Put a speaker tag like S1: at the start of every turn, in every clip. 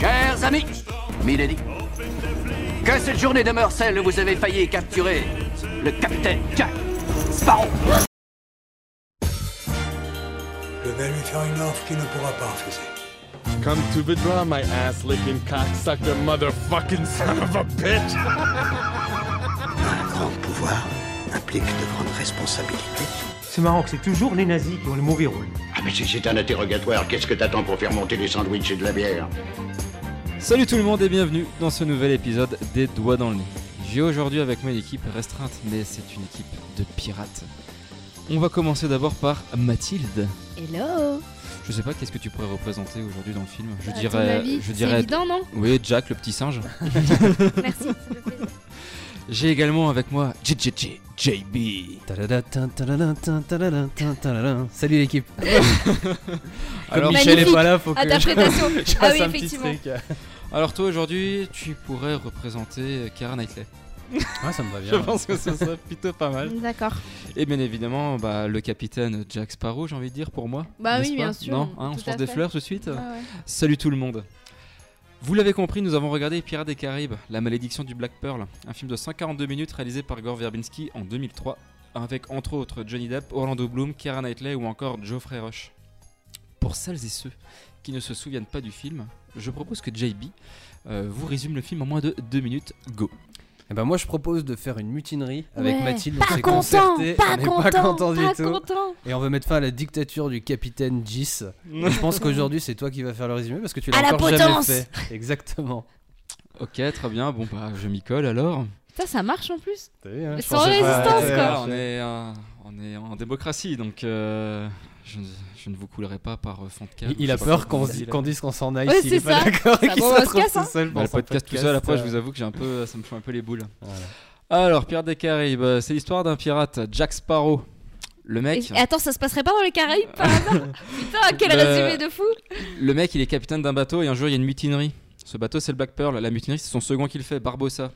S1: Chers amis, Milady, que cette journée demeure celle où vous avez failli capturer le capitaine Jack Sparrow.
S2: Je vais lui faire une offre qu'il ne pourra pas refuser.
S3: Come to the draw, my ass licking cocksucker motherfucking son of a bitch!
S4: Un grand pouvoir implique de grandes responsabilités.
S5: C'est marrant que c'est toujours les nazis qui ont le mauvais rôle.
S6: Ah mais si c'est un interrogatoire, qu'est-ce que t'attends pour faire monter des sandwichs et de la bière
S7: Salut tout le monde et bienvenue dans ce nouvel épisode des Doigts dans le nez. J'ai aujourd'hui avec moi une équipe restreinte, mais c'est une équipe de pirates. On va commencer d'abord par Mathilde.
S8: Hello
S7: Je sais pas qu'est-ce que tu pourrais représenter aujourd'hui dans le film. Je
S8: À ton
S9: euh,
S7: dirais,
S8: avis,
S7: je
S8: C'est
S7: dirais,
S8: évident, non
S7: oui Jack le petit singe.
S8: Merci, ça fait plaisir.
S7: J'ai également avec moi JJJ JB.
S9: Salut l'équipe.
S7: Alors,
S8: Magnifique.
S9: Michel est pas là, faut que
S8: Interprétation
S9: je
S8: Ah
S9: fasse
S8: oui,
S9: un petit
S8: effectivement.
S9: truc. euh, Ouais,
S7: alors toi aujourd'hui, tu pourrais représenter Karen Knightley.
S9: ça me va bien.
S7: Je pense que ce serait plutôt pas mal.
S8: Mm, D'accord.
S7: Et bien évidemment, bah, le capitaine Jack Sparrow, j'ai envie de dire pour moi.
S8: Bah
S7: n'est-ce
S8: oui,
S7: pas
S8: bien sûr,
S7: Non, hein, on
S8: tout
S7: se lance
S8: à
S7: des
S8: fait.
S7: fleurs tout de suite.
S8: Ouais, Ah ouais.
S7: Salut tout le monde. Vous l'avez compris, nous avons regardé Pirates des Caraïbes, La malédiction du Black Pearl, un film de 142 minutes réalisé par Gore Verbinski en 2003, avec entre autres Johnny Depp, Orlando Bloom, Keira Knightley ou encore Geoffrey Rush. Pour celles et ceux qui ne se souviennent pas du film, je propose que JB euh, vous résume le film en moins de 2 minutes. Go.
S9: Eh ben moi je propose de faire une mutinerie avec
S8: Ouais.
S9: Mathilde.
S8: Pas
S9: on s'est
S8: content,
S9: concerté,
S8: pas
S9: on est
S8: content,
S9: pas Ah, content du
S8: pas
S9: tout.
S8: content.
S9: Et on veut mettre fin à la dictature du capitaine Gis. Et je pense qu'aujourd'hui c'est toi qui vas faire le résumé parce que tu l'as
S8: À la
S9: encore jamais
S8: potence.
S9: fait. Exactement.
S7: Ok, très bien. Bon bah, je m'y colle alors.
S8: Ça, ça marche en plus.
S9: T'as vu, hein,
S8: Mais
S9: je
S8: sans
S9: pensais pas-
S8: résistance,
S9: Ouais,
S8: quoi.
S7: on, est, euh, on est en démocratie, donc euh, je, ne- je ne vous coulerai pas par euh, fond de cave.
S9: Il, il
S7: Je sais
S9: a
S7: pas
S9: peur
S7: comment
S9: qu'on
S7: on dit, là.
S9: qu'on dise qu'on s'en aille
S8: Ouais,
S9: s'il
S8: c'est
S9: est pas
S8: ça.
S9: d'accord et
S8: Ça
S9: qu'il
S8: va,
S9: se
S8: on se
S9: retrouve
S8: casse, hein.
S9: tout seul.
S7: Bah,
S9: dans
S7: le
S9: son
S7: podcast tout seul, après, je
S9: euh,
S7: vous avoue que j'ai un peu, ça me fout un peu les boules.
S9: Voilà.
S7: Alors, Pirates des Caraïbes, bah, c'est l'histoire d'un pirate, Jack Sparrow. Le mec,
S8: Et- attends, ça se passerait pas dans les Caraïbes par hasard Putain,
S9: Bah,
S8: quel
S7: Le-
S8: résumé de fou
S7: le mec, il est capitaine d'un bateau et un jour il y a une mutinerie. Ce bateau, c'est le Black Pearl. La mutinerie, c'est son second qu'il fait, Barbossa.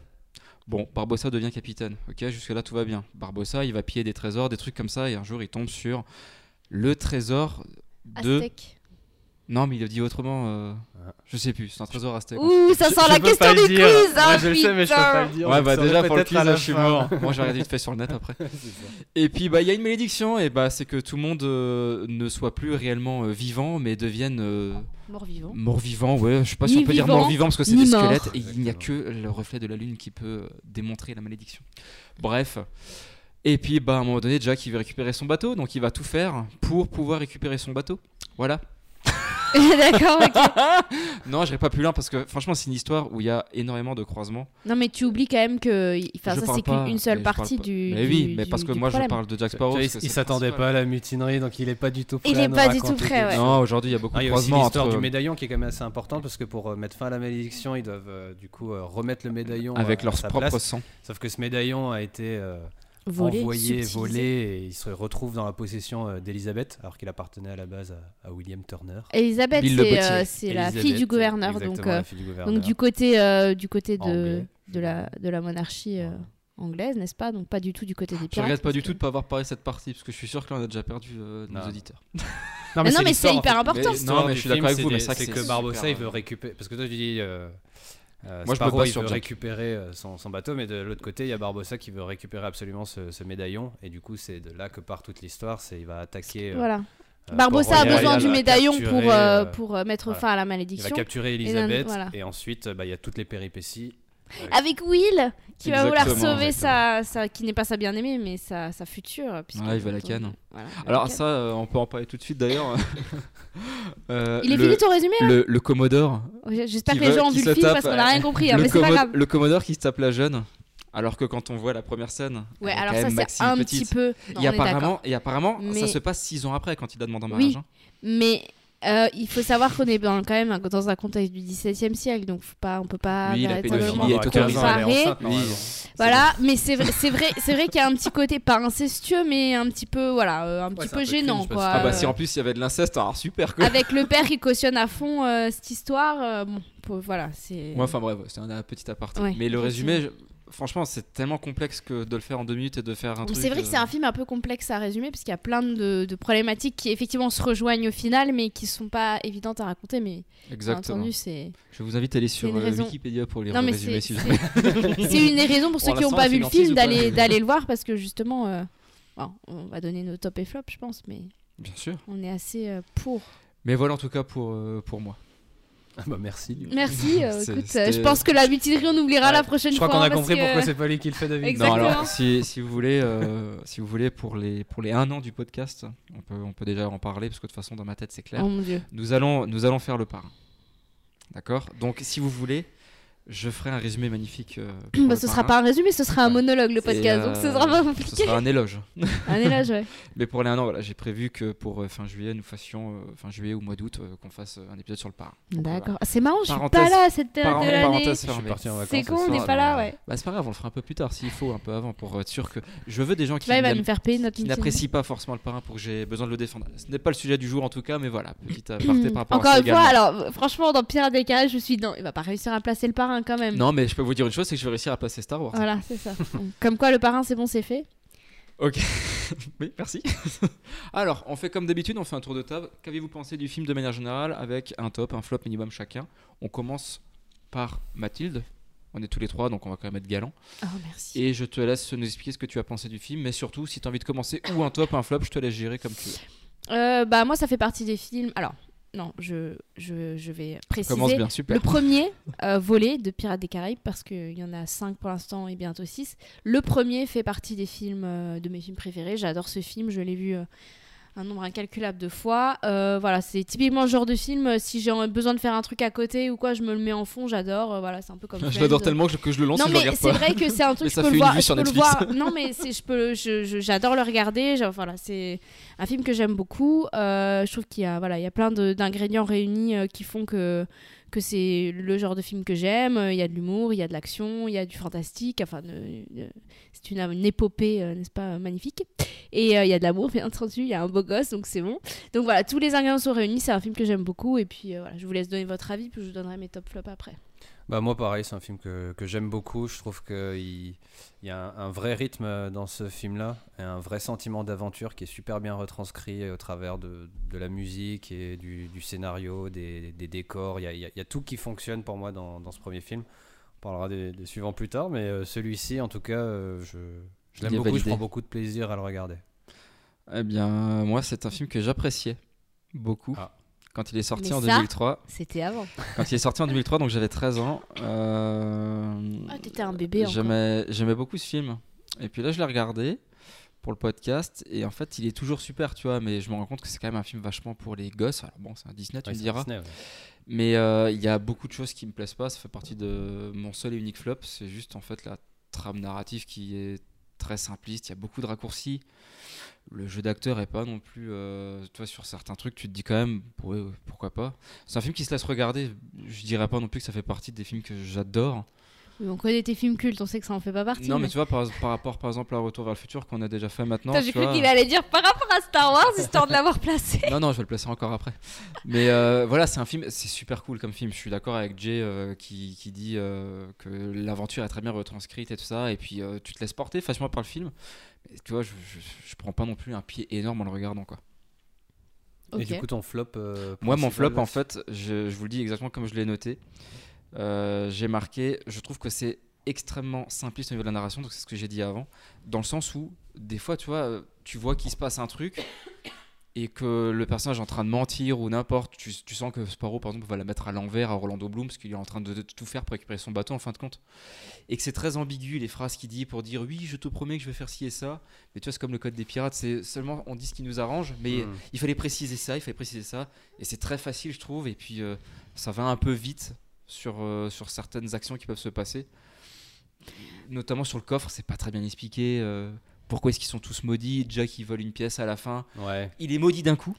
S7: Bon, Barbossa devient capitaine. Ok, jusque-là tout va bien. Barbossa, il va piller des trésors, des trucs comme ça, et un jour il tombe sur le trésor
S8: Ah,
S7: de.
S8: Aztèque.
S7: Non, mais il le dit autrement. euh, Je sais plus, c'est un trésor aztèque. en tout
S8: Ouh, ça
S9: Je-
S8: sent
S9: je
S8: la
S9: peux pas
S8: question
S9: le
S8: du
S9: dire.
S8: quiz, hein,
S9: Ouais, je le sais, mais je peux
S8: putain.
S9: pas le dire.
S7: Ouais,
S9: on
S7: bah
S9: le saurait
S7: déjà, pour le
S9: peut-être
S7: quiz,
S9: à la
S7: là, je suis
S9: fin.
S7: mort. Moi, j'ai regardé vite fait sur le net après. et puis, bah, il y a une malédiction, et bah, c'est que tout le monde euh, ne soit plus réellement euh, vivant, mais devienne euh,
S8: Mort-vivant.
S7: mort-vivant. Ouais, je sais pas si
S8: Ni
S7: on peut dire
S8: vivant,
S7: mort-vivant parce que c'est
S8: ni
S7: des
S8: mort.
S7: squelettes, et il n'y a que le reflet de la lune qui peut euh, démontrer la malédiction. Bref. Et puis, bah, à un moment donné, Jack, il veut récupérer son bateau, donc il va tout faire pour pouvoir récupérer son bateau. Voilà.
S8: D'accord, ok.
S7: Non, j'irai pas plus loin parce que, franchement, c'est une histoire où il y a énormément de croisements.
S8: Non, mais tu oublies quand même que. Enfin,
S7: Je
S8: ça,
S7: parle
S8: c'est
S7: pas,
S8: qu'une
S7: mais
S8: seule
S7: je parle
S8: partie
S7: pas.
S8: du.
S7: Mais oui,
S8: du-
S7: mais
S8: du-
S7: parce que
S8: du
S7: moi je
S8: problème.
S7: parle de Jack
S9: Tu vois,
S7: Sparrow.
S9: il
S7: parce que c'est
S9: il
S7: le
S9: s'attendait
S7: principal.
S9: pas à la mutinerie, donc il est pas du tout prêt.
S8: Il
S9: à
S8: est
S9: nous
S8: pas du
S9: raconter
S8: tout prêt,
S9: quelque
S8: ouais.
S9: chose.
S7: Non, aujourd'hui il y a beaucoup
S9: Ah, il
S7: de
S9: y a aussi
S7: croisements
S9: l'histoire
S7: entre
S9: du médaillon qui est quand même assez important parce que pour euh, mettre fin à la malédiction, ils doivent euh, du coup euh, remettre le médaillon
S7: avec
S9: euh, à
S7: leur
S9: sa
S7: propre
S9: place.
S7: sang.
S9: Sauf que ce médaillon a été euh,
S8: Volé,
S9: envoyé,
S8: subtilisé.
S9: volé et il se retrouve dans la possession euh, d'Elisabeth alors qu'il appartenait à la base à, à William Turner.
S8: Elisabeth,
S7: Bill le
S8: c'est
S7: Bottier.
S8: euh, c'est la
S9: Élisabeth,
S8: fille du gouverneur, donc.
S9: exactement,
S8: euh,
S9: la fille du gouverneur.
S8: Donc du côté, euh, du côté de,
S9: Anglais.
S8: de, la, de la monarchie euh, anglaise, n'est-ce pas Donc pas du tout du côté des
S7: Je
S8: pirates.
S7: regrette pas
S8: parce
S7: du
S8: que-
S7: tout de pas avoir parlé de cette partie parce que je suis sûr que là on a déjà perdu euh, nos
S9: Non.
S7: auditeurs.
S9: Non,
S8: Mais non, mais
S9: l'histoire,
S8: c'est
S9: en fait.
S8: hyper important.
S7: Mais-
S9: L'histoire
S7: non, mais
S9: du
S7: je suis d'accord
S9: film,
S7: avec vous,
S9: c'est
S7: mais
S9: des-
S7: c'est vrai que
S9: que
S7: c'est
S9: Barbossa
S7: super,
S9: il veut
S7: euh,
S9: récupérer. Parce que toi tu dis. euh, euh,
S7: Moi, je me
S9: Sparrow,
S7: base
S9: il
S7: sur
S9: veut
S7: Jack.
S9: récupérer euh, son, son bateau, mais de l'autre côté il y a Barbossa qui veut récupérer absolument ce, ce médaillon. Et du coup, c'est de là que part toute l'histoire. C'est il va attaquer. euh,
S8: Voilà.
S9: euh,
S8: Barbossa a
S9: Port-Royal,
S8: besoin
S9: il
S8: du
S9: va
S8: médaillon
S9: capturer,
S8: pour, euh,
S9: euh,
S8: pour euh, mettre
S9: voilà.
S8: fin à la
S9: Il va
S8: malédiction.
S9: capturer
S8: donne-
S9: Elisabeth. Et,
S8: voilà.
S9: ensuite, euh, bah, il y a toutes les péripéties.
S8: Avec Will, qui va vouloir
S7: Exactement,
S8: sauver sa, sa- qui n'est pas sa bien-aimée, mais sa, sa future. puisque-
S7: Ouais, il va à la canne.
S8: Voilà, il va à la
S7: Alors
S8: canne.
S7: ça, euh, on peut en parler tout de suite d'ailleurs. Euh,
S8: Il est
S7: le,
S8: fini ton résumé là
S7: le, le Commodore.
S8: J'espère
S7: qui
S8: que les
S7: veut-
S8: gens ont
S7: qui
S8: vu
S7: se
S8: le film
S7: tape, euh,
S8: parce qu'on n'a rien compris, hein,
S7: le,
S8: mais c'est pas
S7: Commo-
S8: grave.
S7: le Commodore qui se tape la jeune. Alors que quand on voit la première scène, elle
S8: Ouais,
S7: est
S8: alors
S7: quand
S8: ça
S7: même
S8: c'est
S7: maxi
S8: un
S7: petite.
S8: petit peu. Non,
S7: et
S8: on est d'accord.
S7: apparemment, et apparemment
S8: Mais-
S7: ça se passe 6 ans après quand il la demande en
S8: Oui.
S7: mariage. hein.
S8: Mais Euh, il faut savoir qu'on est dans- quand même dans un contexte du XVIIe siècle, donc faut pas, on peut pas.
S7: Lui, la
S8: dire
S7: pédophilie
S8: étonnamment.
S7: est
S9: à 15
S7: autorisée.
S9: ans, elle est
S8: Pareil.
S9: enceinte, normalement.
S8: Voilà, mais c'est vrai, c'est vrai, c'est vrai qu'il y a un petit côté pas incestueux, mais un petit peu, voilà, euh, un petit
S9: c'est un
S8: peu
S9: peu
S8: gênant,
S9: cringe, parce
S8: quoi.
S9: que-
S7: Ah bah
S8: Euh, Ah
S7: si en plus il y avait de l'inceste, alors super quoi.
S8: Avec le père qui cautionne à fond euh, cette histoire, euh, bon, pour- voilà, c'est.
S7: Ouais, enfin bref, c'était un euh, petit aparté.
S8: Ouais,
S7: Mais le
S8: effectivement.
S7: résumé, je- franchement, c'est tellement complexe que de le faire en deux minutes et de faire un
S8: Bon,
S7: truc.
S8: C'est vrai que
S7: euh,
S8: c'est un film un peu complexe à résumer parce qu'il y a plein de, de problématiques qui effectivement se rejoignent au final mais qui sont pas évidentes à raconter mais bien
S7: euh, Exactement.
S8: entendu c'est
S7: Je vous invite à aller sur
S8: une
S7: euh,
S8: raison.
S7: Wikipédia pour les
S8: non mais
S7: résumer si
S8: c'est c'est-
S7: jamais.
S8: c'est une des raisons pour
S7: On
S8: ceux qui
S7: la
S8: n'ont
S7: sent,
S8: pas
S7: la
S8: vu le
S7: finance,
S8: film
S7: ou pas
S8: d'aller d'aller le voir parce que justement euh, bon, on va donner nos top et flops je pense mais
S7: Bien sûr.
S8: on est assez euh, pour
S7: Mais voilà en tout cas pour, euh, pour moi.
S9: Ah bah merci.
S8: merci euh,
S7: C'est-
S8: écoute euh,
S7: c'était-
S8: je pense que la mutinerie on oubliera
S9: Ouais,
S8: la prochaine
S9: Je
S8: fois hein,
S9: crois qu'on a
S8: parce
S9: compris
S8: que-
S9: pourquoi c'est pas lui qui le fait David.
S8: Exactement.
S7: Non alors si, si vous voulez, euh, si vous voulez pour les, pour les un an du podcast, on peut, on peut déjà en parler parce que de toute façon dans ma tête c'est clair.
S8: oh mon dieu
S7: Nous allons, nous allons faire le parrain. D'accord Donc, si vous voulez, je ferai un résumé magnifique. euh, pour
S8: bah,
S7: le
S8: ce sera
S7: parrain.
S8: pas un résumé ce sera un
S7: Ouais.
S8: monologue le
S7: Et,
S8: podcast donc ce
S7: euh,
S8: sera pas
S7: Ce
S8: compliqué
S7: sera un éloge.
S8: on est là ouais
S7: Mais pour les un an, voilà, j'ai prévu que pour euh, fin juillet, nous fassions, euh, fin juillet ou mois d'août, euh, qu'on fasse euh, un épisode sur le parrain.
S8: d'accord c'est marrant je suis pas
S7: Parenthèse-
S8: là à cette période
S7: Paran-
S8: de l'année
S7: parenthèse
S9: Je suis
S7: fermée.
S9: parti en vacances.
S8: C'est
S9: ce
S8: con, on
S9: soir,
S8: n'est pas là,
S9: donc,
S8: ouais.
S7: Bah, c'est pas grave, on le fera un peu plus tard s'il faut, un peu avant, pour être sûr que. Je veux des gens qui
S8: Là, Bah, il va
S7: n'aiment-
S8: nous faire payer notre
S7: qui
S8: meeting.
S7: n'apprécient pas forcément le parrain pour que j'ai besoin de le défendre. Ce n'est pas le sujet du jour en tout cas, mais voilà, petite aparté par rapport
S8: Hmm. Encore
S7: à ça
S8: une fois,
S7: également.
S8: alors franchement, dans Pirates des Caraïbes, je me suis dit non, il va pas réussir à placer le parrain quand même.
S7: Non, mais je peux vous dire une chose, c'est que je vais réussir à placer Star Wars.
S8: Voilà, c'est ça. Donc, Comme quoi, le parrain, c'est bon, c'est fait.
S7: Oui, merci. Alors, on fait comme d'habitude, on fait un tour de table. Qu'avez-vous pensé du film de manière générale avec un top, un flop minimum chacun On commence par Mathilde. On est tous les trois, donc on va quand même être galant.
S8: Oh, merci.
S7: Et je te laisse nous expliquer ce que tu as pensé du film, mais surtout, si tu as envie de commencer ou un top, un flop, je te laisse gérer comme tu veux.
S8: Euh, bah, moi, ça fait partie des films. Alors, non, je, je, je vais préciser.
S7: Commence bien, super.
S8: Le premier euh, volet de Pirates des Caraïbes, parce qu'il y en a 5 pour l'instant et bientôt 6. Le premier fait partie des films, euh, de mes films préférés. J'adore ce film, je l'ai vu euh, un nombre incalculable de fois. Euh, voilà, c'est typiquement le genre de film, euh, si j'ai en- besoin de faire un truc à côté ou quoi, je me le mets en fond, j'adore. Euh, voilà, c'est un peu comme
S7: je
S8: Friends. euh,
S7: l'adore tellement que je- que je le lance
S8: Non
S7: et je le
S8: mais
S7: regarde
S8: c'est
S7: pas.
S8: vrai que c'est un truc
S7: Mais
S8: je
S7: ça
S8: peux
S7: fait
S8: le
S7: une
S8: voir,
S7: vue
S8: je
S7: sur
S8: peux le
S7: Netflix.
S8: voir. Non mais c'est je peux le- je- je- j'adore le regarder. Genre, voilà c'est un film que j'aime beaucoup. Euh, je trouve qu'il y a voilà il y a plein de- d'ingrédients réunis euh, qui font que que c'est le genre de film que j'aime. Euh, Il y a de l'humour, il y a de l'action, il y a du fantastique. Enfin de- de- c'est une, une épopée euh, n'est-ce pas euh, magnifique. Et euh, il y a de l'amour bien entendu. Il y a un beau gosse donc c'est bon. Donc voilà tous les ingrédients sont réunis. C'est un film que j'aime beaucoup et puis euh, voilà je vous laisse donner votre avis puis je vous donnerai mes top flops après.
S9: Bah moi pareil, c'est un film que, que j'aime beaucoup. Je trouve qu'il il y a un, un vrai rythme euh, dans ce film-là, et un vrai sentiment d'aventure qui est super bien retranscrit euh, au travers de, de la musique et du, du scénario, des, des décors. Il y, a, il y a- il y a tout qui fonctionne pour moi dans, dans ce premier film. On parlera des, des suivants plus tard, mais euh, celui-ci en tout cas, euh, je, je l'aime
S7: Il est
S9: beaucoup, je
S7: validé.
S9: prends beaucoup de plaisir à le regarder.
S7: Eh bien, moi, c'est un film que j'appréciais beaucoup.
S9: Ah.
S7: Quand il est sorti
S8: Mais
S7: en
S8: ça-
S7: 2003,
S8: C'était avant.
S7: quand il est sorti en 2003, donc j'avais 13 ans. euh,
S8: Ah, t'étais un bébé encore.
S7: J'aimais, j'aimais beaucoup ce film. Et puis là, je l'ai regardé pour le podcast. Et en fait, il est toujours super, tu vois. Mais je me rends compte que c'est quand même un film vachement pour les gosses. Alors bon, c'est un
S8: Ah,
S7: Disney, tu
S9: Ouais,
S7: me
S9: c'est
S7: diras.
S9: Disney, ouais.
S7: Mais euh, il y a beaucoup de choses qui me plaisent pas. Ça fait partie de mon seul et unique flop. C'est juste en fait la trame narrative qui est très simpliste. Il y a beaucoup de raccourcis. Le jeu d'acteur est pas non plus. euh, tu vois, sur certains trucs, tu te dis quand même, ouais, ouais, pourquoi pas. C'est un film qui se laisse regarder. Je dirais pas non plus que ça fait partie des films que j'adore.
S8: Oui, on connaît tes films cultes, on sait que ça en fait pas partie.
S7: Non, mais
S8: mais-
S7: tu vois, par, par rapport par exemple à Retour vers le futur qu'on a déjà fait maintenant.
S8: Putain, j'ai
S7: tu
S8: cru
S7: vois.
S8: qu'il allait dire par rapport à Star Wars, histoire de l'avoir placé.
S7: Non, non, je vais le placer encore après. Mais euh, voilà, c'est un film, c'est super cool comme film. Je suis d'accord avec Jay euh, qui, qui dit euh, que l'aventure est très bien retranscrite et tout ça. Et puis euh, tu te laisses porter facilement par le film. Mais tu vois, je, je, je prends pas non plus un pied énorme en le regardant quoi.
S8: Ok.
S9: Et du coup ton flop euh,
S7: Moi, mon
S9: principal,
S7: flop, en fait, je, je vous le dis exactement comme je l'ai noté. Euh, j'ai marqué, je trouve que c'est extrêmement simpliste au niveau de la narration, donc c'est ce que j'ai dit avant, dans le sens où, des fois, tu vois, euh, tu vois qu'il se passe un truc et que le personnage est en train de mentir ou n'importe, tu, tu sens que Sparrow, par exemple, va la mettre à l'envers à Orlando Bloom parce qu'il est en train de, de tout faire pour récupérer son bateau en fin de compte. Et que c'est très ambigu les phrases qu'il dit pour dire oui, je te promets que je vais faire ci et ça, mais tu vois, c'est comme le code des pirates, c'est seulement on dit ce qui nous arrange, mais
S9: Hmm.
S7: il fallait préciser ça, il fallait préciser ça. Et c'est très facile, je trouve. Et puis, euh, ça va un peu vite sur, euh, sur certaines actions qui peuvent se passer. Notamment sur le coffre, c'est pas très bien expliqué. euh, pourquoi est-ce qu'ils sont tous maudits Jack, il vole une pièce à la fin.
S9: ouais.
S7: Il est maudit d'un coup.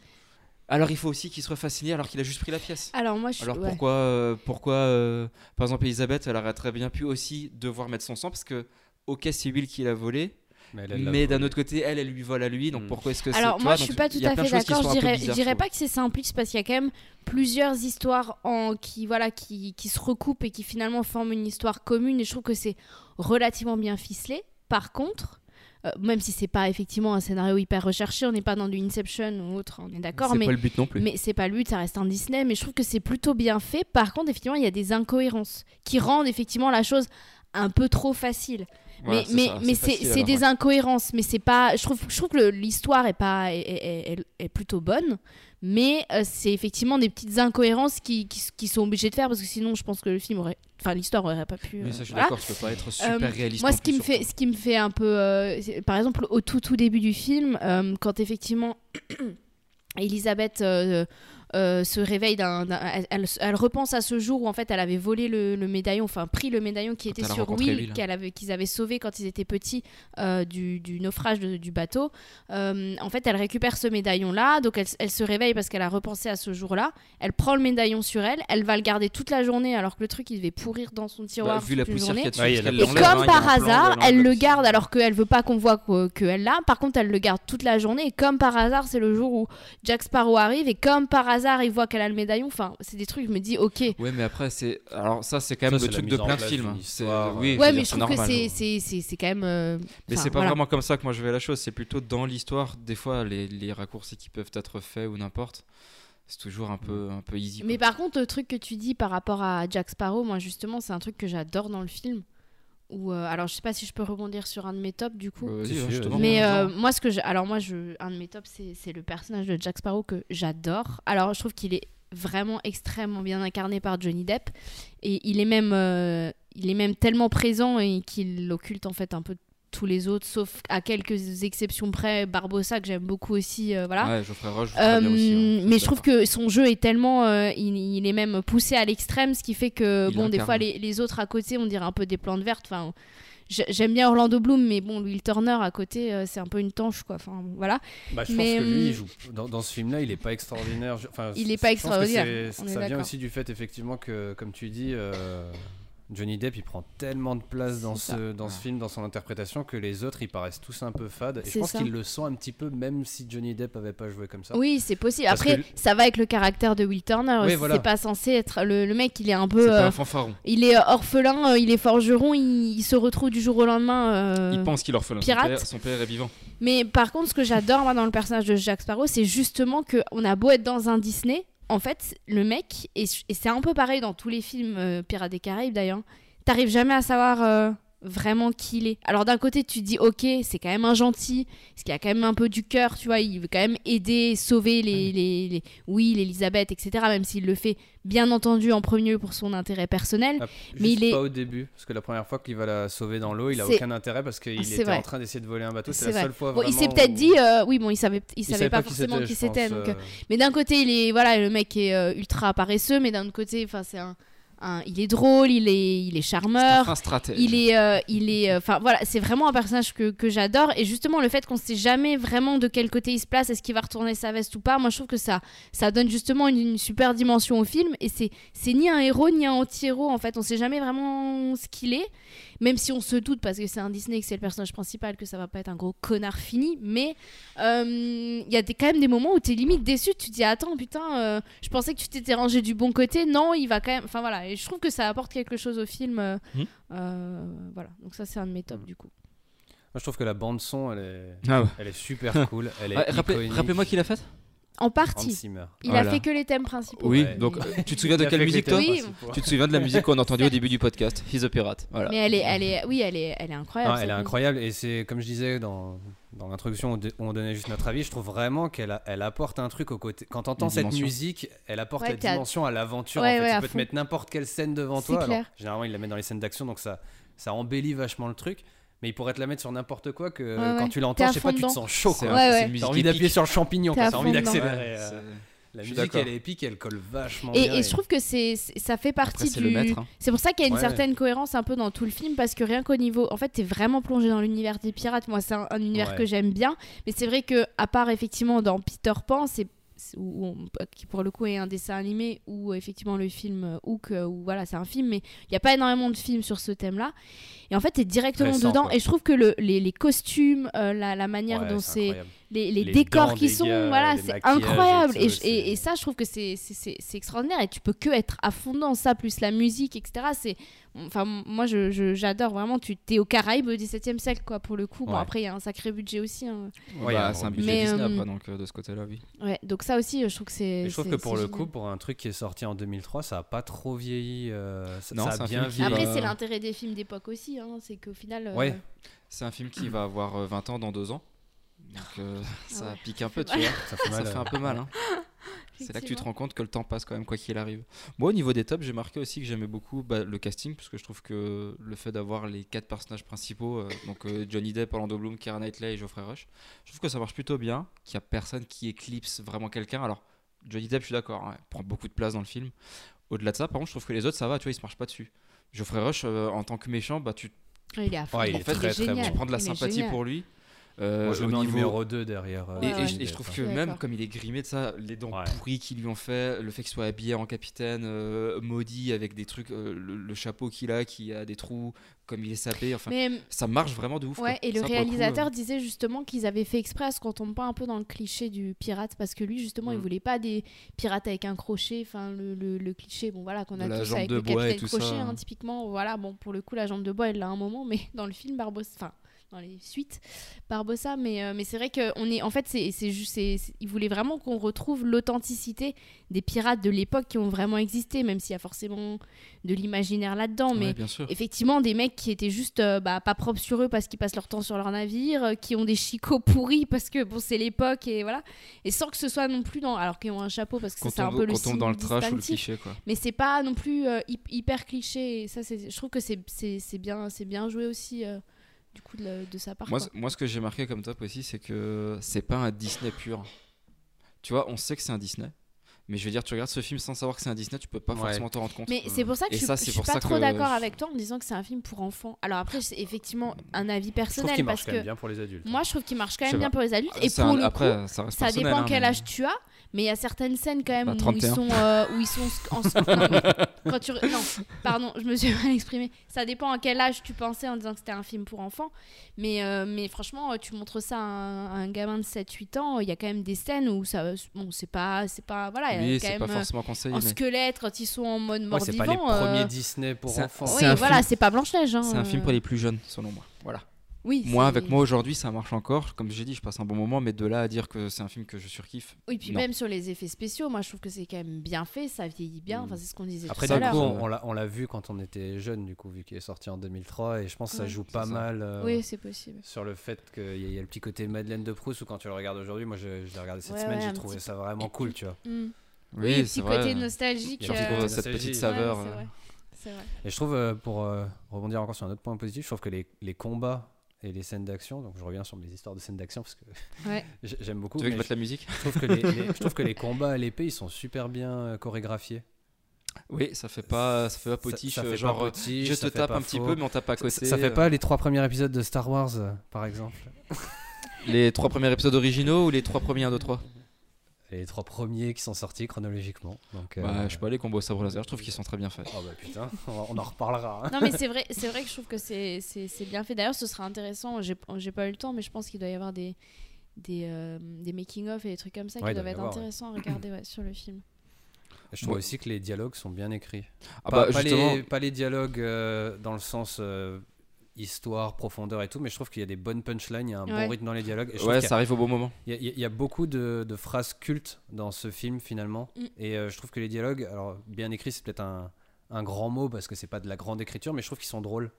S7: Alors il faut aussi qu'il soit fasciné alors qu'il a juste pris la pièce.
S8: Alors moi, je
S7: Alors
S8: ouais.
S7: pourquoi, euh, pourquoi euh, par exemple, Elisabeth, elle aurait très bien pu aussi devoir mettre son sang parce que, ok, c'est Will qui l'a volé,
S9: Mais, elle, elle l'a
S7: mais d'un
S9: volé.
S7: autre côté, elle, elle lui vole à lui, donc
S9: Mm.
S7: pourquoi est-ce que c'est.
S8: Alors
S7: tu vois,
S8: moi je suis
S7: donc,
S8: pas tout
S7: il y a
S8: à
S7: plein de
S8: fait
S7: choses qui
S8: d'accord,
S7: sont
S8: je
S7: un peu
S8: dirais, je
S7: bizarres,
S8: dirais
S7: je
S8: pas que c'est simpliste parce qu'il y a quand même plusieurs histoires en qui voilà qui, qui se recoupent et qui finalement forment une histoire commune et je trouve que c'est relativement bien ficelé. Par contre, euh, même si c'est pas effectivement un scénario hyper recherché, on n'est pas dans du Inception ou autre, on est
S7: trouve.
S8: d'accord
S7: C'est
S8: mais
S7: pas le but non plus.
S8: mais c'est pas le but, ça reste un Disney, mais je trouve que c'est plutôt bien fait. Par contre, effectivement, il y a des incohérences qui rendent effectivement la chose un peu trop facile.
S7: Voilà,
S8: mais mais,
S7: ça,
S8: mais c'est,
S7: facile,
S8: c'est
S7: alors,
S8: des
S7: ouais.
S8: incohérences, mais c'est pas. Je trouve, je trouve que le- l'histoire est pas est, est- est- est plutôt bonne, mais euh, c'est effectivement des petites incohérences qui, qui, qui sont obligés de faire parce que sinon, je pense que le film aurait, enfin l'histoire aurait pas pu.
S7: Mais
S8: euh,
S7: ça, je suis
S8: voilà.
S7: d'accord, ça peut pas être super
S8: Euh,
S7: réaliste.
S8: Moi,
S7: non
S8: ce qui,
S7: plus,
S8: me fait,
S7: surtout.
S8: ce qui me fait un peu. euh, c'est- par exemple, au tout, tout début du film, euh, quand effectivement Elisabeth euh, euh, se réveille d'un. d'un- elle, elle- elle repense à ce jour où en fait elle avait volé le, le médaillon, enfin pris le médaillon qui
S7: Quand
S8: était
S7: elle a
S8: sur
S7: rencontré
S8: Will,
S7: Will. hein.
S8: qu'elle avait- qu'ils avaient sauvé quand ils étaient petits euh, du, du naufrage de- du bateau. Euh, en fait, elle récupère ce médaillon-là, donc elle, elle se réveille parce qu'elle a repensé à ce jour-là. Elle prend le médaillon sur elle, elle va le garder toute la journée alors que le truc il devait pourrir dans son
S7: Bah,
S8: tiroir
S7: vu la
S8: toute une
S7: poussière qu'il
S8: journée.
S7: y a dessus,
S9: Ouais,
S7: parce
S9: il y a
S7: qu'elle l'enlève, hein,
S8: Et
S9: la
S8: comme
S7: il y a un
S8: par
S7: plan,
S8: hasard,
S7: elle
S8: elle
S7: l'enlève.
S8: le garde alors qu'elle veut pas qu'on voit que- qu'elle l'a. Par contre, elle le garde toute la journée. Et comme par hasard, c'est le jour où Jack Sparrow arrive. Et comme par hasard, il voit qu'elle a le médaillon. Enfin, c'est des trucs, je me dis, ok.
S7: Ouais, mais après, c'est. Alors, ça, c'est quand même
S9: Ça,
S7: le
S9: c'est la
S7: truc de
S9: mise en
S7: plein de
S9: place
S7: films.
S9: d'une
S7: hein. C'est-
S9: histoire,
S7: oui,
S9: euh.
S7: je veux
S8: Ouais,
S7: dire,
S8: mais je trouve que
S7: normal. hein.
S8: c'est- c'est c'est- c'est quand même. euh,
S7: Mais
S8: enfin,
S7: c'est pas
S8: voilà.
S7: vraiment comme ça que moi je vais à la chose, c'est plutôt dans l'histoire. Des fois, les, les raccourcis qui peuvent être faits ou n'importe, c'est toujours un peu, un peu easy. quoi.
S8: Mais par contre, le truc que tu dis par rapport à Jack Sparrow, moi, justement, c'est un truc que j'adore dans le film. Ou alors, je sais pas si je peux rebondir sur un de mes tops du coup.
S7: Euh,
S9: Si,
S7: vas-y,
S9: si,
S7: ouais, je te
S9: vas-y.
S7: demande
S8: Mais
S7: en
S8: euh,
S7: disant.
S8: moi, ce que je- alors moi, je, un de mes tops, c'est c'est le personnage de Jack Sparrow que j'adore. Alors, je trouve qu'il est vraiment extrêmement bien incarné par Johnny Depp, et il est même, euh, il est même tellement présent et qu'il occulte en fait un peu tous les autres, sauf à quelques exceptions près. Barbossa que j'aime beaucoup aussi, euh, voilà.
S7: Ouais, Geoffrey Rush, je trouve très bien
S8: Euh,
S7: aussi, ouais.
S8: mais
S7: suis
S8: je trouve
S7: d'accord.
S8: que son jeu est tellement, euh, il, il est même poussé à l'extrême, ce qui fait que
S7: Il
S8: bon, des
S7: incarne.
S8: fois les, les autres à côté, on dirait un peu des plantes vertes. Enfin, j'ai- j'aime bien Orlando Bloom, mais bon, Will Turner à côté, euh, c'est un peu une tanche, quoi. Enfin, bon, voilà.
S9: Bah, je
S8: Mais,
S9: pense que lui, il
S8: hum,
S9: joue- dans, dans ce film-là, il est pas extraordinaire. Je- Enfin,
S8: Il
S9: je-
S8: est pas
S9: je pense que c'est-
S8: extraordinaire, on est
S9: ça vient
S8: d'accord.
S9: aussi du fait, effectivement, que, comme tu dis, euh, Johnny Depp, il prend tellement de place dans,
S8: C'est
S9: ce, dans ce film, dans son interprétation, que les autres, ils paraissent tous un peu fades. Et
S8: C'est
S9: je pense
S8: ça.
S9: qu'il le sent un petit peu, même si Johnny Depp avait pas joué comme ça.
S7: Ah.
S8: Oui, c'est possible.
S9: Parce
S8: Après,
S9: que-
S8: ça va avec le caractère de Will Turner.
S9: Oui,
S8: c'est
S9: voilà.
S8: pas censé être le, le mec. Il est un
S7: C'est
S8: peu,
S7: pas
S8: euh,
S7: un fanfaron.
S8: il est orphelin, euh, il est forgeron, il, il se retrouve du jour au lendemain. euh,
S7: Il pense qu'il est orphelin. Son
S8: pirate.
S7: père, son père est vivant.
S8: Mais par contre, ce que j'adore moi dans le personnage de Jack Sparrow, c'est justement que on a beau être dans un Disney, en fait, le mec et, et c'est un peu pareil dans tous les films euh, Pirates des Caraïbes d'ailleurs. T'arrives jamais à savoir euh, vraiment qui il est. Alors d'un côté, tu te dis ok, c'est quand même un gentil, parce qu'il a quand même un peu du cœur, tu vois, il veut quand même aider, sauver les, les, les Will, Elisabeth, etc. Même s'il le fait bien entendu en premier lieu pour son intérêt personnel.
S9: Ah,
S8: mais
S9: juste
S8: il est-
S9: pas au début, parce que la première fois qu'il va la sauver dans l'eau, il a
S8: C'est-
S9: aucun intérêt parce qu'il
S8: C'est
S9: était
S8: vrai.
S9: en train d'essayer de voler un bateau.
S8: C'est
S9: C'est la
S8: vrai.
S9: seule fois.
S8: Bon, il s'est
S9: vraiment
S8: peut-être
S9: où-
S8: dit, euh, oui, bon, il savait, il savait,
S9: savait
S8: pas, forcément qui c'était.
S9: je pense,
S8: donc, euh,
S9: euh,
S8: Mais d'un côté, il est voilà, le mec est euh, ultra paresseux, mais d'un autre côté, enfin c'est un, un- il est drôle, il est il est charmeur.
S7: Enfin, stratège.
S8: Il est, euh, il est, euh, enfin voilà, c'est vraiment un personnage que, que j'adore. Et justement, le fait qu'on ne sait jamais vraiment de quel côté il se place, est-ce qu'il va retourner sa veste ou pas, moi je trouve que ça, ça donne justement une, une super dimension au film. Et c'est, c'est ni un héros ni un anti-héros en fait. On ne sait jamais vraiment ce qu'il est, même si on se doute parce que c'est un Disney, et que c'est le personnage principal, que ça va pas être un gros connard fini. Mais euh, il y a des, quand même des moments où tu es limite déçu. Tu te dis attends putain, euh, je pensais que tu t'étais rangé du bon côté. Non, il va quand même. Enfin voilà. Et je trouve que ça apporte quelque chose au film. euh, euh, voilà, donc ça c'est un de mes
S9: Mm.
S8: tops du coup.
S9: Moi, je trouve que la bande son, elle est,
S7: Ah ouais.
S9: elle est super cool. Elle est
S7: Ah, rappelez-
S9: iconique.
S7: Rappelez-moi qui l'a faite
S8: En
S9: Hans
S8: partie,
S9: Zimmer.
S8: il
S7: Voilà.
S8: a fait que les thèmes principaux.
S7: Oui,
S9: Ouais.
S7: donc euh, tu te souviens de
S9: Il a
S7: quelle
S9: fait
S7: musique
S9: que les
S7: toi
S8: Oui.
S9: thèmes principaux.
S7: Tu te souviens de la musique qu'on a entendue au début du podcast He's a Pirate. Voilà.
S8: Mais elle est, elle est, oui, elle est, elle est incroyable.
S9: Ah, elle
S8: cette
S9: est
S8: musique.
S9: incroyable et c'est comme je disais dans, dans l'introduction on dé- on donnait juste notre avis je trouve vraiment qu'elle a- elle apporte un truc au côté quand t'entends
S7: Une
S9: cette
S7: dimension.
S9: musique elle apporte
S8: Ouais,
S9: la
S8: t'as-
S9: dimension à l'aventure
S8: Ouais,
S9: en fait
S8: ouais, à
S9: tu peux
S8: fond.
S9: te mettre n'importe quelle scène devant
S8: C'est
S9: toi alors,
S8: clair.
S9: généralement ils la mettent dans les scènes d'action donc ça ça embellit vachement le truc mais ils pourraient te la mettre sur n'importe quoi que
S8: Ouais,
S9: quand
S8: ouais. T'es
S9: tu
S8: à
S9: l'entends je sais
S8: fond
S9: pas tu te
S8: dedans.
S9: sens chaud
S7: C'est
S9: quoi.
S7: un- c'est
S8: Ouais, ouais.
S7: une
S9: t'as
S7: musique
S9: envie d'appuyer
S7: épique.
S9: sur le champignon
S8: T'es
S9: quoi.
S8: à
S9: t'as envie
S8: fond dedans.
S9: d'accélérer euh, la
S7: Je suis
S9: musique
S7: d'accord.
S9: elle est épique elle colle vachement bien
S8: Et, et je trouve que c'est, c'est- ça fait partie
S7: Après, c'est
S8: du.
S7: le maître. hein.
S8: C'est pour ça qu'il y a une
S9: Ouais,
S8: certaine cohérence un peu dans tout le film parce que rien qu'au niveau, en fait, t'es vraiment plongé dans l'univers des pirates. Moi, c'est un, un univers
S9: Ouais.
S8: que j'aime bien, mais c'est vrai que à part effectivement dans Peter Pan, c'est c'est- où- où on- qui pour le coup est un dessin animé ou effectivement le film euh, Hook euh, où voilà c'est un film mais il n'y a pas énormément de films sur ce thème là et en fait t'es directement
S9: Récent,
S8: dedans
S9: quoi.
S8: et je trouve que le- les, les costumes euh, la, la manière
S9: Ouais,
S8: dont
S9: c'est
S8: c'est
S9: incroyable.
S8: les, les
S9: Les
S8: décors
S9: dents
S8: qui
S9: des
S8: sont
S9: gars,
S8: voilà
S9: les
S8: c'est
S9: maquillages et
S8: incroyable
S9: tout,
S8: et, je- et-
S9: c'est-
S8: et ça je trouve que c'est c'est- c'est c'est extraordinaire et tu peux que être à fond dans ça plus la musique etc c'est enfin moi je je- j'adore vraiment tu t'es aux Caraïbes au XVIIe siècle quoi pour le coup bon
S9: Ouais.
S8: après il y a un sacré budget aussi hein.
S7: Bah,
S9: Ouais, il y a un
S7: c'est
S9: gros
S7: un
S9: budget.
S7: budget
S8: Mais,
S7: Disney
S8: euh,
S7: après, donc euh, de ce côté-là, oui.
S8: ouais donc ça aussi euh, je trouve que c'est
S9: Et je trouve
S8: c'est-
S9: que
S8: c'est
S9: pour le
S8: génial.
S9: coup, pour un truc qui est sorti en 2003, ça a pas trop vieilli. euh, ça,
S7: Non,
S9: ça
S7: c'est
S9: a
S7: un film
S9: bien
S7: qui
S9: vieilli.
S8: après
S7: euh,
S8: c'est l'intérêt des films d'époque aussi hein, c'est qu'au final euh,
S9: Ouais.
S7: C'est un film qui va avoir euh, 20 ans dans 2 ans. Donc euh, ça
S8: ouais.
S7: pique un peu, tu vois.
S9: Ça
S7: Ça
S9: fait mal.
S7: fait
S9: euh,
S7: un peu mal. hein. C'est là que tu te rends compte que le temps passe quand même, quoi qu'il arrive. Moi, au niveau des tops, j'ai marqué aussi que j'aimais beaucoup bah, le casting, parce que je trouve que le fait d'avoir les quatre personnages principaux, euh, donc euh, Johnny Depp, Orlando Bloom, Keira Knightley et Geoffrey Rush, je trouve que ça marche plutôt bien, qu'il n'y a personne qui éclipse vraiment quelqu'un. Alors, Johnny Depp, je suis d'accord, hein, il prend beaucoup de place dans le film. Au-delà de ça, par contre, je trouve que les autres, ça va, tu vois, ils se marchent pas dessus. Geoffrey Rush, euh, en tant que méchant, bah, tu
S8: Ouais, il est à fond
S9: Ouais, il
S8: en
S9: est
S8: fait,
S9: très, très bon.
S8: génial.
S7: tu prends de la
S8: Il est
S7: sympathie
S8: génial.
S7: pour lui. Euh,
S9: Moi, je
S7: au
S9: le mets en
S7: niveau-
S9: numéro 2 derrière. euh,
S7: et, et
S8: ouais.
S7: je- et
S9: Johnny
S7: je trouve
S9: Depp,
S7: que
S8: Je suis
S7: même
S8: d'accord.
S7: comme il est grimé de ça, les dents
S9: Ouais.
S7: pourries qu'ils lui ont fait, le fait qu'il soit habillé en capitaine, euh, maudit avec des trucs, euh, le, le chapeau qu'il a qui a des trous, comme il est sapé, enfin,
S8: mais
S7: ça marche vraiment de ouf.
S8: Ouais,
S7: quoi.
S8: et le
S7: Ça, pour coup,
S8: réalisateur
S7: euh,
S8: disait justement qu'ils avaient fait exprès à ce qu'on tombe pas un peu dans le cliché du pirate parce que lui justement il
S7: Mm.
S8: voulait pas des pirates avec un crochet, enfin le, le- le cliché bon voilà qu'on
S7: De
S8: a
S7: la
S8: tous
S7: jambe
S8: avec
S7: de
S8: le
S7: bois et
S8: capitaine
S7: tout
S8: crochet
S7: ça.
S8: hein, typiquement voilà bon pour le coup la jambe de bois elle l'a un moment mais dans le film Barbossa enfin dans les suites Barbossa mais euh, mais c'est vrai que on est en fait c'est c'est juste c'est- c'est- il voulait vraiment qu'on retrouve l'authenticité des pirates de l'époque qui ont vraiment existé même s'il y a forcément de l'imaginaire là-dedans
S7: euh,
S8: mais
S7: ouais, bien sûr.
S8: effectivement des mecs qui étaient juste euh, bah, pas propres sur eux parce qu'ils passent leur temps sur leur navire, euh, qui ont des chicots pourris parce que bon c'est l'époque et voilà, et sans que ce soit non plus dans alors qu'ils ont un chapeau parce que ça,
S7: Quand
S8: c'est un
S7: on,
S8: peu le
S7: quand on tombe
S8: signe
S7: dans le trash ou le
S8: distinctif.
S7: cliché, quoi.
S8: mais c'est pas non plus euh, hy- hyper cliché et ça c'est je trouve que c'est c'est c'est bien c'est bien joué aussi euh, du coup de, la- de sa part
S7: Moi,
S8: quoi.
S7: ce- moi, ce que j'ai marqué comme top aussi, c'est que c'est pas un Disney pur. Tu vois, on sait que c'est un Disney, mais je veux dire, tu regardes ce film sans savoir que c'est un Disney, tu peux pas
S9: Ouais.
S7: forcément t'en rendre compte.
S8: mais c'est pour ça que
S7: Et
S8: je,
S7: ça,
S8: suis-
S7: c'est
S8: je suis
S7: pour
S8: pas
S7: ça
S8: trop
S7: que
S8: d'accord
S7: je-
S8: avec toi en me disant que c'est un film pour enfants alors après c'est effectivement un avis
S9: Je trouve
S8: personnel
S9: qu'il
S8: parce
S9: marche quand même
S8: que
S9: bien pour les adultes.
S8: moi je trouve qu'il marche quand
S7: Je
S8: même
S7: sais
S8: bien
S7: pas. Ah,
S8: pour les adultes et
S7: C'est
S8: pour
S7: un-
S8: le
S7: après,
S8: coup,
S7: ça reste
S8: Ça
S7: personnel,
S8: dépend
S7: hein,
S8: quel
S7: mais-
S8: âge tu as, mais il y a certaines scènes quand même
S7: Bah,
S8: où ils
S7: 31.
S8: sont, euh, où ils sont sc- en sc- non, mais quand tu re- non, pardon, je me suis mal exprimée. Ça dépend à quel âge tu pensais en disant que c'était un film pour enfants, mais euh, mais franchement, euh, tu montres ça à un, à un gamin de 7-8 ans, il y a quand même des scènes où ça, bon, c'est pas, c'est pas, voilà, il y a
S7: Oui,
S8: quand
S7: c'est
S8: même
S7: pas
S8: euh,
S7: forcément conseillé.
S8: en
S7: mais-
S8: squelette quand ils sont en mode
S9: Ouais, c'est pas les
S8: mort-vivant. euh,
S9: premiers Disney pour
S7: c'est un-
S9: enfants.
S7: c'est
S8: oui,
S7: un
S8: voilà,
S7: film-
S8: c'est pas Blanche Neige.
S7: C'est un film pour les plus jeunes, selon moi. Voilà.
S8: Oui,
S7: Moi,
S8: c'est-
S7: avec moi aujourd'hui, ça marche encore. Comme j'ai dit, je passe un bon moment, mais de là à dire que c'est un film que je surkiffe.
S8: Oui, puis
S7: Non.
S8: même sur les effets spéciaux, moi je trouve que c'est quand même bien fait, ça vieillit
S7: Hmm.
S8: bien. Enfin, c'est ce qu'on disait
S9: Après,
S8: tout à
S9: du
S7: ça,
S8: l'heure.
S7: là.
S9: coup, on on l'a- on l'a vu quand on était jeune, du coup, vu qu'il est sorti en 2003, et je pense que ça
S8: Ouais.
S9: joue
S7: C'est
S9: pas
S7: ça.
S9: mal. euh,
S8: Oui, c'est possible.
S9: Sur le fait qu'il y, a- il y a le petit côté Madeleine de Proust, ou quand tu le regardes aujourd'hui, moi je, je l'ai regardé cette
S8: Ouais,
S9: semaine,
S8: ouais, un
S9: j'ai
S8: petit
S9: trouvé ça vraiment cool, tu vois.
S8: Mm.
S7: Oui,
S8: le
S7: c'est
S8: petit
S7: vrai.
S8: côté nostalgique.
S9: Il y a un petit
S8: euh,
S9: côté
S7: cette
S9: nostalgie.
S7: petite saveur.
S8: ouais, c'est
S7: euh,
S8: vrai. C'est vrai.
S9: Et je trouve, euh, pour euh, rebondir encore sur un autre point positif, je trouve que les, les combats et les scènes d'action, donc je reviens sur mes histoires de scènes d'action parce que
S8: Ouais.
S9: j'ai- j'aime beaucoup,
S7: Tu veux que je
S9: mais
S7: mette la musique
S9: je, trouve que les, les- je trouve que les combats à l'épée, ils sont super bien euh, chorégraphiés.
S7: Oui, ça fait pas, ça fait pas potiche.
S9: ça fait pas
S7: genre, euh,
S9: potiche,
S7: je
S9: ça
S7: te
S9: fait
S7: tape
S9: pas
S7: un petit
S9: faux.
S7: peu, mais on euh. tape à
S9: Ça-
S7: côté.
S9: Ça, ça fait pas les trois premiers épisodes de Star Wars, euh, par exemple.
S7: Les trois premiers épisodes originaux ou les trois premiers 1, 2, 3
S9: Les trois premiers qui sont sortis chronologiquement. Donc, euh,
S7: Bah, je sais pas, les combos sabre laser, je trouve qu'ils sont très bien faits.
S9: Oh bah putain, on on en reparlera. hein.
S8: Non, mais c'est vrai, c'est vrai que je trouve que c'est, c'est, c'est bien fait. D'ailleurs, ce sera intéressant. J'ai, j'ai pas eu le temps, mais je pense qu'il doit y avoir des, des, euh, des making-of et des trucs comme ça
S9: Ouais,
S8: qui
S9: il doit
S8: doivent
S9: y
S8: être
S9: avoir, ouais.
S8: intéressants à regarder ouais, sur le film.
S9: Je trouve
S7: Ouais.
S9: aussi que les dialogues sont bien écrits.
S7: Ah
S9: pas,
S7: bah,
S9: pas
S7: justement.
S9: les, pas les dialogues euh, dans le sens euh, histoire, profondeur et tout, mais je trouve qu'il y a des bonnes punchlines, il y a un
S8: Ouais.
S9: bon rythme dans les dialogues. Et je
S7: Ouais,
S9: trouve
S7: ça arrive au bon moment.
S9: qu'il y a- il y, a- il y a beaucoup de, de phrases cultes dans ce film finalement.
S8: Mm.
S9: Et euh, je trouve que les dialogues, alors bien écrits, c'est peut-être un, un grand mot parce que c'est pas de la grande écriture, mais je trouve qu'ils sont drôles.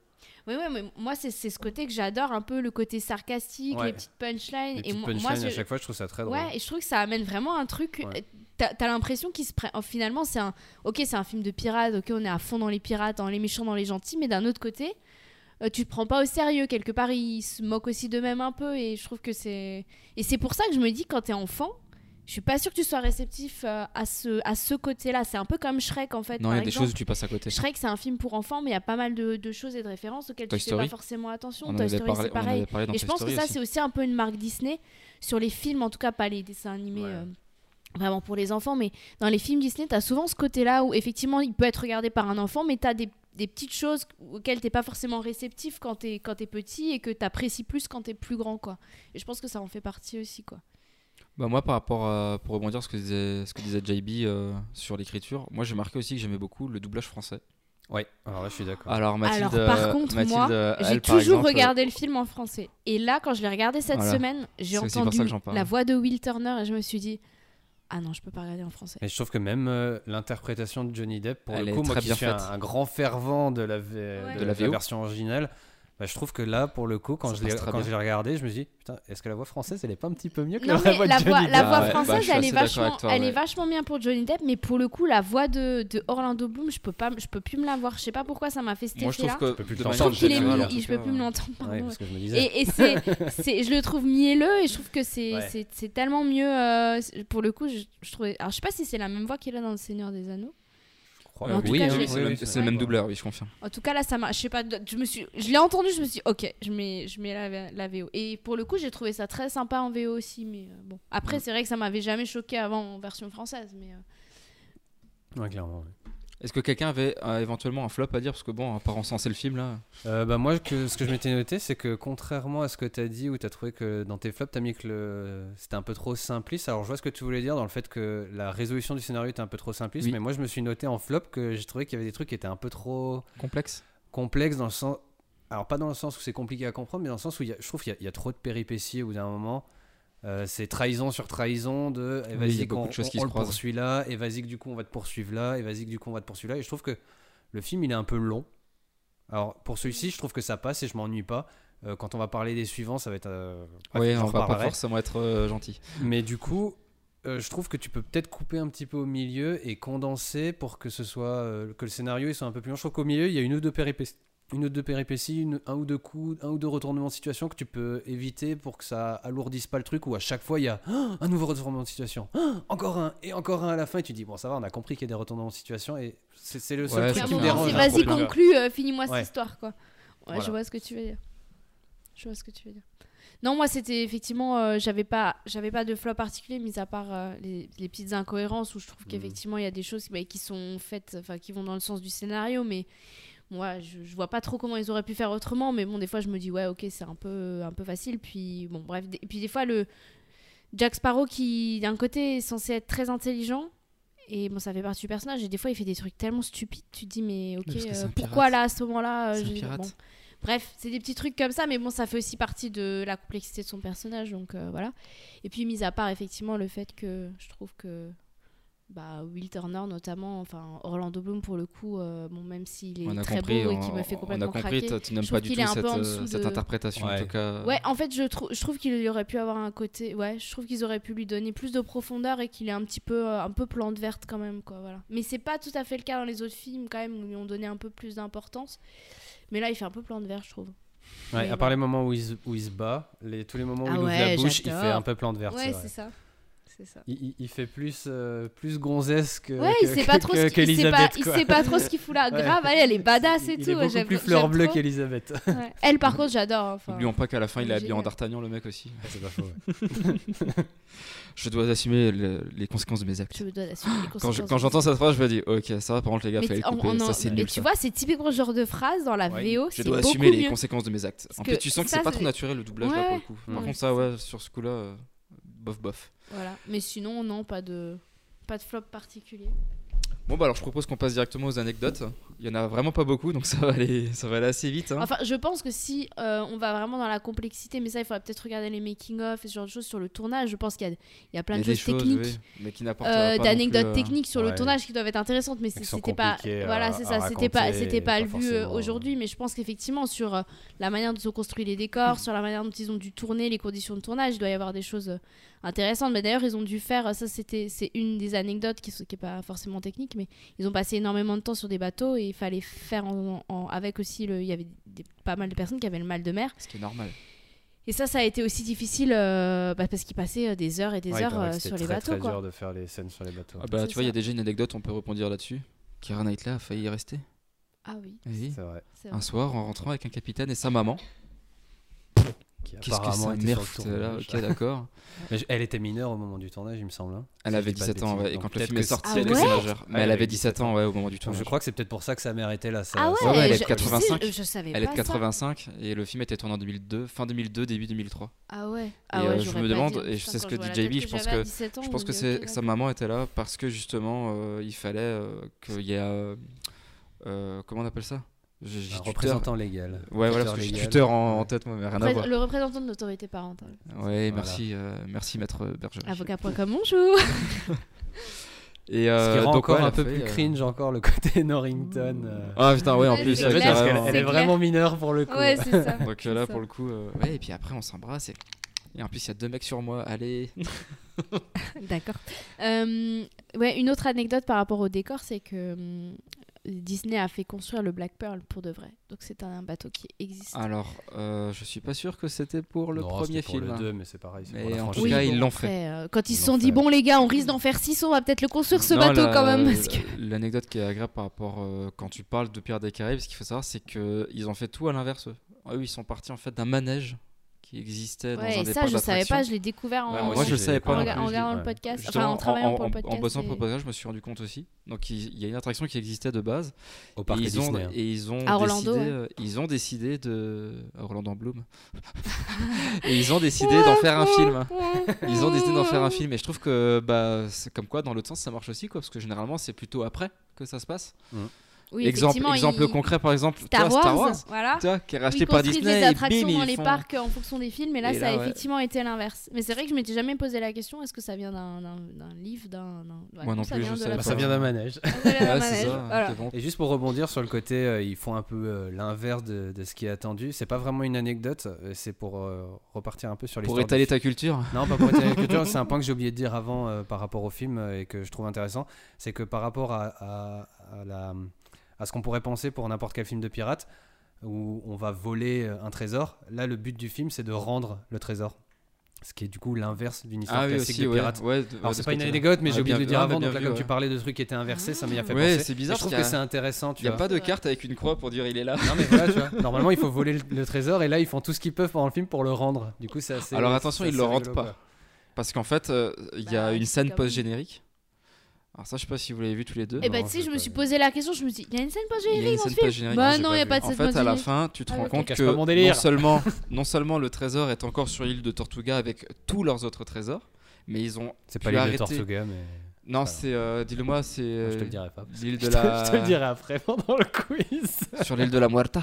S8: Oui, oui, mais moi, c'est, c'est ce côté que j'adore, un peu le côté sarcastique,
S9: Ouais.
S8: les petites punchlines.
S9: Les
S8: et
S9: petites
S8: moi,
S9: punchlines
S8: moi,
S9: à
S8: je-
S9: chaque fois, je trouve ça très drôle.
S8: Ouais, et je trouve que ça amène vraiment un truc. euh,
S9: Ouais.
S8: T'as t'as l'impression qu'ils se prennent. oh, Finalement, c'est un. Ok, c'est un film de pirates. Ok, on est à fond dans les pirates, dans les méchants, dans les gentils. Mais d'un autre côté, euh, tu te prends pas au sérieux. Quelque part, ils se moquent aussi d'eux-mêmes un peu. Et je trouve que c'est. Et c'est pour ça que je me dis, quand t'es enfant, je suis pas sûre que tu sois réceptif euh, à ce, à ce côté-là. C'est un peu comme Shrek, en fait.
S7: Non, il y
S8: par
S7: a des
S8: exemple.
S7: choses où tu passes à côté.
S8: Shrek, c'est un film pour enfants, mais il y a pas mal de, de choses et de références auxquelles
S7: Toy
S8: tu
S7: Story.
S8: fais pas forcément attention.
S7: On en
S8: Toy
S7: avait
S8: Story,
S7: parlé
S8: c'est
S7: on en
S8: pareil.
S7: avait parlé dans
S8: Et je
S7: Toy
S8: pense que
S7: Story
S8: ça,
S7: aussi.
S8: c'est aussi un peu une marque Disney sur les films, en tout cas pas les dessins animés
S9: Ouais.
S8: euh, vraiment pour les enfants, mais dans les films Disney, t'as souvent ce côté-là où effectivement il peut être regardé par un enfant, mais t'as des, des petites choses auxquelles t'es pas forcément réceptif quand t'es quand t'es petit et que t'apprécies plus quand t'es plus grand, quoi. Et je pense que ça en fait partie aussi, quoi.
S7: Bah moi par rapport à, pour rebondir sur ce que disait, ce que disait JB euh, sur l'écriture, moi j'ai marqué aussi que j'aimais beaucoup le doublage français.
S9: Ouais, alors là je suis d'accord.
S7: Alors Mathilde,
S8: Alors, par contre,
S7: Mathilde,
S8: moi,
S7: euh,
S8: J'ai
S7: elle, par
S8: toujours
S7: exemple,
S8: regardé le film en français. Et là, quand je l'ai regardé cette
S7: Voilà.
S8: semaine, j'ai
S7: C'est aussi pour ça
S8: entendu
S7: que j'en parle.
S8: la voix de Will Turner et je me suis dit Ah non, je peux pas regarder en français.
S9: Mais je trouve que même euh, l'interprétation de Johnny Depp, pour
S7: Elle
S9: le
S7: est
S9: coup, moi
S7: très
S9: qui
S7: bien
S9: suis un,
S7: faite.
S9: un grand fervent de la, V- de
S7: De la
S9: la
S7: VO.
S9: version originale, bah, je trouve que là, pour le coup, quand
S7: Ça
S9: je l'ai
S7: passe très
S9: quand
S7: bien.
S9: je l'ai regardé, je me suis dit, putain, est-ce que la voix française, elle est pas un petit peu mieux que
S8: Non,
S9: la
S8: mais
S9: voix de
S8: la
S9: Johnny
S8: voix,
S9: Depp
S8: la voix
S7: Ah ouais, bah,
S8: française,
S7: je suis
S8: elle, est
S7: assez d'accord
S8: vachement,
S7: avec toi,
S8: elle est
S7: ouais.
S8: vachement bien pour Johnny Depp, mais pour le coup, la voix de, de Orlando Bloom, je peux, pas, je peux plus me la voir. Je sais pas pourquoi ça m'a fait cet
S7: euh, Moi je
S8: effet-là.
S7: trouve que
S9: peux plus
S7: de
S9: le
S8: Je
S7: manière
S8: trouve qu'il est
S7: générale, euh,
S8: mieux-
S7: en tout
S8: je peux
S7: cas,
S8: plus me l'entendre.
S9: Ouais,
S8: pardon, ouais.
S9: parce que je me disais.
S8: Et, et c'est, c'est- je le trouve mielleux et je trouve que c'est,
S9: Ouais.
S8: c'est, c'est tellement mieux. euh, c'est- pour le coup, je, je trouvais. Alors, je sais pas si c'est la même voix qu'il a dans Le Seigneur des Anneaux.
S9: je crois.
S8: en tout
S7: oui,
S8: cas,
S7: hein,
S8: je-
S7: oui, c'est le même-
S9: c'est
S7: c'est le
S9: vrai.
S7: même doubleur, oui, je confirme.
S8: En tout cas, là, ça m'a. Je sais pas. Je me suis. Je l'ai entendu. Je me suis. dit, Ok, je mets. Je mets la, la VO. Et pour le coup, j'ai trouvé ça très sympa en VO aussi. Mais euh, bon. Après, c'est vrai que ça m'avait jamais choqué avant en version française. Mais. euh,
S9: Ouais, clairement. ouais.
S7: Est-ce que quelqu'un avait euh, éventuellement un flop à dire Parce que bon, à part encenser le film là.
S9: Euh, bah, moi, que, ce que je m'étais noté, c'est que contrairement à ce que t'as dit, où t'as trouvé que dans tes flops, t'as mis que le... c'était un peu trop simpliste. Alors, je vois ce que tu voulais dire dans le fait que la résolution du scénario était un peu trop simpliste,
S7: Oui.
S9: mais moi, je me suis noté en flop que j'ai trouvé qu'il y avait des trucs qui étaient un peu trop.
S7: Complexe
S9: complexe dans le sens. Alors, pas dans le sens où c'est compliqué à comprendre, mais dans le sens où il y a- je trouve qu'il y a- il y, a trop de péripéties au bout d'un moment. Euh, c'est trahison sur trahison de
S7: Oui,
S9: eh,
S7: il y a
S9: vas-y
S7: beaucoup
S9: qu'on
S7: de choses
S9: on-
S7: qui
S9: on
S7: se
S9: le
S7: croisent.
S9: poursuit là, et vas-y que du coup on va te poursuivre là, et vas-y que du coup on va te poursuivre là. Et je trouve que le film il est un peu long. Alors pour celui-ci, je trouve que ça passe et je m'ennuie pas. Euh, quand on va parler des suivants, ça va être. euh, bref,
S7: Oui,
S9: j'en
S7: on va pas
S9: reparlerai.
S7: forcément être euh, gentil.
S9: Mais du coup, euh, je trouve que tu peux peut-être couper un petit peu au milieu et condenser pour que ce soit euh, que le scénario il soit un peu plus long. Je trouve qu'au milieu, il y a une ou deux péripéties, une ou deux péripéties, une- un ou deux coups, un ou deux retournements de situation que tu peux éviter pour que ça alourdisse pas le truc où à chaque fois il y a Ah, un nouveau retournement de situation, Ah, encore un et encore un à la fin et tu dis bon ça va, on a compris qu'il y a des retournements de situation et c'est c'est le seul
S7: Ouais,
S9: truc
S7: c'est
S9: qui
S7: clair.
S9: me
S7: moment,
S9: dérange. hein,
S8: c'est
S7: un
S8: vas-y,
S7: problème.
S8: conclue, euh, finis-moi
S9: Ouais.
S8: cette histoire, quoi. Ouais,
S9: Voilà.
S8: je vois ce que tu veux dire. Je vois ce que tu veux dire. Non, moi, c'était effectivement, euh, j'avais pas, j'avais pas de flop particulier, mis à part euh, les, les petites incohérences où je
S9: Mhm.
S8: trouve qu'effectivement il y a des choses bah, qui sont faites, enfin qui vont dans le sens du scénario, mais moi, je, je vois pas trop comment ils auraient pu faire autrement. Mais bon, des fois, je me dis ouais, ok, c'est un peu, un peu facile. Puis bon, bref, des- et puis des fois le Jack Sparrow qui d'un côté est censé être très intelligent et bon, ça fait partie du personnage. Et des fois, il fait des trucs tellement stupides, tu te dis, mais ok,
S7: parce que
S8: euh,
S7: c'est un
S8: pourquoi
S7: pirate.
S8: là, à ce moment-là euh,
S7: C'est un
S8: je-
S7: pirate.
S8: bon. Bref, c'est des petits trucs comme ça, mais bon, ça fait aussi partie de la complexité de son personnage, donc euh, voilà. Et puis, mis à part, effectivement, le fait que je trouve que bah, Will Turner, notamment, enfin, Orlando Bloom, pour le coup, euh, bon, même s'il est
S7: on a
S8: très
S7: compris,
S8: beau et
S7: on,
S8: qui me fait
S7: on
S8: complètement
S7: a compris,
S8: craquer.
S7: toi, tu n'aimes
S8: Je
S7: pas
S8: trouve
S7: du
S8: qu'il
S7: tout
S8: est un
S7: cette,
S8: peu en
S7: euh,
S8: dessous
S7: cette
S8: de-
S7: interprétation en
S9: Ouais.
S7: tout cas.
S8: Ouais, en fait, je, trou- je trouve qu'il aurait pu avoir un côté. Ouais, je trouve qu'ils auraient pu lui donner plus de profondeur et qu'il est un petit peu, euh, un peu plante verte quand même, quoi. Voilà. Mais c'est pas tout à fait le cas dans les autres films quand même où ils ont donné un peu plus d'importance. Mais là, il fait un peu plante verte, je trouve.
S9: Ouais,
S8: Mais
S9: à
S8: bon.
S9: part les moments où il, se- où il se bat, les, tous les moments où
S8: Ah
S9: il ouvre
S8: ouais,
S9: la bouche, il
S8: j'adore.
S9: fait un peu plante verte. c'est
S8: ouais,
S9: vrai.
S8: c'est ça, c'est ça.
S9: Il, il- il fait plus, euh, plus gonzesse que,
S8: Ouais,
S9: que,
S8: il sait pas
S9: que-
S8: trop ce
S9: que-
S8: qu'il il sait pas,
S9: qu'Elisabeth,
S8: il
S9: quoi.
S8: sait pas trop ce qu'il fout là.
S9: Ouais.
S8: Grave, allez, elle est badass et
S9: Il- il
S8: tout.
S9: est
S8: ouais,
S9: beaucoup
S8: j'aime-
S9: plus
S8: j'aime
S9: fleur bleue
S8: trop.
S9: qu'Elisabeth.
S8: Ouais. Elle, par contre, j'adore. hein, Enfin.
S7: N'oublions pas qu'à la fin, il est habillé en
S8: Génial.
S7: d'Artagnan, le mec aussi.
S9: c'est pas faux.
S7: Je dois assumer le- les conséquences de mes actes.
S8: Tu me dois assumer les
S7: Quand je-
S8: conséquences.
S7: quand j'entends cette phrase, je me dis, ok, ça va, par contre, les gars,
S8: Mais
S7: fallait le
S8: en-
S7: couper,
S8: en-
S7: ça c'est
S8: mais
S7: nul.
S8: tu
S7: ça.
S8: vois, c'est typiquement ce genre de phrase dans la
S9: Ouais.
S8: VO.
S7: Je
S8: c'est
S7: dois
S8: beaucoup
S7: assumer les
S8: mieux.
S7: conséquences de mes actes. en
S8: que
S7: plus, tu sens que
S8: ça,
S7: c'est pas
S8: c'est-
S7: trop naturel le doublage là pour le coup.
S8: Ouais,
S7: Par
S8: ouais,
S7: contre,
S8: c'est
S7: ça, ouais, sur ce coup-là, euh, bof bof.
S8: Voilà. Mais sinon, non, pas de, pas de flop particulier.
S7: Bon, bah alors je propose qu'on passe directement aux anecdotes. Il y en a vraiment pas beaucoup, donc ça va aller, ça va aller assez vite. hein.
S8: Enfin, je pense que si euh, on va vraiment dans la complexité, mais ça, il faudrait peut-être regarder les making-of et ce genre de choses sur le tournage. Je pense qu'il y, a- il y a plein
S7: Il y
S8: de
S7: a des
S8: choses techniques.
S7: oui, mais qui n'apportent
S8: euh,
S7: pas non plus,
S8: d'anecdotes
S7: euh,
S8: techniques sur
S9: ouais.
S8: le tournage qui doivent être intéressantes mais c'est-
S9: qui sont
S8: c'était pas
S9: compliquées à-
S8: voilà c'est
S9: à
S8: ça c'était pas
S9: raconter,
S8: c'était pas
S9: pas
S8: le vu euh,
S9: forcément, euh.
S8: aujourd'hui mais je pense qu'effectivement sur euh, la manière dont sont construits les décors sur la manière dont ils ont dû tourner les conditions de tournage il doit y avoir des choses euh, intéressantes mais d'ailleurs ils ont dû faire euh, ça c'était c'est une des anecdotes qui sont- qui est pas forcément technique mais ils ont passé énormément de temps sur des bateaux et il fallait faire en, en- avec aussi le il y avait des- pas mal de personnes qui avaient le mal de mer
S7: Ce qui est normal.
S8: et ça ça a été aussi difficile euh, bah, parce qu'ils passaient euh, des heures et des
S9: Ouais, il
S8: heures
S9: paraît
S8: euh,
S9: que
S8: sur
S9: c'était
S8: les
S9: très,
S8: bateaux
S9: très
S8: quoi
S9: dur de faire les scènes sur les bateaux.
S7: Ah bah,
S8: C'est
S7: tu vois, il y a
S8: ça.
S7: déjà une anecdote, on peut rebondir là-dessus. Kira Knightley a failli y rester.
S8: ah oui
S7: Eh oui.
S9: C'est vrai.
S8: c'est vrai.
S7: Un soir, en rentrant avec un capitaine et sa maman,
S9: qui
S7: Qu'est-ce que
S9: apparemment
S7: ça
S9: était
S7: merde
S9: sur le tournage.
S7: Ok, d'accord.
S9: Mais je- Elle était mineure au moment du tournage, il me semble. hein.
S7: Elle
S9: Si je
S7: avait
S9: dis pas de
S7: 17 ans,
S9: bêtises.
S7: ouais, et
S9: Donc
S7: quand le
S9: peut-être
S7: film
S9: que
S7: est
S9: c'est-
S7: sorti,
S8: Ah
S7: elle
S8: ouais
S7: était majeure. Mais
S9: Ouais,
S7: elle
S9: elle
S7: avait
S9: avait
S7: 17 ans, ouais, au moment du
S9: Donc
S7: tournage.
S9: je crois que c'est peut-être pour ça que sa mère était là. Ça,
S8: Ah ouais,
S7: ouais, elle est de
S8: je-
S7: 85.
S8: Je, sais, euh, je savais
S7: Elle est
S8: pas
S7: de
S8: ça.
S7: 85 et le film a été tourné en 2002, fin 2002, début 2003.
S8: Ah ouais. Ah
S7: Et,
S8: ouais,
S7: euh, je
S8: j'aurais
S7: me
S8: pas
S7: demande,
S8: dit.
S7: et je
S8: Putain,
S7: sais ce
S8: quand
S7: que
S8: vois la
S7: dit JB,
S8: tête
S7: je pense
S8: j'avais à
S7: que-
S8: 17 ans, euh,
S7: Je
S8: on
S7: pense
S8: me
S7: que
S8: dit,
S7: c'est
S8: ok,
S7: que sa maman était là parce que justement euh, il fallait euh, qu'il y ait euh, euh, comment on appelle ça J'ai- j'ai
S9: Un
S7: tuteur.
S9: représentant légal.
S7: Ouais voilà
S9: Tuteur
S7: parce que j'ai
S9: légal.
S7: tuteur en, en tête moi mais rien à
S8: d'accord.
S7: voir.
S8: Le représentant de l'autorité parentale.
S7: Ouais
S9: Voilà.
S7: merci euh, merci maître Berger.
S8: Avocat.com, bonjour.
S7: Et
S9: Ce qui
S7: euh,
S9: rend
S7: donc, ouais,
S9: encore
S7: elle
S9: un
S7: a
S9: peu
S7: fait,
S9: plus
S7: euh,
S9: cringe encore le côté Norrington. euh.
S7: Ah putain ouais en
S8: Ouais,
S7: plus
S8: c'est
S7: ouais,
S8: clair.
S9: parce qu'elle-
S7: carrément.
S9: elle est
S8: clair.
S9: vraiment mineure pour le coup.
S8: Ouais, c'est ça.
S7: Donc euh, là pour le coup euh, ouais et puis après on s'embrasse et... et en plus il y a deux mecs sur moi allez.
S8: D'accord. Euh, ouais, une autre anecdote par rapport au décor, c'est que hum, Disney a fait construire le Black Pearl pour de vrai. Donc c'est un bateau qui existe.
S7: Alors euh, je suis pas sûr que c'était pour le
S9: Non,
S7: premier
S9: c'était pour
S7: film.
S9: le
S7: hein.
S9: 2, mais c'est pareil. c'est
S7: Mais
S9: pour la
S7: en tout
S9: franchise.
S7: cas,
S8: bon,
S7: ils l'ont
S8: après,
S7: fait.
S8: euh, quand ils
S9: Ils
S8: se
S9: l'ont
S8: sont
S9: fait.
S8: dit, bon les gars, on risque d'en faire 600, on va peut-être le construire ce
S7: Non, euh,
S8: bateau
S7: la-
S8: quand même. Parce que...
S7: L'anecdote qui est agréable par rapport euh, quand tu parles de Pierre des Caraïbes, ce qu'il faut savoir, c'est qu'ils ont fait tout à l'inverse. eux. Eux, ils sont partis en fait d'un manège qui existait dans
S8: Ouais,
S7: un
S8: et
S7: des
S8: ça
S7: parcs
S8: je savais pas,
S7: d'attractions.
S8: je l'ai découvert en,
S9: Ouais,
S7: moi,
S9: aussi,
S7: je le
S9: j'ai
S7: savais pas
S9: découvert.
S7: non
S8: en
S7: plus,
S8: rega- en regardant le
S9: Ouais.
S8: podcast, enfin
S7: Justement,
S8: en travaillant
S7: en-
S8: pour le
S7: en-
S8: podcast.
S7: en bossant
S8: et-
S7: pour le podcast, je me suis rendu compte aussi. Donc il il y a une attraction qui existait de base.
S9: Au
S7: Et
S9: parc
S7: ils, ont,
S9: Disney. hein.
S7: et ils ont
S8: À Orlando,
S7: décidé,
S8: ouais.
S7: euh, ils ont décidé de à Orlando en Bloom. et ils ont décidé d'en faire un film. Ils ont décidé d'en faire un film. Et je trouve que bah c'est comme quoi dans l'autre sens ça marche aussi quoi, parce que généralement c'est plutôt après que ça se passe.
S8: Oui,
S7: exemple
S8: effectivement,
S7: exemple
S8: ils-
S7: concret par exemple
S8: Star,
S7: toi, Star
S8: Wars,
S7: Wars.
S8: voilà.
S7: Tu vois, qui est
S8: Où
S7: racheté
S8: ils
S7: par
S8: construisent
S7: Disney
S8: des
S7: et
S8: attractions
S7: bim,
S8: dans
S7: ils
S8: les
S7: font-
S8: parcs en fonction des films, et là,
S7: Et
S8: ça a
S7: là, ouais.
S8: effectivement été l'inverse. Mais c'est vrai que je m'étais jamais posé la question est-ce que ça vient d'un- d'un d'un livre, d'un. d'un- ouais,
S7: Moi non
S8: ça
S7: plus, je
S8: vient de
S7: savais pas.
S8: la
S9: Bah, ça
S8: poche.
S9: vient d'un manège.
S8: De la
S7: Ouais,
S8: manège,
S7: Ah, c'est ça,
S8: voilà.
S7: t'es bon.
S9: Et juste pour rebondir sur le côté, euh, ils font un peu euh, l'inverse de, de ce qui est attendu. C'est pas vraiment une anecdote, euh, c'est pour euh, repartir un peu sur
S7: Pour
S9: l'histoire. du
S7: étaler ta culture.
S9: Non, pas pour étaler la culture. C'est un point que j'ai oublié de dire avant euh, par rapport au film euh, et que je trouve intéressant. C'est que par rapport à, à- à la, à ce qu'on pourrait penser pour n'importe quel film de pirate, où on va voler euh, un trésor, là, le but du film, c'est de rendre le trésor. Ce qui est du coup l'inverse d'une histoire classique de pirate.
S7: Ah ouais, de- ouais,
S9: Alors,
S7: de
S9: c'est
S7: ce
S9: pas une
S7: côté-là.
S9: anecdote, mais
S7: Ah,
S9: j'ai oublié
S7: bien-
S9: de le dire
S7: ah,
S9: avant.
S7: bien
S9: Donc là,
S7: vu,
S9: comme
S7: ouais.
S9: tu parlais de trucs qui étaient inversés, ça m'y a fait
S7: Ouais,
S9: penser.
S7: c'est
S9: Et
S7: bizarre
S9: Je trouve
S7: parce
S9: que
S7: qu'il y
S9: c'est
S7: a-
S9: intéressant,
S7: Il
S9: tu
S7: n'y a
S9: vois.
S7: pas de carte avec une croix pour dire il est là.
S9: Non, mais voilà, tu vois. Normalement, il faut voler le, le trésor et là, ils font tout ce qu'ils peuvent pendant le film pour le rendre. Du coup, c'est assez.
S7: Alors,
S9: c'est
S7: attention, ils
S9: assez
S7: le rendent
S9: rigolo,
S7: pas.
S9: quoi.
S7: Parce qu'en fait, euh, il y a
S8: Bah,
S7: une
S8: c'est
S7: scène
S8: comme-
S7: post-générique. Alors ça, je sais pas si vous l'avez vu tous les deux.
S8: Et bah,
S9: Non,
S8: tu sais,
S9: j'ai
S8: je me
S9: pas
S8: suis
S9: vu.
S8: posé la question, je me suis dit il y a une scène pas
S7: Il y a une
S8: générique dans
S7: scène
S8: ce film
S7: post-générique.
S8: Bah
S9: j'ai
S8: non,
S9: pas
S8: il y a
S9: vu.
S8: pas de
S7: En
S8: scène
S7: fait, à la
S8: post-générique.
S7: fin, tu te
S8: Ah,
S7: rends
S8: ok.
S7: compte
S9: Cache
S7: que
S9: pas mon délire.
S7: non seulement, non seulement le trésor est encore sur l'île de Tortuga avec tous leurs autres trésors, mais ils ont...
S9: C'est
S7: pu
S9: pas l'île de
S7: arrêter-
S9: Tortuga, mais.
S7: Non,
S9: pas
S7: c'est... euh, Dis-le-moi, c'est...
S9: Non, Je te
S7: euh,
S9: le dirai pas.
S7: L'île de la...
S9: Je te le dirai après pendant le quiz.
S7: sur l'île de la Muerta.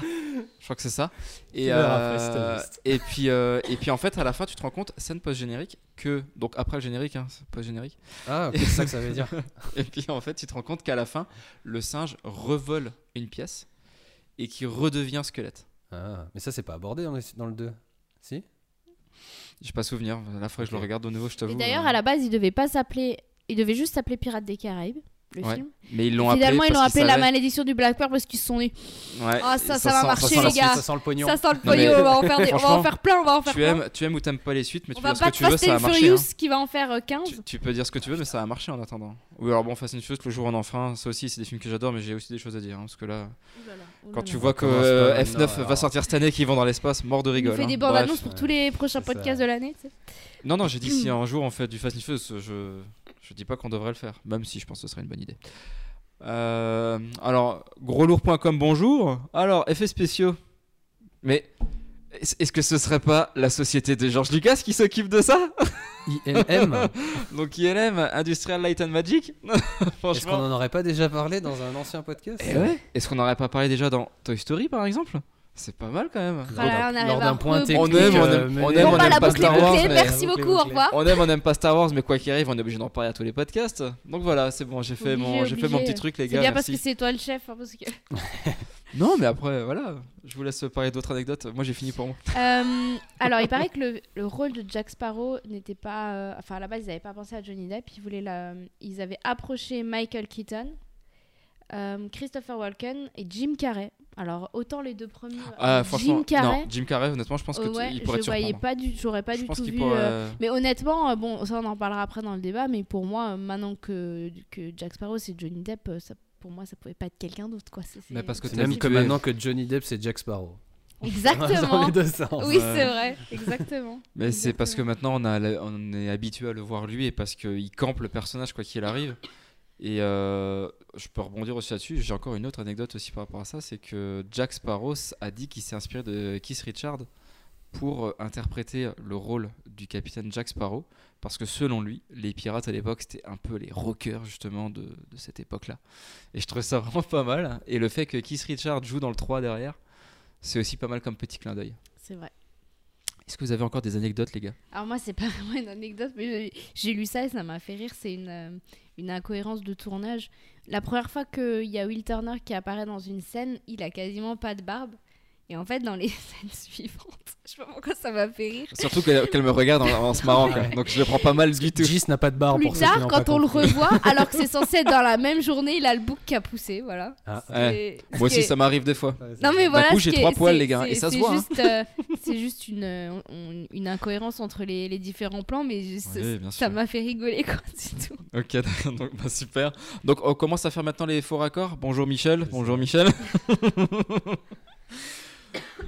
S7: Je crois que c'est ça. Et,
S9: Tu verras après,
S7: euh,
S9: c'est ta liste.
S7: et puis euh, et puis en fait à la fin tu te rends compte scène post générique que donc après le générique hein, c'est post générique.
S9: Ah,
S7: ok, c'est ça que
S9: ça veut dire.
S7: Et puis en fait tu te rends compte qu'à la fin le singe revole une pièce et qui redevient squelette.
S9: Ah, mais ça, c'est pas abordé dans, les- dans le 2. Si
S7: J'ai pas souvenir. La fois que je le
S9: Ok.
S7: regarde de nouveau je t'avoue.
S8: Et d'ailleurs,
S7: euh,
S8: à la base, il devait pas s'appeler. Il devait juste s'appeler Pirates des Caraïbes, le
S7: Ouais.
S8: film.
S7: mais ils l'ont appelé.
S8: Finalement, ils l'ont
S7: parce
S8: appelé
S7: qu'ils
S8: La
S7: savaient-
S8: Malédiction du Black Pearl parce qu'ils se sont dit
S7: Ouais,
S8: Ah, ça, ça va
S7: sent-
S8: marcher,
S7: sent la
S8: les gars.
S7: suite.
S9: Ça sent le pognon.
S8: ça sent le
S7: Non, mais-
S8: pognon, on, va en faire des- on va en
S7: Franchement,
S8: faire plein, on va en faire
S7: Tu
S8: plein.
S7: aimes tu aimes ou t'aimes pas les suites mais tu
S8: on
S7: peux
S8: va
S7: dire ce que
S8: pas
S7: tu veux
S8: Fast
S7: ça
S8: and
S7: a marché. hein.
S8: Furious qui va en faire euh, 15.
S7: Tu, tu peux dire ce que tu veux, mais ça a marché en attendant. Oui, alors bon, Fast and Furious, le jour en enfin, ça aussi, c'est des films que j'adore, mais j'ai aussi des choses à dire. hein, parce que là, quand tu vois que
S9: commence pas
S7: euh,
S9: maintenant,
S7: F9 va
S9: alors.
S7: sortir cette année, qu'ils vont dans l'espace, mort de
S8: Il
S7: rigole.
S8: fait
S7: hein.
S8: des bandes
S7: Bref.
S8: annonces pour
S9: ouais.
S8: tous les prochains
S9: C'est ça.
S8: podcasts de l'année. tu sais.
S7: Non, non, j'ai dit
S8: Mm.
S7: si un jour on fait du Fast and Furious, je, je dis pas qu'on devrait le faire, même si je pense que ce serait une bonne idée. Euh, alors, groslourd.com, bonjour. Alors, effets spéciaux. Mais est-ce est-ce que ce serait pas la société de George Lucas qui s'occupe de ça
S9: ILM
S7: Donc ILM, Industrial Light and Magic
S9: Est-ce qu'on
S7: Franchement.
S9: en aurait pas déjà parlé dans un ancien podcast
S7: Eh ouais. Est-ce qu'on n'aurait pas parlé déjà dans Toy Story par exemple C'est pas mal quand même.
S8: Ah là là, on arrive
S9: Lors
S8: à
S9: d'un point
S8: reboucler.
S7: On
S9: technique.
S7: aime, on
S9: euh,
S7: aime,
S9: mené.
S7: on aime,
S8: Bon,
S7: on
S8: bah,
S7: aime
S8: la
S7: pas
S8: boucle est
S7: Star Wars,
S8: bouclée,
S7: mais-
S8: merci
S9: bouclée,
S8: beaucoup, au
S9: bouclée.
S8: revoir.
S7: On aime, on n'aime pas Star Wars, mais quoi qu'il arrive, on est obligé d'en parler à tous les podcasts. Donc voilà, c'est bon, j'ai fait,
S8: Obligé,
S7: mon, j'ai fait mon
S8: obligé.
S7: petit truc, les
S8: C'est
S7: gars.
S8: bien parce que
S7: merci.
S8: c'est toi le chef. hein, parce que-
S7: Non, mais après, voilà, je vous laisse parler d'autres anecdotes. Moi, j'ai fini pour moi.
S8: Euh, alors, il paraît que le, le rôle de Jack Sparrow n'était pas. euh, enfin, à la base, ils n'avaient pas pensé à Johnny Depp. Ils, voulaient la- ils avaient approché Michael Keaton, euh, Christopher Walken et Jim Carrey. Alors, autant les deux premiers.
S7: Ah, franchement,
S8: Jim Carrey.
S7: non, Jim Carrey, honnêtement, je pense
S8: euh,
S7: qu'il
S8: ouais,
S7: pourrait
S8: je
S7: te
S8: voyais
S7: surprendre.
S8: pas du, j'aurais pas
S7: je
S8: du
S7: pense
S8: tout
S7: qu'il
S8: vu.
S7: pourrait-
S8: euh, Mais honnêtement, euh, bon, ça on en parlera après dans le débat, mais pour moi, euh, maintenant que, que Jack Sparrow c'est Johnny Depp, euh, ça, pour moi ça pouvait pas être quelqu'un d'autre quoi. C'est- c'est-
S7: Mais parce que
S9: C'est
S7: t'as
S9: Même
S7: dit
S9: que
S7: que-
S9: maintenant que Johnny Depp, c'est Jack Sparrow. Dans
S8: Exactement.
S9: les deux sens.
S8: Oui, c'est vrai, exactement.
S7: Mais c'est parce que
S8: Exactement.
S7: maintenant on, a, la- on est habitué à le voir lui et parce qu'il campe le personnage quoi qu'il arrive. Et euh, je peux rebondir aussi là-dessus. J'ai encore une autre anecdote aussi par rapport à ça c'est que Jack Sparrow a dit qu'il s'est inspiré de Keith Richard pour euh, interpréter le rôle du capitaine Jack Sparrow parce que selon lui, les pirates à l'époque c'était un peu les rockers justement de, de cette époque-là. Et je trouve ça vraiment pas mal. Et le fait que Keith Richard joue dans le 3 derrière, c'est aussi pas mal comme petit clin d'œil.
S8: C'est vrai.
S7: Est-ce que vous avez encore des anecdotes, les gars
S8: Alors moi, c'est pas vraiment une anecdote, mais j'ai- j'ai lu ça et ça m'a fait rire. C'est une, euh, une incohérence de tournage. La première fois qu'il y a Will Turner qui apparaît dans une scène, il a quasiment pas de barbe. Et en fait, dans les scènes suivantes, je sais pas pourquoi ça m'a fait rire.
S7: Surtout qu'elle qu'elle me regarde en, en se marrant, quoi. donc je le prends pas mal du tout.
S9: Euh, Gis n'a pas de barre
S8: Plus
S9: pour ceux qui
S8: tard,
S9: n'ont pas
S8: quand on le
S9: compris.
S8: revoit, alors que c'est censé être dans la même journée, il a le bouc qui a poussé, voilà.
S9: Ah,
S7: Ouais.
S8: C'est-
S7: Eh, Moi
S8: c'est-
S7: aussi, ça m'arrive des fois.
S8: Non mais
S7: D'un
S8: voilà.
S7: coup,
S8: ce
S7: j'ai
S8: qui est-
S7: trois poils,
S8: c'est-
S7: les gars, et
S8: c'est-
S7: ça se
S8: c'est
S7: voit, hein.
S8: juste, euh, c'est juste une, euh, on- une incohérence entre les, les différents plans, mais je- ça-
S7: Oui, bien
S8: ça
S7: sûr.
S8: m'a fait rigoler quoi, c'est tout.
S7: Ok, d'accord, donc, bah, super. Donc on commence à faire maintenant les faux raccords. Bonjour Michel, bonjour Michel.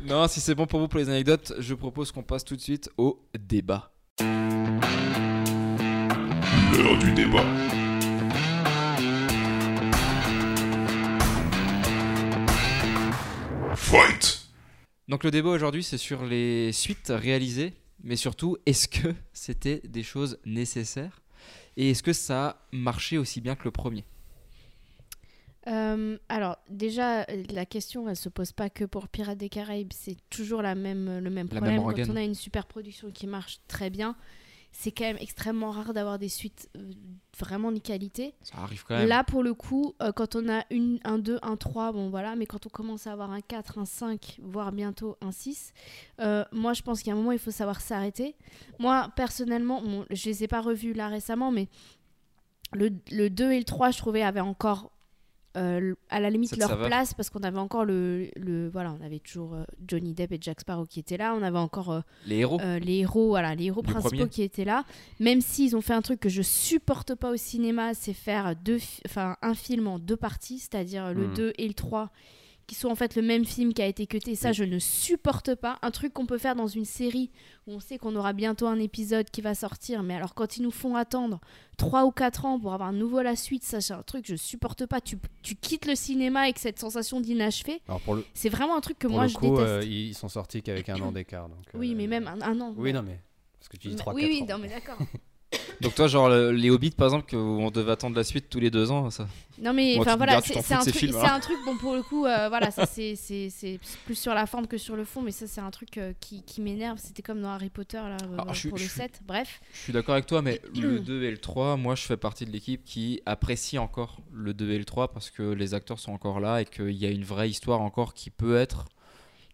S7: non, si c'est bon pour vous pour les anecdotes, je propose qu'on passe tout de suite au débat.
S6: L'heure du débat. Fight
S7: Donc le débat aujourd'hui, c'est sur les suites réalisées, mais surtout, est-ce que c'était des choses nécessaires et est-ce que ça a marché aussi bien que le premier
S8: Euh, alors déjà, euh, la question, elle se pose pas que pour Pirates des Caraïbes, c'est toujours la même, le même
S7: La
S8: problème.
S7: même rengaine.
S8: Quand on a une super production qui marche très bien, c'est quand même extrêmement rare d'avoir des suites euh, vraiment de qualité.
S7: Ça arrive quand même.
S8: Là, pour le coup, euh, quand on a une, un 2, un 3, bon voilà, mais quand on commence à avoir un 4, un 5, voire bientôt un 6, euh, moi je pense qu'à un moment il faut savoir s'arrêter. Moi personnellement, bon, je les ai pas revus là récemment, mais le, le 2 et le 3, je trouvais, avaient encore euh, à la limite
S7: Cette
S8: leur
S7: saveur.
S8: place parce qu'on avait encore le, le. Voilà, on avait toujours euh, Johnny Depp et Jack Sparrow qui étaient là, on avait encore euh,
S7: Les héros.
S8: euh, les héros, voilà, les héros
S7: Du
S8: principaux
S7: premier.
S8: qui étaient là. Même s'ils ont fait un truc que je supporte pas au cinéma, c'est faire deux, fi- enfin un film en deux parties, c'est-à-dire le
S9: Mm.
S8: 2 et le 3 qui sont en fait le même film qui a été cuté, ça
S7: Oui.
S8: je ne supporte pas. Un truc qu'on peut faire dans une série où on sait qu'on aura bientôt un épisode qui va sortir, mais alors quand ils nous font attendre 3 ou 4 ans pour avoir un nouveau la suite, ça c'est un truc que je supporte pas. Tu, tu quittes le cinéma avec cette sensation d'inachevé,
S9: Alors pour le,
S8: c'est vraiment un truc que
S9: pour
S8: moi
S9: le
S8: je
S9: coup,
S8: déteste.
S9: euh, ils ils sont sortis qu'avec un an d'écart. donc,
S8: oui,
S9: euh,
S8: mais même un, un an.
S9: Oui, non, mais. Parce que tu dis
S8: Mais-
S9: 3
S8: oui, oui, non, mais d'accord.
S7: Donc toi, genre le- les Hobbits, par exemple, que- où on devait attendre la suite tous les deux ans, ça.
S8: Non
S7: Bon,
S8: mais
S7: tu
S8: enfin
S7: te
S8: voilà,
S7: gardes, tu
S8: c'est
S7: t'en
S8: c'est
S7: fous
S8: un
S7: de ces
S8: truc,
S7: films, hein.
S8: c'est un truc bon pour le coup, euh, voilà, ça c'est c'est c'est plus sur la forme que sur le fond, mais ça c'est un truc euh, qui, qui m'énerve. C'était comme dans Harry Potter là euh,
S7: Ah, je suis-
S8: pour le
S7: je suis-
S8: 7. Bref,
S7: Je suis d'accord avec toi, mais le 2 et le 3, moi je fais partie de l'équipe qui apprécie encore le 2 et le 3 parce que les acteurs sont encore là et qu'il y a une vraie histoire encore qui peut être.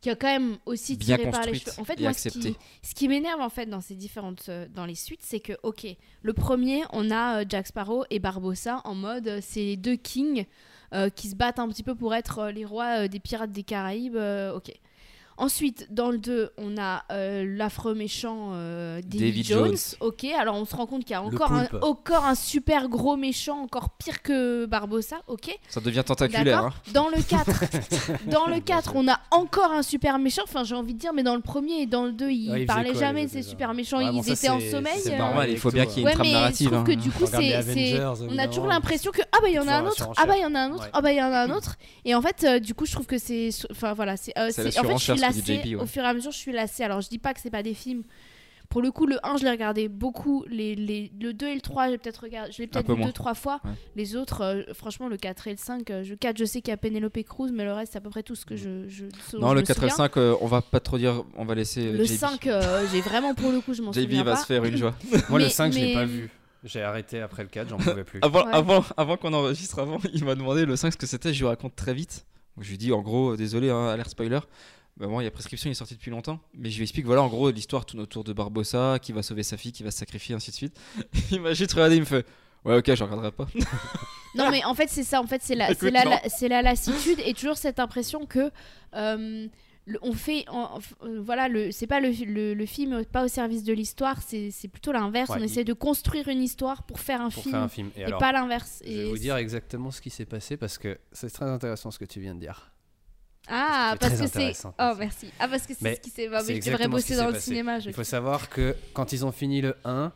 S8: qui a quand même aussi
S7: Bien
S8: tiré par les
S7: construite
S8: cheveux. En fait,
S7: et
S8: moi ce qui,
S7: acceptée.
S8: ce qui m'énerve en fait dans ces différentes euh, dans les suites, c'est que OK, le premier, on a euh, Jack Sparrow et Barbossa en mode euh, c'est les deux kings euh, qui se battent un petit peu pour être euh, les rois euh, des pirates des Caraïbes, euh, OK. Ensuite, dans le 2, on a euh, l'affreux méchant euh, David,
S7: David
S8: Jones.
S7: Jones.
S8: Ok, alors on se rend compte qu'il y a
S9: Le
S8: encore un,
S9: poulpe.
S8: encore un super gros méchant, encore pire que Barbossa. Ok,
S7: Ça devient tentaculaire.
S8: d'accord.
S7: hein.
S8: Dans le 4, dans le 4 on a encore un super méchant. Enfin, j'ai envie de dire, mais dans le premier et dans le 2, ils
S9: Ouais, ils
S8: parlaient
S9: faisaient quoi,
S8: jamais
S9: les
S8: de ces
S9: autres,
S8: super
S9: déjà
S8: méchants.
S9: Ouais, bon,
S8: ils
S9: ça,
S8: étaient en
S9: c'est-
S8: sommeil.
S9: c'est
S8: euh,
S7: normal, il faut bien qu'il y ait une
S8: Ouais,
S7: trame
S8: mais
S7: narrative.
S8: je trouve
S7: hein.
S8: que du coup,
S9: Regarde les
S8: c'est, c'est-
S9: Avengers,
S8: on a toujours
S9: évidemment.
S8: l'impression que ah bah il y en a
S9: Toujours
S8: un
S9: la
S8: autre,
S9: surenchère.
S8: ah bah il y en a un autre,
S9: Ouais.
S8: ah bah il y en a un
S7: Mm.
S8: autre. Et en fait, euh, du coup, je trouve que c'est, enfin voilà, c'est, euh,
S7: C'est la
S8: c'est- en fait, je
S7: surenchère,
S8: suis
S7: ce que dit
S8: lassée.
S7: JP, ouais.
S8: Au fur et à mesure, je suis lassée. Alors, je dis pas que c'est pas des films. Pour le coup, le 1, je l'ai regardé beaucoup. Les, les- le 2 et le 3, j'ai peut-être regardé, je l'ai peut-être
S7: peu
S8: vu
S7: moins.
S8: 2-3 fois.
S7: Ouais.
S8: Les autres, euh, franchement, le 4 et le 5, euh, je, 4, je sais qu'il y a Penelope Cruz, mais le reste, c'est à peu près tout ce que je. je ce dont
S7: Mm. Non,
S8: je
S7: le
S8: me
S7: 4 et le
S8: souviens.
S7: 5, euh, on va pas trop dire, on va laisser. euh,
S8: Le
S7: JB.
S8: 5, euh, j'ai vraiment pour le coup, je m'en
S7: JB
S8: souviens
S7: va
S8: pas.
S7: se faire une joie.
S9: Moi, le
S8: Mais-
S9: 5, je l'ai
S8: mais-
S9: pas vu. J'ai arrêté après le 4, j'en pouvais plus.
S7: Avant,
S8: Ouais.
S7: avant, avant qu'on enregistre, avant, il m'a demandé le 5 ce que c'était, je lui raconte très vite. Je lui dis en gros, euh, désolé, hein, alerte spoiler. Bah, moi, il y a prescription, il est sorti depuis longtemps. Mais je lui explique, voilà, en gros, l'histoire tourne autour de Barbossa, qui va sauver sa fille, qui va se sacrifier, ainsi de suite. Il m'a juste regardé, il me fait, ouais, ok, je regarderai pas.
S8: Non, mais en fait, c'est ça. En fait, c'est la,
S7: Écoute,
S8: c'est la,
S7: non.
S8: la- c'est la lassitude et toujours cette impression que. euh, le- on fait en- euh, voilà le c'est pas le, le, le film pas au service de l'histoire c'est c'est plutôt l'inverse
S9: Ouais,
S8: on
S9: il-
S8: essaie de construire une histoire pour faire un
S9: Pour
S8: film
S9: faire un film. Et,
S8: et
S9: alors,
S8: pas l'inverse
S9: je vais
S8: Et
S9: vous dire exactement ce qui s'est passé parce que c'est très intéressant ce que tu viens de dire.
S8: Ah,
S9: C'était
S8: parce
S9: très
S8: que c'est.
S9: intéressant,
S8: Oh,
S9: ça.
S8: merci. Ah, parce que c'est
S9: Mais
S8: ce qui s'est. Bah,
S9: c'est
S8: oui, tu devrais
S9: exactement ce qui
S8: bosser dans
S9: s'est
S8: le
S9: passé.
S8: cinéma, je
S9: Il faut savoir que quand ils ont fini le 1,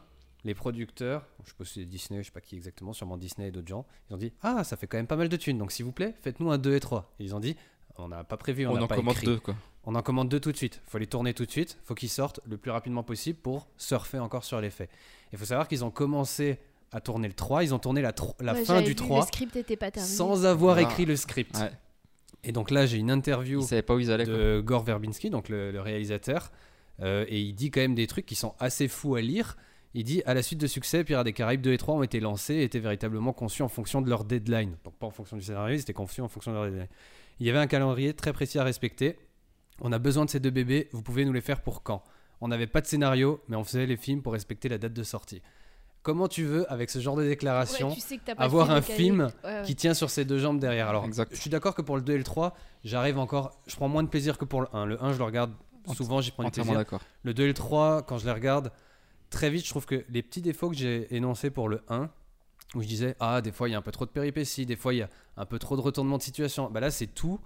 S9: les producteurs, je sais pas si c'est Disney, je sais pas qui exactement, sûrement Disney et d'autres gens, ils ont dit Ah, ça fait quand même pas mal de thunes, donc s'il vous plaît, faites-nous un 2 et 3. Et ils ont dit On n'a pas prévu, on,
S7: On,
S9: n'a
S7: en
S9: pas
S7: commande
S9: écrit.
S7: deux, quoi.
S9: On en commande deux tout de suite. Faut les tourner tout de suite. Faut qu'ils sortent le plus rapidement possible pour surfer encore sur les faits. Il faut savoir qu'ils ont commencé à tourner le 3. Ils ont tourné la, tro- la
S8: Ouais,
S9: fin
S8: j'avais
S9: du
S8: vu,
S9: 3
S8: Le script était pas terminé.
S9: sans avoir
S7: Ah.
S9: écrit le script.
S7: Ouais.
S9: Et donc là, j'ai une interview
S7: Ils savaient pas où ils allaient, quoi.
S9: de Gore Verbinski, donc le, le réalisateur, euh, et il dit quand même des trucs qui sont assez fous à lire. Il dit à la suite de succès, Pirates des Caraïbes 2 et 3 ont été lancés et étaient véritablement conçus en fonction de leur deadline. Donc pas en fonction du scénario, ils étaient conçus en fonction de leur deadline. Il y avait un calendrier très précis à respecter. On a besoin de ces deux bébés, vous pouvez nous les faire pour quand On n'avait pas de scénario, mais on faisait les films pour respecter la date de sortie. Comment tu veux, avec ce genre de
S8: Ouais,
S9: déclaration,
S8: tu sais que t'as pas
S9: avoir
S8: fait
S9: un
S8: de cahier.
S9: film
S8: Ah Ouais, ouais.
S9: qui tient sur ses deux jambes derrière. Alors,
S7: Exact.
S9: je suis d'accord que pour le 2 et le 3, j'arrive encore. Je prends moins de plaisir que pour le 1. Le 1, je le regarde
S7: Ent-
S9: souvent, j'y prends du
S7: Entièrement
S9: plaisir.
S7: d'accord.
S9: Le 2 et le 3, quand je les regarde, très vite, je trouve que les petits défauts que j'ai énoncés pour le 1, où je disais, ah, des fois, il y a un peu trop de péripéties, des fois, il y a un peu trop de retournement de situation. Bah là, c'est tout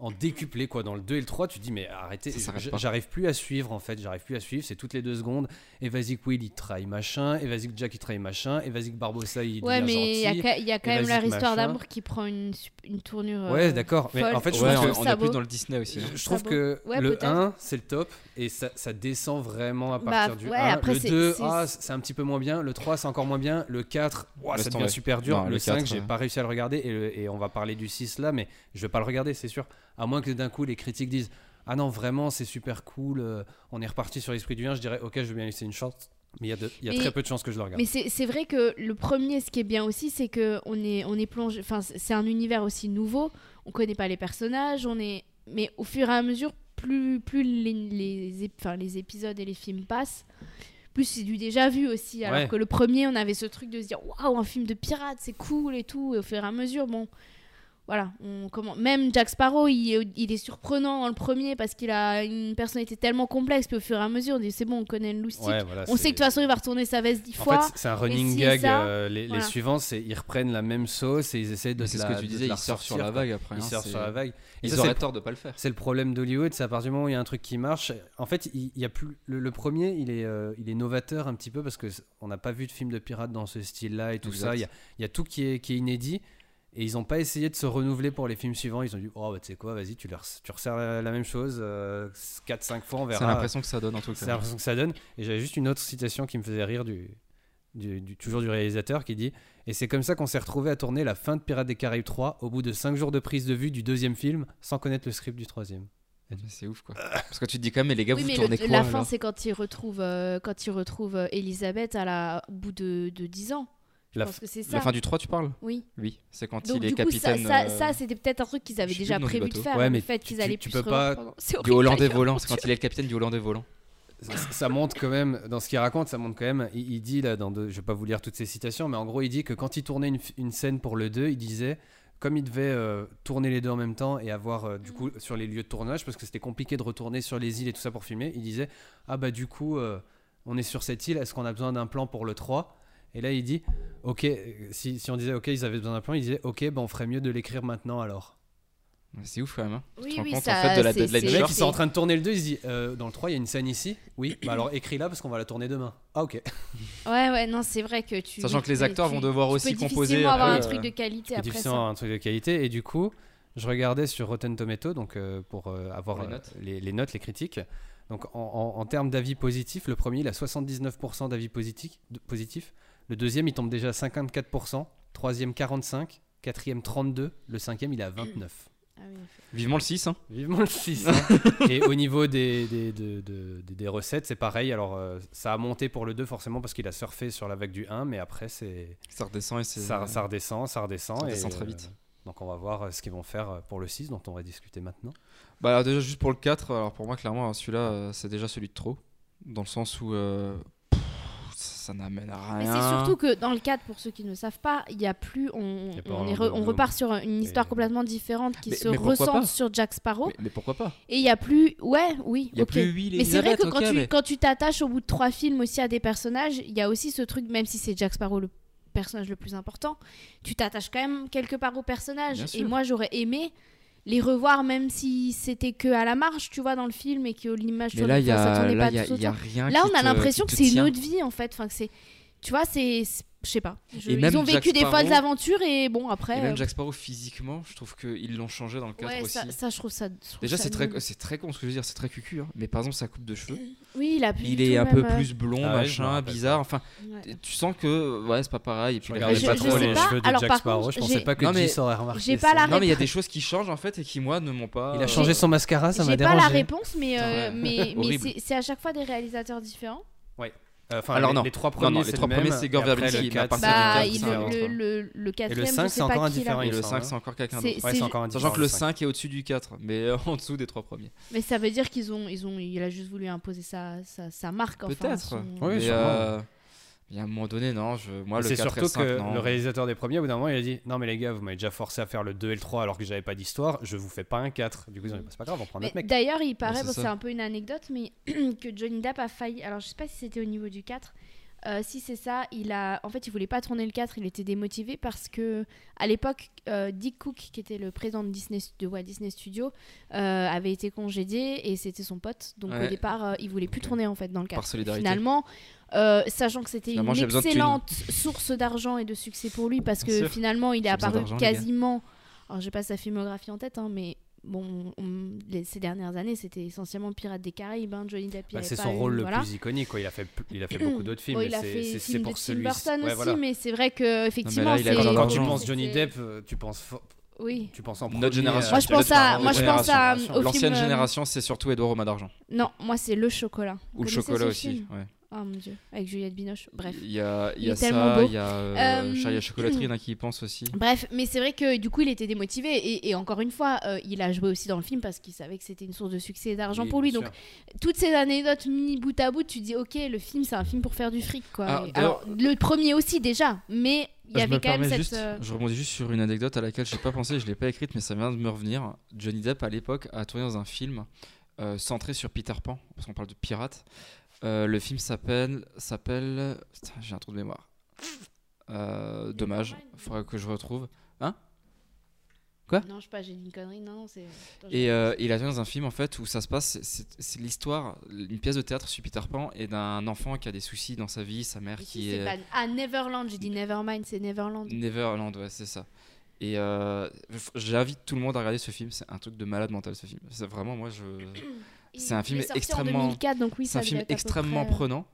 S9: en décuplé quoi dans le 2 et le 3 tu te dis mais arrêtez
S7: Ça s'arrête
S9: j-
S7: pas.
S9: j'arrive plus à suivre en fait j'arrive plus à suivre c'est toutes les deux secondes et vas-y que Will il trahit machin et vas-y que Jack il trahit machin et vas-y que Barbossa il
S8: Ouais,
S9: devient
S8: mais il y a
S9: gentil.
S8: ca- il y a quand
S9: et
S8: même
S9: vas-y,
S8: leur histoire
S9: machin.
S8: d'amour qui prend une, sup- une tournure. euh,
S9: ouais d'accord mais
S8: folle.
S9: en fait je
S7: Ouais,
S9: trouve
S7: on,
S9: que
S7: on
S8: ça
S7: est plus
S8: vaut.
S7: dans le Disney aussi. hein.
S9: Je
S8: Ça
S9: trouve
S8: vaut.
S9: que
S8: Ouais,
S9: le
S8: peut-être.
S9: 1, c'est le top, et ça, ça descend vraiment à
S8: Bah,
S9: partir du
S8: ouais,
S9: 1.
S8: après,
S9: le
S8: c'est-
S9: 2,
S8: c'est-
S9: ah, c'est un petit peu moins bien. Le 3, c'est encore moins bien. Le 4, ouah,
S7: Laisse
S9: ça devient
S7: tomber.
S9: super dur.
S7: Non,
S9: le,
S7: le euh.
S9: 5,
S7: 4,
S9: j'ai
S7: ouais.
S9: pas réussi à le regarder, et, le- et on va parler du 6 là, mais je vais pas le regarder, c'est sûr. À moins que d'un coup, les critiques disent Ah non, vraiment, c'est super cool, euh, on est reparti sur l'esprit du 1, je dirais Ok, je vais bien laisser une chance, mais il y a, de- il y a
S8: Mais-
S9: très peu de chances que je le regarde.
S8: Mais c'est c'est vrai que le premier, ce qui est bien aussi, c'est que on est, on est plongé. Enfin, c'est c'est un univers aussi nouveau. On connaît pas les personnages. On est, mais au fur et à mesure, plus, plus les, les, ép- enfin, les épisodes et les films passent, plus c'est du déjà vu aussi. Alors
S9: Ouais.
S8: que le premier, on avait ce truc de se dire waouh, un film de pirate, c'est cool et tout. Et au fur et à mesure, bon. Voilà, on comment même Jack Sparrow, il est, il est surprenant dans le premier parce qu'il a une personnalité tellement complexe. Puis au fur et à mesure, on dit c'est bon, on connaît le loustic.
S9: Ouais, voilà,
S8: On sait que
S9: c'est-
S8: de toute façon, il va retourner sa veste dix
S9: En
S8: fois.
S9: fait, c'est un running
S8: si et
S9: gag.
S8: ça,
S9: euh, les, les
S8: voilà.
S9: suivants, c'est ils reprennent la même sauce et ils essaient de.
S7: Mais C'est
S9: te
S7: ce
S9: la-
S7: que tu
S9: de te
S7: disais,
S9: la
S7: ils surfent sur la
S9: ressortir, quoi.
S7: vague après.
S9: Ils
S7: hein,
S9: surfent
S7: c'est-
S9: sur la vague. Et ça,
S7: Ils
S9: c'est
S7: auraient
S9: le-
S7: tort de pas le faire.
S9: C'est le problème d'Hollywood, c'est à partir du moment où il y a un truc qui marche. En fait, il, il y a plus le, le premier, il est, euh, il est novateur un petit peu parce que c- on n'a pas vu de film de pirates dans ce style-là et tout
S7: Exact.
S9: ça. Il y, a, il y a tout qui est, qui est inédit et ils n'ont pas essayé de se renouveler pour les films suivants. Ils ont dit, oh bah, tu sais quoi, vas-y, tu, leur- tu resserres la, la même chose 4-5 fois, on
S7: C'est
S9: verra.
S7: l'impression que ça donne en tout
S9: C'est
S7: cas.
S9: l'impression que ça donne. Et j'avais juste une autre citation qui me faisait rire du, du- du- toujours du réalisateur qui dit Et c'est comme ça qu'on s'est retrouvé à tourner la fin de Pirates des Caraïbes 3 au bout de 5 jours de prise de vue du deuxième film sans connaître le script du troisième.
S7: Mais C'est ouf quoi. Parce que tu te dis quand même, mais les gars,
S8: oui,
S7: vous
S8: mais
S7: tournez
S8: le-
S7: quoi
S8: la fin,
S7: alors
S8: c'est quand il retrouve, euh, quand il retrouve euh, Elisabeth à la, au bout de, de 10 ans. Je
S9: La
S8: pense que c'est ça.
S7: La fin du 3, tu parles
S8: Oui.
S7: Oui, c'est quand
S8: Donc,
S7: il est
S8: du coup, ça,
S7: capitaine.
S8: ça,
S7: euh,
S8: ça, c'était peut-être un truc qu'ils avaient
S7: je sais
S8: déjà
S7: plus le nom du
S8: prévu de
S7: bateau.
S8: faire.
S9: Ouais,
S8: le
S9: mais
S8: fait
S9: tu-
S8: qu'ils
S9: tu-
S8: allaient
S9: tu
S8: plus
S9: peux
S8: se revoir
S9: pas-
S8: pendant- C'est
S7: Du
S8: horrible,
S7: Hollandais
S8: d'ailleurs.
S7: volant, c'est quand il est le capitaine du Hollandais volant.
S9: ça montre quand même, dans ce qu'il raconte, ça montre quand même, il, il dit là, dans deux, je vais pas vous lire toutes ces citations, mais en gros, il dit que quand il tournait une, une scène pour le 2, il disait, comme il devait euh, tourner les deux en même temps et avoir euh,
S8: Mm.
S9: du coup sur les lieux de tournage, parce que c'était compliqué de retourner sur les îles et tout ça pour filmer, il disait, ah bah du coup, euh, on est sur cette île, est-ce qu'on a besoin d'un plan pour le 3 Et là, il dit, ok, euh, si, si on disait, ok, ils avaient besoin d'un plan, il disait, ok, bah on ferait mieux de l'écrire maintenant alors.
S7: Mais C'est ouf quand même. hein. Tu
S8: Oui,
S7: te rends
S8: oui,
S7: compte
S8: ça,
S7: en fait de la
S8: c'est-
S7: deadline
S8: c'est-
S9: Le mec,
S7: short.
S9: ils sont en train de tourner le 2, il se dit, euh, dans le 3, il y a une scène ici Oui, bah alors écris-la parce qu'on va la tourner demain. Ah ok.
S8: Ouais, ouais, non, c'est vrai que tu.
S7: Sachant
S8: oui,
S7: que les
S8: tu-
S7: acteurs
S8: tu-
S7: vont devoir
S8: tu
S7: aussi
S8: peux
S7: composer
S8: difficilement
S7: un
S8: avoir
S7: peu,
S8: un
S7: euh,
S8: truc de qualité
S9: C'est
S8: après
S9: difficile
S8: ça.
S9: un truc de qualité. Et du coup, je regardais sur Rotten Tomato, donc euh, pour euh, avoir
S7: Pour
S9: euh,
S7: les
S9: les,
S7: notes.
S9: les notes, les critiques. Donc en, en- en termes d'avis positifs, le premier il a 79% d'avis positifs, de- positifs. Le deuxième il tombe déjà à 54%. Troisième 45. Quatrième 32. Le cinquième il est à 29.
S8: Ah oui.
S7: Vivement le 6. Hein.
S9: Vivement le 6. et au niveau des, des, de- de- des- des recettes, c'est pareil. Alors euh, ça a monté pour le 2 forcément parce qu'il a surfé sur la vague du 1, mais après c'est
S7: Ça redescend et c'est.
S9: ça, ça redescend, ça redescend.
S7: ça
S9: et,
S7: redescend très
S9: euh,
S7: vite.
S9: donc on va voir euh, ce qu'ils vont faire euh, pour le 6 dont on va discuter maintenant.
S7: Bah alors déjà juste pour le 4, alors pour moi clairement celui-là euh, c'est déjà celui de trop. Dans le sens où euh, pff, ça n'amène à
S8: Mais
S7: rien.
S8: c'est surtout que dans le cadre, pour ceux qui ne savent pas, il y a plus, on,
S9: Il y a pas
S8: on, est
S9: Orlando
S8: re- on
S9: Bloom.
S8: repart sur une histoire
S9: Et-
S8: complètement différente qui
S7: Mais-
S8: se
S7: mais pourquoi pas
S8: ressent sur Jack Sparrow.
S7: Mais, mais pourquoi pas
S8: Et il y a plus, ouais, oui,
S7: Il y a
S8: ok.
S7: plus 8
S8: Mais c'est vrai que quand, tu, quand tu t'attaches au bout de trois films aussi à des personnages, il y a aussi ce truc, même si c'est Jack Sparrow le personnage le plus important, tu t'attaches quand même quelque part au personnage.
S7: Bien
S8: Et
S7: sûr.
S8: moi, j'aurais aimé les revoir, même si c'était que à la marge, tu vois, dans le film et que l'image
S7: Mais
S8: tournait-
S7: là, il y
S8: enfin, ça
S7: a,
S8: tournait
S7: là,
S8: pas
S7: il y a,
S8: tous
S7: il y a
S8: autour.
S7: rien.
S8: Là,
S7: qui
S8: on a
S7: te-
S8: l'impression
S7: qui
S8: que
S7: te
S8: c'est une
S7: tient.
S8: autre vie en fait. Enfin, que c'est, tu vois, c'est, c'est- je sais pas. Je-
S7: Et même
S8: ils ont
S7: Jack
S8: vécu des
S7: Sparrow-
S8: folles aventures et bon après.
S7: Et même
S8: euh,
S7: Jack Sparrow physiquement, je trouve qu'ils l'ont changé dans le cadre
S8: ouais,
S7: aussi.
S8: ça, ça, je trouve ça. je trouve
S7: Déjà,
S8: ça
S7: c'est très,
S8: nul.
S7: c'est très con ce que je veux dire, c'est très cucu. hein. Mais par exemple, sa coupe de cheveux,
S8: Oui, il a plus
S7: il
S8: du
S7: est
S8: tout
S7: un
S8: le
S7: peu
S8: même, euh,
S7: plus blond,
S9: Ah ouais, je
S7: machin,
S9: me rappelle
S7: bizarre. Enfin,
S8: ouais.
S7: tu sens que ouais, c'est pas pareil. Et puis, la
S9: regardais
S8: je-
S9: pas
S8: je
S9: trop
S8: sais
S9: les
S8: pas.
S9: cheveux de
S8: Alors,
S9: Jack
S8: par
S9: Sparrow, je
S8: contre,
S9: pensais
S8: j'ai-
S9: pas que
S7: Non, mais-
S9: Jis aurait remarqué.
S8: j'ai
S9: ça.
S8: pas la
S7: Non, mais il y a
S8: rép-
S7: des choses qui changent en fait et qui, moi, ne m'ont pas.
S9: Il a
S7: euh,
S9: changé son mascara, ça m'a
S8: J'ai pas la
S9: dérangé.
S8: réponse, mais euh,
S7: Ouais.
S8: mais, mais
S7: Horrible.
S8: c'est- c'est à chaque fois des réalisateurs différents.
S9: Euh, Enfin,
S7: Alors
S9: les-
S7: non.
S9: les trois
S7: Non, non,
S9: premiers,
S7: les
S9: c'est le
S7: trois
S9: même,
S7: premiers, c'est Gore
S9: et après,
S7: Verbinski,
S9: le
S7: mais à
S9: quatre,
S7: part ça,
S8: Bah,
S9: c'est
S8: il-
S9: Jacques Sparrow.
S8: le,
S7: différent,
S8: le, le, quatrième,
S9: cinq,
S8: je
S9: c'est
S8: sais
S9: encore
S8: pas
S9: un
S8: qui l'a
S9: différent,
S7: Et
S8: fait.
S7: le
S9: ça,
S7: 5,
S9: hein.
S7: c'est encore quelqu'un
S8: C'est-
S7: d'autre.
S9: Ouais, c'est encore un
S7: Sachant
S9: différent,
S7: que le
S9: cinq.
S7: 5 est au-dessus du 4, mais euh, en dessous des trois premiers.
S8: Mais ça veut dire qu'ils ont, ils ont, il a juste voulu imposer sa, sa, sa marque. enfin,
S7: Peut-être.
S8: son-
S9: Oui,
S7: mais,
S9: sûrement.
S7: euh, il y a un moment donné, non, je, moi,
S9: Et
S7: le
S9: C'est
S7: 4 et
S9: surtout
S7: le 5,
S9: que
S7: non.
S9: le réalisateur des premiers, au bout d'un moment, il a dit Non, mais les gars, vous m'avez déjà forcé à faire le 2 et le 3 alors que j'avais pas d'histoire, je vous fais pas un 4. Du coup, ils ont dit Bah, C'est pas grave, on prend un
S8: Mais
S9: autre mec.
S8: D'ailleurs, il paraît,
S7: c'est
S8: bon,
S7: ça.
S8: c'est un peu une anecdote, mais que Johnny Depp a failli. Alors, je sais pas si c'était au niveau du 4. Euh, si c'est ça, il a. En fait, il voulait pas tourner le 4, il était démotivé parce que, à l'époque, euh, Dick Cook, qui était le président de, Disney, de Walt Disney Studios, euh, avait été congédié et c'était son pote. Donc,
S7: Ouais.
S8: au départ, euh, il voulait plus
S7: Ok.
S8: tourner en fait dans le 4.
S7: Par solidarité.
S8: Finalement, euh, sachant que c'était une
S7: Finalement, j'ai besoin de thunes.
S8: excellente source d'argent et de succès pour lui parce
S7: Bien
S8: que
S7: sûr.
S8: finalement, il est
S7: J'ai besoin
S8: apparu
S7: d'argent, les gars.
S8: quasiment. Alors, j'ai pas sa filmographie en tête, hein, mais bon, on- les- ces dernières années, c'était essentiellement Pirates des Caraïbes, hein, Johnny Depp. il
S9: Bah,
S8: avait
S9: c'est
S8: pas
S9: son
S8: eu-
S9: rôle le
S8: voilà.
S9: plus iconique, quoi. Il a fait, il a fait beaucoup d'autres films.
S8: Bon,
S9: mais
S8: il a
S9: c'est-
S8: fait
S9: c'est-
S8: des
S9: c'est
S8: films de
S9: pour
S8: Tim
S9: celui
S8: Burton aussi, mais c'est vrai que effectivement,
S7: là, il a
S8: c'est-
S7: encore
S9: Quand, quand tu
S7: l'argent.
S9: penses Johnny
S8: c'est-
S9: Depp, euh, tu penses, fo-
S8: Oui.
S9: tu penses en
S7: Notre
S9: premier, euh,
S7: génération.
S8: Moi, je
S9: Jack
S8: pense à,
S9: Sparrow,
S8: moi, je
S9: Jack
S8: pense à,
S9: Sparrow.
S8: au
S7: L'ancienne
S8: film, euh,
S7: génération, c'est surtout Edouard Romain d'Argent.
S8: Non, moi, c'est le chocolat. Vous
S7: Ou le
S8: connaissez
S7: chocolat
S8: ce
S7: aussi.
S8: film
S7: ouais.
S8: Oh mon dieu, avec Juliette Binoche. Bref.
S9: Mm.
S7: Il y a, il y
S8: Il
S7: a
S8: est
S7: ça,
S8: tellement beau.
S7: il y a euh,
S8: Euh,
S7: Charlie la chocolaterie, il y en a qui y pensent aussi.
S8: Bref, mais c'est vrai que du coup, il était démotivé. Et, et encore une fois, euh, il a joué aussi dans le film parce qu'il savait que c'était une source de succès et d'argent
S9: Oui,
S8: pour lui.
S9: bien
S8: Donc, toutes ces anecdotes mis bout à bout, tu dis, ok, le film, c'est un film pour faire du fric. Quoi.
S7: Ah,
S8: Et-
S7: d'ailleurs-
S8: Alors, le premier aussi, déjà. Mais il
S9: Ah,
S8: y
S7: je
S8: avait
S7: me
S8: quand même
S7: permets
S8: cette.
S7: juste,
S8: euh,
S7: je rebondis juste sur une anecdote à laquelle j'ai pas pensé, je l'ai pas écrite, mais ça vient de me revenir. Johnny Depp à l'époque a tourné dans un film euh, centré sur Peter Pan, parce qu'on parle de pirates. Euh, le film s'appelle, s'appelle, putain, j'ai un trou de mémoire. Euh, dommage, faudra que je retrouve.
S8: Non, je sais pas, j'ai dit une connerie. Non, c'est. Attends, j'ai-
S7: Et euh, il a tourné dans un film en fait où ça se passe, c'est- c'est l'histoire, une pièce de théâtre sur Peter Pan et d'un enfant qui a des soucis dans sa vie, sa mère
S8: Ici,
S7: qui
S8: c'est
S7: est euh,
S8: pas- Ah, Neverland, j'ai dit Nevermind, c'est Neverland.
S7: Neverland, ouais, c'est ça. Et euh, f- j'invite tout le monde à regarder ce film. C'est un truc de malade mental, ce film. C'est vraiment, moi, je. C'est un
S8: Il
S7: film
S8: est sorti en
S7: extrêmement-
S8: 2004, donc oui,
S7: c'est un
S8: ça devait
S7: film
S8: être à peu
S7: extrêmement
S8: près, euh,
S7: prenant.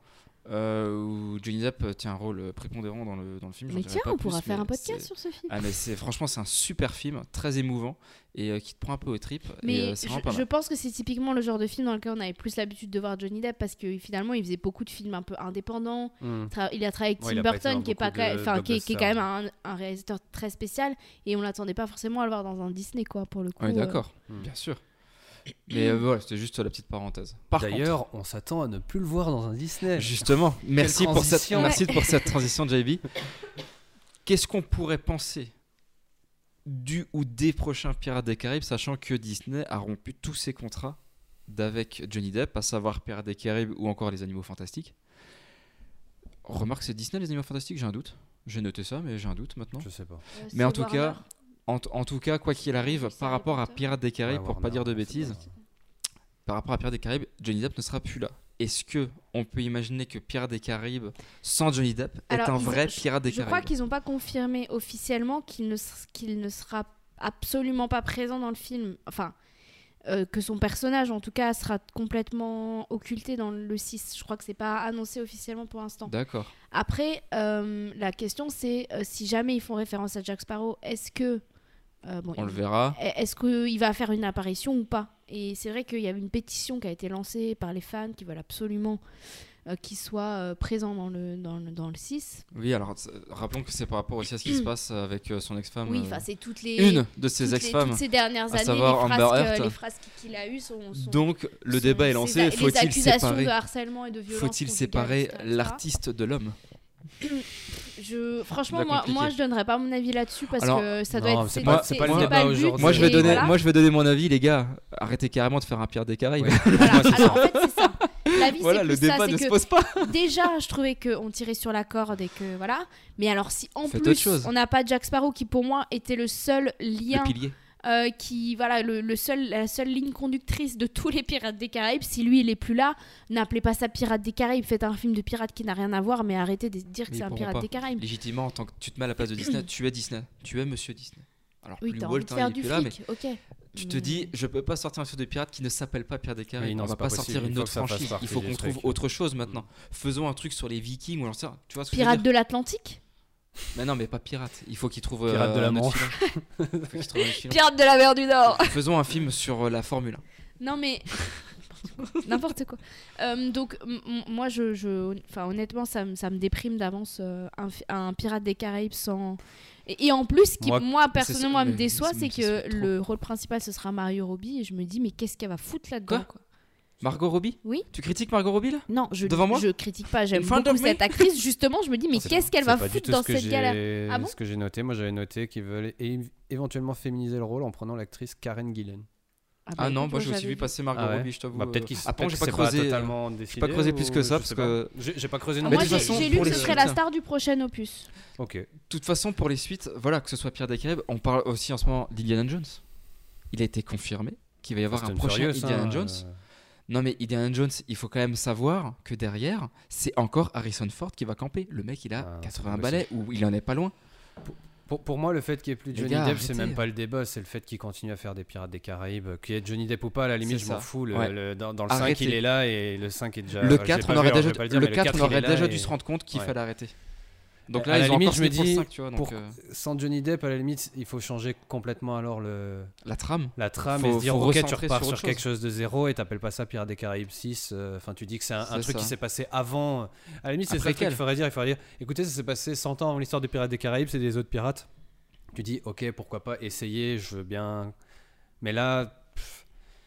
S7: euh, où Johnny Depp euh, tient un rôle euh, prépondérant dans le, dans le film. j'en
S8: Mais
S7: dirai
S8: tiens,
S7: pas
S8: on
S7: plus,
S8: pourra faire
S7: mais
S8: un
S7: c'est-
S8: podcast sur ce film.
S7: Ah, mais c'est, franchement, c'est un super film, très émouvant et euh, qui te prend un peu aux tripes.
S8: Mais
S7: et, euh, c'est
S8: je,
S7: vraiment pas
S8: je
S7: mal.
S8: pense que c'est typiquement le genre de film dans lequel on avait plus l'habitude de voir Johnny Depp parce que finalement il faisait beaucoup de films un peu indépendants.
S9: Hmm.
S8: Tra- Il a travaillé
S9: Ouais,
S8: avec
S9: il
S8: Tim
S9: a pas été dans
S8: Burton qui est, pas
S9: beaucoup de
S8: ca- enfin, qui, est, qui est quand
S9: blockbusters.
S8: même un, un réalisateur très spécial et on l'attendait pas forcément à le voir dans un Disney quoi pour le coup.
S7: On est
S8: euh.
S7: d'accord,
S9: Hmm.
S7: bien sûr. Mais euh, voilà, c'était juste la petite parenthèse. Par contre,
S9: D'ailleurs, on s'attend à ne plus le voir dans un Disney.
S7: Justement, merci pour, cette,
S9: transition.
S7: merci pour cette transition, JB. Qu'est-ce qu'on pourrait penser du ou des prochains Pirates des Caraïbes, sachant que Disney a rompu tous ses contrats d'avec Johnny Depp, à savoir Pirates des Caraïbes ou encore Les Animaux Fantastiques Remarque, c'est Disney Les Animaux Fantastiques, j'ai un doute. J'ai noté ça, mais j'ai un doute maintenant.
S9: Je sais pas.
S8: Euh,
S7: Mais en
S8: c'est
S7: tout cas,
S8: Warner.
S7: En, t- en tout cas, quoi qu'il arrive,
S8: C'est
S7: par
S8: Harry
S7: rapport à
S8: Potter.
S7: Pirates des Caraïbes,
S9: Ouais,
S7: pour pas
S9: Warner,
S7: dire de
S9: c'est
S7: bêtises, par rapport à Pirates des Caraïbes, Johnny Depp ne sera plus là. Est-ce que on peut imaginer que Pirates des Caraïbes sans Johnny Depp est
S8: Alors,
S7: un
S8: ils-
S7: vrai Pirate des
S8: je crois
S7: Caraïbes
S8: qu'ils n'ont pas confirmé officiellement qu'il ne, s- qu'il ne sera absolument pas présent dans le film. Enfin, euh, que son personnage, en tout cas, sera complètement occulté dans le 6. Je crois que c'est pas annoncé officiellement pour l'instant.
S7: D'accord.
S8: Après, euh, la question c'est euh, si jamais ils font référence à Jack Sparrow, est-ce que. euh, bon,
S7: On le
S8: il-
S7: verra.
S8: Est-ce qu'il va faire une apparition ou pas Et c'est vrai qu'il y avait une pétition qui a été lancée par les fans qui veulent absolument euh, qu'il soit euh, présent dans le, dans, le, dans le 6.
S7: Oui, alors c'est- rappelons que c'est par rapport aussi à ce qui se passe avec euh, son ex-femme.
S8: oui,
S7: euh,
S8: enfin, c'est toutes les.
S7: une de
S8: toutes
S7: ses
S8: les-
S7: ex-femmes.
S8: Toutes ces dernières
S7: à
S8: années,
S7: savoir
S8: les,
S7: Amber
S8: phrases
S7: Heard.
S8: que, les phrases qu'il a eues sont. sont-
S7: Donc le
S8: sont-
S7: débat est
S8: ces-
S7: lancé.
S8: les
S7: Faut-il
S8: accusations
S7: séparer
S8: de harcèlement et de violence
S7: Faut-il
S8: conjugale,
S7: séparer
S8: etc., etc.
S7: l'artiste de l'homme
S8: Je, franchement,
S7: Déjà
S8: moi,
S7: compliqué.
S8: moi, je donnerais pas mon avis là-dessus parce
S7: Alors,
S8: que ça
S9: non,
S8: doit
S9: mais
S8: être.
S9: c'est pas- c'est pas le débat
S8: but,
S9: aujourd'hui.
S7: Moi je, vais
S8: et
S7: donner,
S8: voilà.
S7: moi, je vais donner mon avis, les gars. Arrêtez carrément de faire un Pirate des Caraïbes.
S8: Voilà. Alors, en fait, c'est ça. L'avis,
S7: voilà,
S8: c'est
S7: le
S8: plus
S7: débat
S8: ça.
S7: ne se
S8: C'est
S7: pose pas.
S8: que déjà, je trouvais qu'on tirait sur la corde et que voilà. Mais alors, si en
S7: Faites autre
S8: plus,
S7: chose.
S8: on n'a pas Jack Sparrow qui, pour moi, était le seul lien
S7: Le pilier.
S8: euh, qui, voilà, le, le seul, la seule ligne conductrice de tous les Pirates des Caraïbes, si lui il est plus là, n'appelez pas ça Pirates des Caraïbes, faites un film de pirate qui n'a rien à voir, mais arrêtez de dire que
S7: Mais
S8: c'est
S7: ils
S8: un
S7: pourront
S8: pirate
S7: pas.
S8: des Caraïbes.
S7: Légitimement, en tant que tu te mets à la place de Disney, tu es Disney. Tu es Monsieur Disney. Alors
S8: Oui,
S7: plus
S8: t'as
S7: Walt,
S8: envie de
S7: hein,
S8: faire
S7: il est
S8: du
S7: plus là, mais
S8: fric, ok.
S7: tu te
S8: Mais-
S7: dis, je peux pas sortir un film de pirate qui ne s'appelle pas Pierre des Caraïbes.
S9: Oui, non,
S7: on va
S9: c'est
S7: pas
S9: pas
S7: sortir
S9: possible. Il
S7: une
S9: faut
S7: autre
S9: que ça fasse
S7: franchise. Il
S9: partie
S7: faut
S9: du
S7: qu'on trouve
S9: truc. Mm.
S7: autre chose maintenant. Faisons un truc sur les Vikings ou alors ça. Tu vois ce que je
S8: Pirate
S7: veux
S8: de l'Atlantique
S7: dire Mais non, mais pas pirate. Il faut qu'ils trouvent. euh,
S9: Pirate de la
S7: un autre
S9: Manche.
S7: filon. Il faut qu'ils trouvent un autre filon.
S8: Pirate de la mer du Nord
S7: Faisons un film sur euh, la Formule 1.
S8: Non mais n'importe quoi. Euh, donc m- m- moi je, je- enfin honnêtement ça, me- ça me déprime d'avance euh, un, fi- un pirate des Caraïbes sans et, et en plus ce qui moi,
S9: Moi,
S8: personnellement
S7: c'est-
S8: me
S7: mais-
S8: déçoit
S7: mais
S8: c'est
S7: c'est- mais
S8: que
S7: c'est trop.
S8: le rôle principal ce sera Mario Robbie et je me dis mais qu'est-ce qu'elle va foutre là-dedans
S7: Quoi
S8: quoi
S7: Margot Robbie
S8: Oui.
S7: Tu critiques Margot Robbie là
S8: Non, je
S7: Devant moi
S8: je critique pas, j'aime
S7: In front
S8: beaucoup
S7: of me
S8: cette actrice justement, je me dis mais qu'est-ce qu'elle va foutre dans cette galère Ah bon
S9: ce que j'ai noté, moi j'avais noté qu'ils veulent é- éventuellement féminiser le rôle en prenant l'actrice Karen Gillen.
S7: Ah
S8: bah,
S7: non,
S8: écoute,
S7: moi j'ai aussi
S8: j'avais
S7: vu passer Margot
S9: euh, Ah ouais
S7: Robbie, je t'avoue.
S9: Bah, peut-être
S7: euh,
S9: qu'ils
S7: Après,
S9: peut-être
S7: j'ai
S9: que
S7: pas
S9: c'est
S7: creusé. euh,
S9: totalement décidé.
S7: creusé plus que
S9: ou
S7: ça,
S9: je
S7: parce
S9: sais pas.
S7: que-
S9: j'ai j'ai pas creusé.
S8: Ah,
S9: non
S7: Mais
S8: Moi
S9: plus.
S7: de toute
S8: j'ai
S7: façon,
S8: j'ai lu
S7: pour
S8: que ce
S7: les
S8: serait la
S7: suites-
S8: star du prochain opus.
S9: Ok.
S7: De toute façon, pour les suites, voilà, que ce soit Pierre des Caraïbes, on parle aussi en ce moment d'Indiana Jones. Il a été confirmé qu'il va y avoir
S9: Fast
S7: un
S9: and
S7: prochain
S9: Furious,
S7: Indiana
S9: hein,
S7: Jones.
S9: euh,
S7: Non mais Indiana Jones, il faut quand même savoir que derrière, c'est encore Harrison Ford qui va camper. Le mec, il a
S9: Ah, c'est
S7: 80
S9: pas
S7: balais ou il en est pas loin.
S9: Pour, pour moi, le fait qu'il n'y ait plus
S7: Les
S9: Johnny
S7: gars,
S9: Depp, c'est
S7: arrêtez.
S9: même pas le débat, c'est le fait qu'il continue à faire des Pirates des Caraïbes. Qu'il y ait Johnny Depp ou pas, à la limite,
S7: C'est
S9: je m'en
S7: ça.
S9: fous. Le,
S7: Ouais.
S9: le- dans, dans le
S7: Arrêtez.
S9: 5, il est là et le 5 est déjà.
S7: le
S9: je l'ai
S7: 4,
S9: Euh, pas
S7: on
S9: vu,
S7: aurait
S9: alors
S7: déjà,
S9: je vais pas le
S7: le
S9: dire, mais
S7: 4, on
S9: 4, il
S7: aurait
S9: est là
S7: déjà
S9: et
S7: dû se rendre compte qu'il
S9: Ouais.
S7: fallait arrêter. Donc
S9: Ouais.
S7: là,
S9: À
S7: ils
S9: la
S7: ont
S9: limite,
S7: encore
S9: je me
S7: signé pour le 5,
S9: dis,
S7: tu vois, donc,
S9: pour-
S7: euh,
S9: Sans Johnny Depp, à la limite, il faut changer complètement alors le,
S7: la trame.
S9: la
S7: Mm.
S9: trame
S7: Faut-
S9: et se dire
S7: faut
S9: ok, tu
S7: recentrer
S9: repars
S7: sur
S9: sur,
S7: autre
S9: quelque chose de zéro et t'appelles pas ça Pirates des Caraïbes 6. euh, Enfin, tu dis que c'est un, un
S7: C'est
S9: truc qui
S7: ça.
S9: s'est passé avant. À la limite, c'est
S7: Un
S9: ça le truc
S7: préquel.
S9: qu'il faudrait dire. Il faudrait dire écoutez, ça s'est passé 100 ans avant l'histoire des Pirates des Caraïbes, c'est des autres pirates. Tu dis ok, pourquoi pas essayer, je veux bien. Mais là. pff,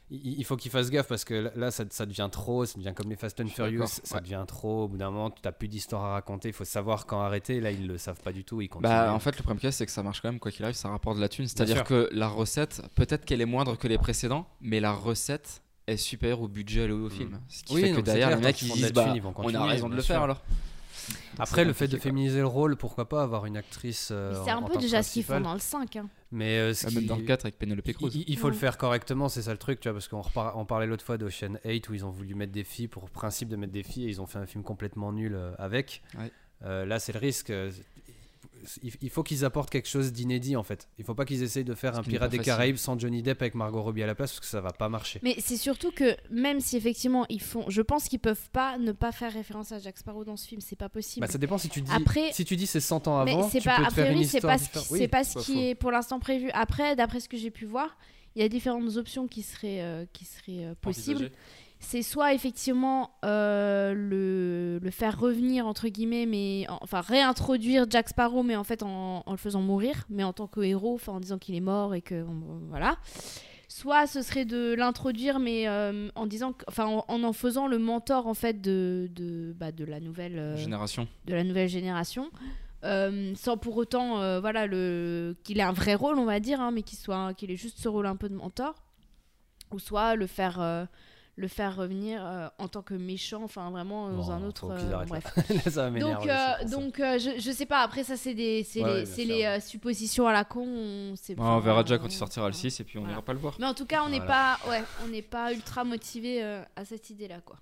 S9: Il il faut qu'il fasse gaffe parce que là- là ça, ça devient trop, ça devient comme les Fast and
S7: suis d'accord,
S9: Furious, ça
S7: ouais.
S9: devient trop. Au bout d'un moment, tu n'as plus d'histoire à raconter, il faut savoir quand arrêter. Là, ils le savent pas du tout, ils continuent.
S7: Bah, en fait, le problème qu'il y a, c'est que ça marche quand même, quoi qu'il arrive, ça rapporte de la thune. C'est-à-dire
S9: sûr.
S7: que la recette, peut-être qu'elle est moindre que les précédents, mais la recette est supérieure au budget alloué au film. Ce qui
S9: Mm. Oui,
S7: fait
S9: non,
S7: que
S9: mais c'est
S7: derrière,
S9: clair,
S7: les
S9: tant
S7: mecs,
S9: qu'ils
S7: ils
S9: font de
S7: disent,
S9: la thune,
S7: bah,
S9: ils vont
S7: on a
S9: continuer, hein,
S7: raison de
S9: bien
S7: le faire
S9: sûr.
S7: alors.
S9: Après, le fait
S7: compliqué,
S9: de
S7: quoi.
S9: féminiser le rôle, pourquoi pas avoir une actrice. euh,
S8: Mais C'est un
S9: en
S8: peu
S9: tant que
S8: déjà ce qu'ils font
S9: principale.
S8: dans le 5 hein.
S9: Mais euh, ce
S7: Bah, Même
S9: qui-
S7: dans le 4 avec Penelope Cruz.
S9: il, il faut
S8: Ouais.
S9: le faire correctement, c'est ça le truc, tu vois, parce qu'on repar- on parlait l'autre fois d'Ocean 8 où ils ont voulu mettre des filles pour principe de mettre des filles et ils ont fait un film complètement nul euh, avec.
S7: Ouais.
S9: Euh, là, c'est le risque. euh, Il il faut qu'ils apportent quelque chose d'inédit en fait. Il faut pas qu'ils essayent de faire
S7: Ce
S9: un
S7: qui n'est pas
S9: Pirate des
S7: facile.
S9: Caraïbes sans Johnny Depp avec Margot Robbie à la place parce que ça va pas marcher.
S8: Mais c'est surtout que même si effectivement ils font, je pense qu'ils peuvent pas ne pas faire référence à Jack Sparrow dans ce film, c'est pas possible.
S9: Bah, ça dépend si tu dis
S8: Après-
S9: si tu dis c'est 100 ans
S8: mais
S9: avant,
S8: c'est
S9: tu
S8: pas,
S9: peux
S8: a
S9: te faire une
S8: priori, c'est
S9: histoire
S8: pas ce qui,
S9: différente.
S8: c'est pas ce
S7: pas
S8: qui
S7: faux.
S8: est pour l'instant prévu. Après, d'après ce que j'ai pu voir, il y a différentes options qui seraient, euh, qui seraient euh, possibles. C'est soit effectivement euh, le, le faire revenir, entre guillemets, mais en- enfin réintroduire Jack Sparrow, mais en fait en, en le faisant mourir, mais en tant que héros, enfin en disant qu'il est mort et que. bon, voilà. Soit ce serait de l'introduire, mais euh, en disant, que- enfin en, en en faisant le mentor en fait de de, bah, de la nouvelle euh,
S7: Génération.
S8: de la nouvelle génération, euh, sans pour autant, euh, voilà, le qu'il ait un vrai rôle, on va dire, hein, mais qu'il soit, un- qu'il ait juste ce rôle un peu de mentor, ou soit le faire. euh, le faire revenir euh, en tant que méchant, enfin vraiment dans
S9: Bon,
S8: un
S9: faut
S8: autre.
S9: qu'ils
S8: euh,
S9: arrêtent
S8: bref.
S9: Là, ça va m'énerver,
S8: Donc,
S9: c'est
S8: euh,
S9: pour ça.
S8: donc euh, je, je sais pas, après ça c'est des, c'est
S9: Ouais,
S8: les,
S9: ouais, bien
S8: c'est
S9: sûr.
S8: les euh, suppositions à la con. On, sait-
S7: Bah,
S8: enfin,
S7: on verra déjà
S8: euh,
S7: quand il sortira le
S8: voilà.
S7: 6 et puis on
S8: Voilà.
S7: ira pas le voir.
S8: Mais en tout cas, on n'est
S9: Voilà.
S8: pas, ouais, on n'est pas ultra motivé euh, à cette idée-là, quoi.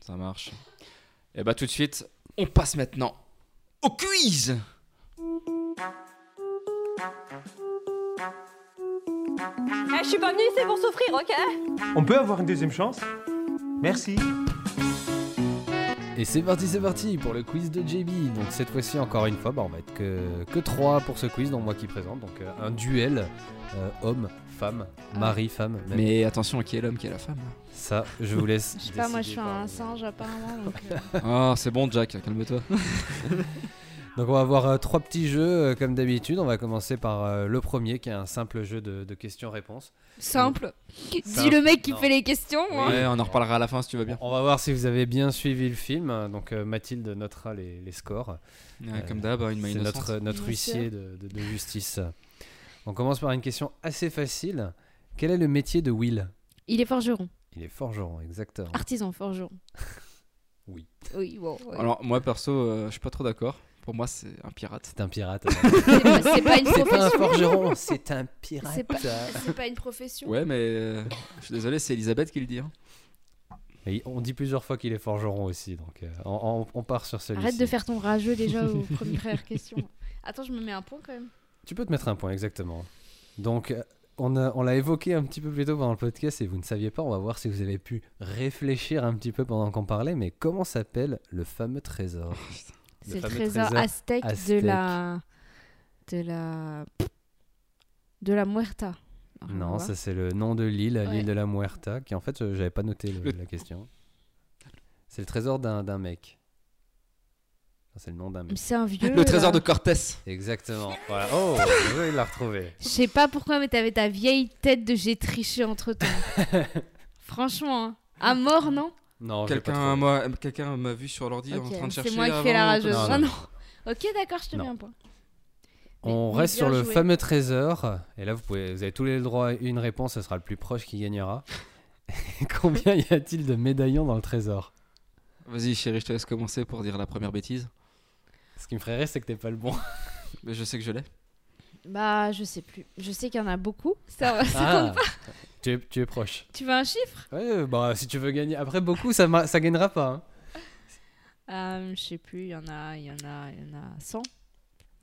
S7: Ça marche. Et bah tout de suite, on passe maintenant au quiz
S10: je suis pas venue ici pour souffrir, ok
S5: On peut avoir une deuxième chance Merci.
S9: Et c'est parti, c'est parti pour le quiz de JB. Donc cette fois-ci, encore une fois, bah, on va être que, que 3 pour ce quiz, dont moi qui présente. Donc euh, un duel euh, homme-femme,
S8: Ah.
S9: mari-femme. même.
S7: Mais attention, qui est l'homme, qui est la femme
S9: ça, je vous laisse.
S8: Je sais pas, moi je suis
S9: décider par
S8: un
S9: vous-même.
S8: singe apparemment. donc, euh,
S7: Ah, c'est bon, Jack, calme-toi.
S9: Donc on va avoir euh, trois petits jeux euh, comme d'habitude. On va commencer par euh, le premier qui est un simple jeu de, de questions-réponses.
S8: Simple. Dis
S9: Simple.
S8: le mec qui
S9: Non.
S8: fait les questions.
S9: Oui.
S8: hein.
S7: Ouais, on en reparlera à la fin si tu veux bien.
S9: On va voir si vous avez bien suivi le film. Donc euh, Mathilde notera les, les scores.
S7: Ouais, comme d'hab, hein, une main
S9: Euh, C'est
S7: innocente.
S9: notre, notre
S8: Bien sûr.
S9: huissier de, de- de justice. On commence par une question assez facile. Quel est le métier de Will
S8: Il est forgeron,
S9: Il est forgeron, exactement.
S8: artisan forgeron.
S9: Oui.
S8: Oui, bon. ouais.
S7: Alors moi perso, euh, je suis pas trop d'accord. Pour moi, c'est un pirate.
S9: C'est un pirate.
S8: C'est pas- c'est pas une
S9: C'est pas un
S8: profession.
S9: forgeron, c'est un pirate.
S8: C'est pas, c'est pas une profession.
S7: Ouais, mais euh, je suis désolé, c'est Elisabeth qui le dit. hein.
S9: Et on dit plusieurs fois qu'il est forgeron aussi, donc euh, on, on- on part sur celui-ci.
S8: Arrête de faire ton rageux déjà aux premières questions. Attends, je me mets un point quand même.
S9: Tu peux te mettre un point, exactement. Donc, euh, on a- on l'a évoqué un petit peu plus tôt pendant le podcast et vous ne saviez pas. On va voir si vous avez pu réfléchir un petit peu pendant qu'on parlait. Mais comment s'appelle le fameux trésor
S8: C'est le
S9: fameux
S8: trésor,
S9: trésor
S8: aztèque,
S9: aztèque.
S8: de la. de la. de la Muerta. rien à
S9: Non,
S8: voir.
S9: ça c'est le nom de l'île, l'île
S8: Ouais.
S9: de la Muerta, qui en fait, euh, j'avais pas noté le-
S7: Le-
S9: la question. C'est le trésor d'un d'un mec. Enfin, C'est le nom d'un mec.
S8: C'est un vieux.
S7: Le trésor de
S8: euh,
S7: Cortés.
S9: Exactement. Voilà. Oh, il l'a retrouvé.
S8: Je sais pas pourquoi, mais t'avais ta vieille tête de j'ai triché entre temps. Franchement, hein. à mort, non
S9: Non, je l'ai pas
S7: Quelqu'un
S9: trouvé.
S7: m'a quelqu'un m'a vu sur l'ordi en
S8: Ok,
S7: train de chercher.
S8: C'est moi qui
S7: avant
S8: fais la
S7: qu'on
S8: rageuse.
S9: Non,
S7: commence.
S8: Ah
S9: non.
S8: non. Ok, d'accord, je te mets
S9: Non.
S8: un point.
S9: On
S8: Mais
S9: reste
S8: bien
S9: sur le
S8: joué.
S9: fameux trésor. Et là, vous, pouvez, vous avez tous les droits à une réponse. Ce sera le plus proche qui gagnera. Combien y a-t-il de médaillons dans le trésor
S7: Vas-y, chérie, je te laisse commencer pour dire la première bêtise.
S9: Ce qui me ferait rire, c'est que t'es pas le bon.
S7: Mais je sais que je l'ai.
S8: Bah, je sais plus. Je sais qu'il y en a beaucoup. Ça va, ça compte pas.
S9: Ah. tu, es, tu es proche.
S8: Tu veux un chiffre
S9: Ouais, bah si tu veux gagner. Après, beaucoup, ça, ma- ça gagnera pas. hein.
S8: Euh, Je sais plus, il y en a, il y en a, il y en a 100.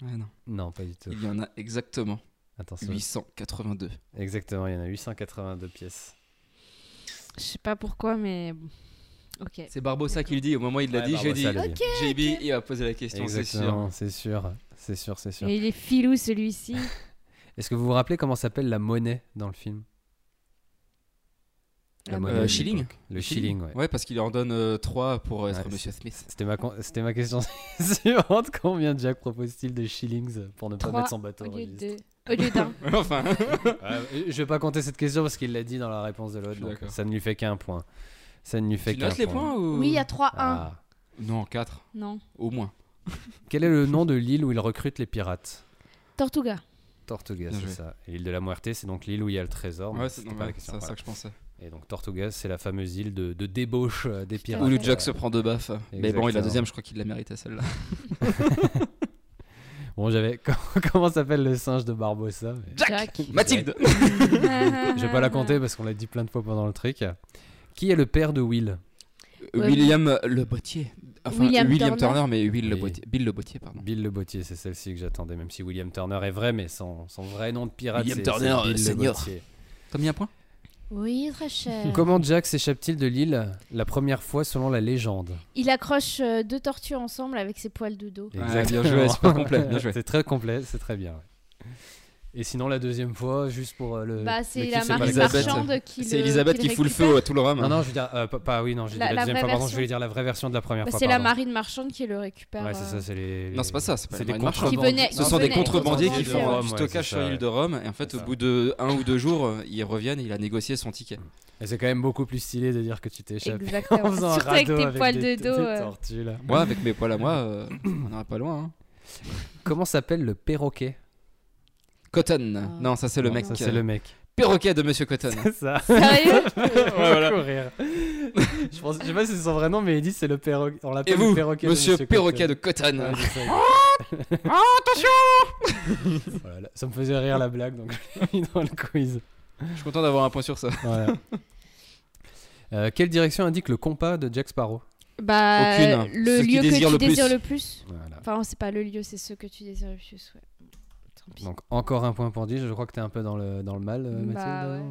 S7: Ouais, non.
S9: Non, pas du tout.
S7: Il y en a exactement
S9: Attention.
S7: 882.
S9: Exactement, il y en a 882 pièces.
S8: Je sais pas pourquoi, mais. bon. Ok.
S7: C'est Barbossa qui le dit. Au moment où il l'a dit, j'ai dit.
S9: Ok.
S7: JB, il va poser la question, c'est sûr.
S9: Exactement, c'est sûr. C'est sûr, c'est sûr.
S8: Et il est filou celui-ci.
S9: Est-ce que vous vous rappelez comment s'appelle la monnaie dans le film
S8: Ah,
S7: monnaie.
S9: de
S7: Euh, shilling.
S9: l'époque. Le shilling, ouais.
S7: Ouais, parce qu'il en donne 3 pour être
S9: Ouais,
S7: Monsieur Smith.
S9: C'était ma, con- c'était ma question suivante. Combien Jack propose-t-il de shillings pour ne pas
S8: Trois
S9: mettre son bateau
S8: au
S9: au
S8: lieu
S9: registre
S8: de- au lieu d'un.
S7: enfin,
S9: Ouais, Je vais pas compter cette question parce qu'il l'a dit dans la réponse de
S7: Je
S9: l'autre.
S7: suis
S9: donc
S7: d'accord.
S9: Ça ne lui fait qu'un point. Ça ne lui fait
S7: tu
S9: qu'un
S7: notes les points hein ou
S8: Oui, il y a 3-1.
S9: Ah.
S7: Non, 4
S8: Non.
S7: au moins.
S9: Quel est le nom de l'île où il recrute les pirates
S8: Tortuga.
S9: Tortuga,
S7: Bien
S9: c'est
S7: joué.
S9: ça. Et L'île de la Muerte, c'est donc l'île où il y a le trésor. mais
S7: Ouais, c'est
S9: c'était
S7: non,
S9: pas la
S7: ouais,
S9: question,
S7: c'est à
S9: voilà.
S7: ça que je pensais.
S9: Et donc Tortuga, c'est la fameuse île de, de débauche euh, des pirates.
S7: Où le Jack se prend deux baffes. Mais bon, il a
S9: Exactement.
S7: deuxième, je crois qu'il la méritait celle-là.
S9: Bon, j'avais. Comment s'appelle le singe de Barbossa mais-
S8: Jack.
S7: Mathilde
S9: Je vais pas la compter parce qu'on l'a dit plein de fois pendant le trick. Qui est le père de Will
S8: Ouais,
S7: William Le Boîtier. Enfin,
S8: William
S7: William,
S8: Turner.
S7: Turner. mais Will le
S9: Oui.
S7: Boîtier. Bill Le Boîtier, pardon.
S9: Bill le Bottier, c'est celle-ci que j'attendais, même si William Turner est vrai, mais son, son vrai nom de pirate,
S7: William
S9: c'est
S7: Turner,
S9: c'est Bill
S7: euh,
S9: le
S7: senior.
S9: Bottier.
S7: T'as mis un point
S8: Oui, très cher.
S9: Comment Jack s'échappe-t-il de l'île la première fois selon la légende
S8: Il accroche euh, deux tortues ensemble avec ses poils de dos.
S9: Euh,
S7: Ouais, bien joué, super complet, bien joué.
S9: c'est très complet, c'est très bien. ouais. Et sinon, la deuxième fois, juste pour euh, le.
S8: Bah,
S9: le
S8: c'est
S9: kiff,
S8: la
S9: pas
S8: marque
S9: le-
S7: Elisabeth.
S8: marchande qui le.
S9: euh,
S7: C'est Elisabeth qui, fout le feu à tout le rhum.
S9: Non, non, je veux dire, euh, pas, pas- oui, non, j'ai dit
S8: La-
S9: la,
S8: la
S9: deuxième
S8: vraie
S9: fois, pardon,
S8: version.
S9: je voulais dire la vraie version de la première
S8: Bah,
S9: fois.
S8: c'est la
S9: pardon.
S8: marine marchande qui le récupère. euh,
S9: Ouais, c'est ça, c'est les.
S7: Non, c'est pas ça, c'est pas
S9: C'est
S7: la
S9: des
S7: marine marchande.
S8: Qui venait- euh,
S7: Ce sont des
S8: Venez,
S7: contrebandiers
S8: contrebandiers
S7: qui
S8: de
S7: font
S8: Rome,
S7: du
S9: ouais,
S7: stockage
S9: c'est
S7: sur
S9: ça,
S7: l'île de Rome et en fait
S9: C'est
S7: au
S9: ça.
S7: bout de un ou deux jours euh, ils reviennent et il a négocié son ticket.
S9: Et c'est quand même beaucoup plus stylé de dire que tu t'échappes en
S8: Exactement.
S9: faisant un
S8: Surtout avec
S9: radeau
S8: tes poils
S9: des-
S8: de dos.
S9: des
S8: euh.
S9: tortues, là.
S7: Moi avec mes poils à moi euh, on n'aurait pas loin. hein.
S9: Comment s'appelle le perroquet
S7: Cotton.
S8: Ah.
S7: Non ça c'est le
S9: Non,
S7: mec.
S9: ça,
S7: euh,
S9: c'est le mec.
S7: Perroquet de Monsieur Cotton.
S9: C'est ça.
S8: Sérieux
S9: Courir. Je, pense, je sais pas si c'est son vrai nom, mais il dit c'est le perroquet. On
S7: Et
S9: l'appelle
S7: vous
S9: le perroquet. de
S7: Monsieur
S9: Cotton.
S7: Perroquet de Cotton.
S9: Ouais, c'est ça.
S8: Ah,
S9: Voilà, là, ça me faisait rire la blague, donc je l'ai mis dans le quiz.
S7: Je suis content d'avoir un point sur ça.
S9: Voilà. Euh, quelle direction indique le compas de Jack Sparrow
S8: Bah,
S7: Aucune.
S8: le
S7: Ceux qui
S8: lieu que tu
S7: désirent le plus.
S8: désires le plus.
S9: Voilà.
S8: Enfin, c'est pas le lieu, c'est ce que tu désires le plus. Ouais. Tant pis.
S9: Donc encore un point pour 10, je crois que t'es un peu dans le, dans le mal, euh, Mathilde.
S8: Bah, ouais, ouais, ouais.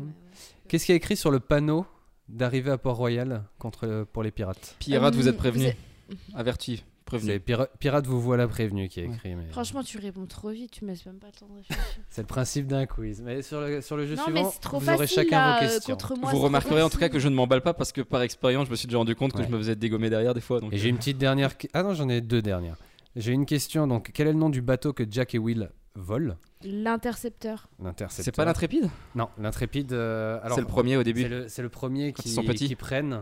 S9: Qu'est-ce qu'il y a écrit sur le panneau d'arrivée à Port-Royal contre le- pour les pirates
S7: Pirate
S8: Euh,
S7: vous êtes prévenu.
S8: c'est-
S7: Averti.
S9: C'est
S7: Prévenu.
S9: pira- Pirate vous voilà prévenu qui est écrit. mais- euh,
S8: Franchement, tu réponds trop vite, tu me laisses même pas le temps de réfléchir.
S9: C'est le principe d'un quiz. Mais sur le, sur le jeu
S8: non, mais
S9: suivant,
S8: c'est trop
S9: vous aurez
S8: facile
S9: chacun
S8: là,
S9: vos
S8: euh,
S9: questions.
S8: contre moi. c'est
S7: Vous
S8: trop
S7: remarquerez en tout cas
S8: facile.
S7: que je ne m'emballe pas parce que par expérience je me suis déjà rendu compte que
S9: Ouais.
S7: je me faisais dégommer derrière des fois. Donc, euh,
S9: Et j'ai une petite dernière. que- Ah non, j'en ai deux dernières. J'ai une question. Donc, quel est le nom du bateau que Jack et Will volent
S8: L'intercepteur.
S9: L'intercepteur.
S7: c'est pas l'intrépide
S9: Non, l'intrépide. euh, alors,
S7: C'est le premier au début.
S9: C'est le, c'est le premier
S7: Quand
S9: qui,
S7: ils sont petits.
S9: qui prennent.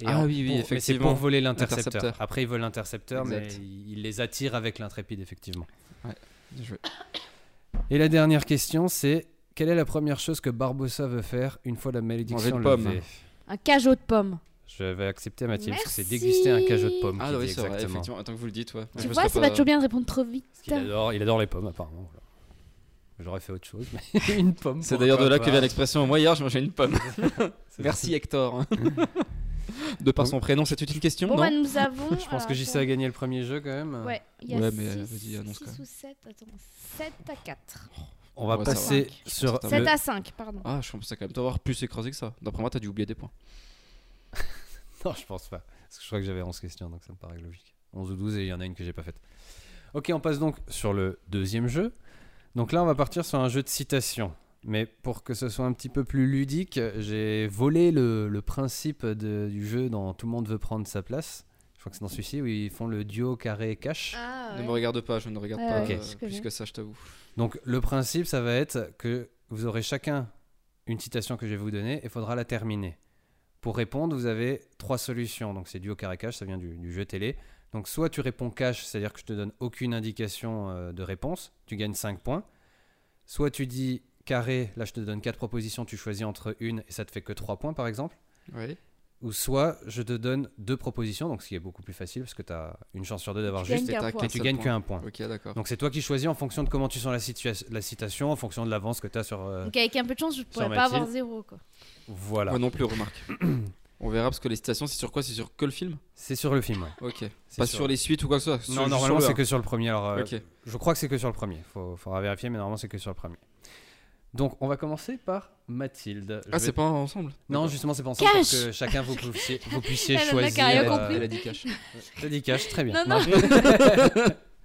S9: Et
S7: Ah
S9: en-
S7: oui, oui,
S9: pour- mais
S7: effectivement.
S9: C'est pour voler l'intercepteur.
S7: Intercepteur.
S9: Après, ils volent l'intercepteur, mais
S7: Exact.
S9: ils ils les attirent avec l'intrépide, effectivement.
S7: Bien joué.
S9: Et la dernière question, c'est quelle est la première chose que Barbossa veut faire une fois la malédiction
S7: Manger de pommes.
S9: levée
S8: Un cajot de pommes.
S9: J'avais accepté Mathilde parce que c'est
S8: Merci.
S9: déguster un cajot de pommes.
S7: Ah
S9: qu'il
S7: oui,
S9: dit
S7: c'est vrai,
S9: exactement.
S7: effectivement. Attends que vous le dites, ouais.
S8: Tu
S7: Je
S8: vois,
S7: serais
S8: c'est pas toujours bien de répondre trop vite.
S9: Parce qu'il adore, il adore les pommes apparemment. voilà. J'aurais fait autre chose, mais une pomme.
S7: C'est
S9: pourquoi
S7: d'ailleurs de là
S9: pas.
S7: que vient l'expression. Moi, hier, je mangeais une pomme.
S9: C'est-
S7: Merci, Hector. De par son prénom, c'est une question,
S8: Bon,
S7: non
S8: bah, nous avons.
S9: Je pense
S8: alors,
S9: que JC a
S8: attends.
S9: gagné le premier jeu quand même.
S8: Ouais, il y a
S7: Ouais, mais,
S8: six-
S7: euh, vas-y, annonce quand
S8: six
S7: même.
S8: ou 7, attends. 7 à 4.
S9: On va
S7: Ouais, ça va.
S9: passer
S8: Cinq.
S9: sur.
S7: Attends,
S8: 7
S7: mais-
S8: à 5, pardon.
S7: Ah, je pensais quand même t'avoir plus écrasé que ça. D'après moi, t'as dû oublier des points.
S9: Non, je pense pas. Parce que je crois que j'avais 11 questions, donc ça me paraît logique. 11 ou 12, et il y en a une que j'ai pas faite. Ok, on passe donc sur le deuxième jeu. Donc là, on va partir sur un jeu de citation. Mais pour que ce soit un petit peu plus ludique, j'ai volé le, le principe de- du jeu dans Tout le monde veut prendre sa place. Je crois que c'est dans celui-ci où ils font le duo carré-cache.
S8: Ah,
S7: Ne me regarde pas, je ne regarde
S8: Ouais,
S7: pas
S9: ouais,
S7: euh,
S8: je connais.
S7: plus que ça, je t'avoue.
S9: Donc le principe, ça va être que vous aurez chacun une citation que je vais vous donner et il faudra la terminer. Pour répondre, vous avez trois solutions. Donc c'est duo carré cash, ça vient du, du jeu télé. Donc soit tu réponds cash, c'est-à-dire que je te donne aucune indication euh, de réponse, tu gagnes 5 points. Soit tu dis carré, là je te donne quatre propositions, tu choisis entre une et ça te fait que 3 points par exemple.
S7: Oui.
S9: Ou soit je te donne deux propositions, donc ce qui est beaucoup plus facile parce que tu as une chance sur deux d'avoir
S8: Tu gagnes
S9: juste
S8: qu'un
S7: t'as
S8: point.
S7: qu'un
S9: et tu
S7: seul
S9: gagnes
S7: point.
S9: qu'un point.
S7: Ok, d'accord.
S9: Donc c'est toi qui choisis en fonction de comment tu sens la, situa- la citation, en fonction de l'avance que tu as sur... euh,
S8: Donc, avec un peu de chance, je pourrais pas
S9: Mathilde.
S8: avoir 0. Quoi.
S9: Voilà.
S7: Moi non plus, remarque. On verra parce que les citations, c'est sur quoi C'est sur que le film
S9: C'est sur le film, ouais.
S7: Ok.
S9: C'est
S7: Pas sur... les suites ou quoi que ce soit. sur-
S9: Non,
S7: juste
S9: normalement
S7: sur
S9: c'est
S7: le
S9: que sur le premier. Alors,
S7: un.
S9: euh,
S7: Ok.
S9: Je crois que c'est que sur le premier. Faut, faudra vérifier, mais normalement c'est que sur le premier. Donc on va commencer par Mathilde. Je
S7: Ah,
S9: vais-
S7: c'est pas ensemble
S9: Non, justement c'est pas ensemble
S8: Cache
S9: pour que chacun vous puissiez, vous puissiez
S8: Elle a
S9: choisir.
S8: rien
S9: euh,
S8: compris.
S7: Elle a dit cash.
S9: T'as dit cache, très bien.
S8: Non,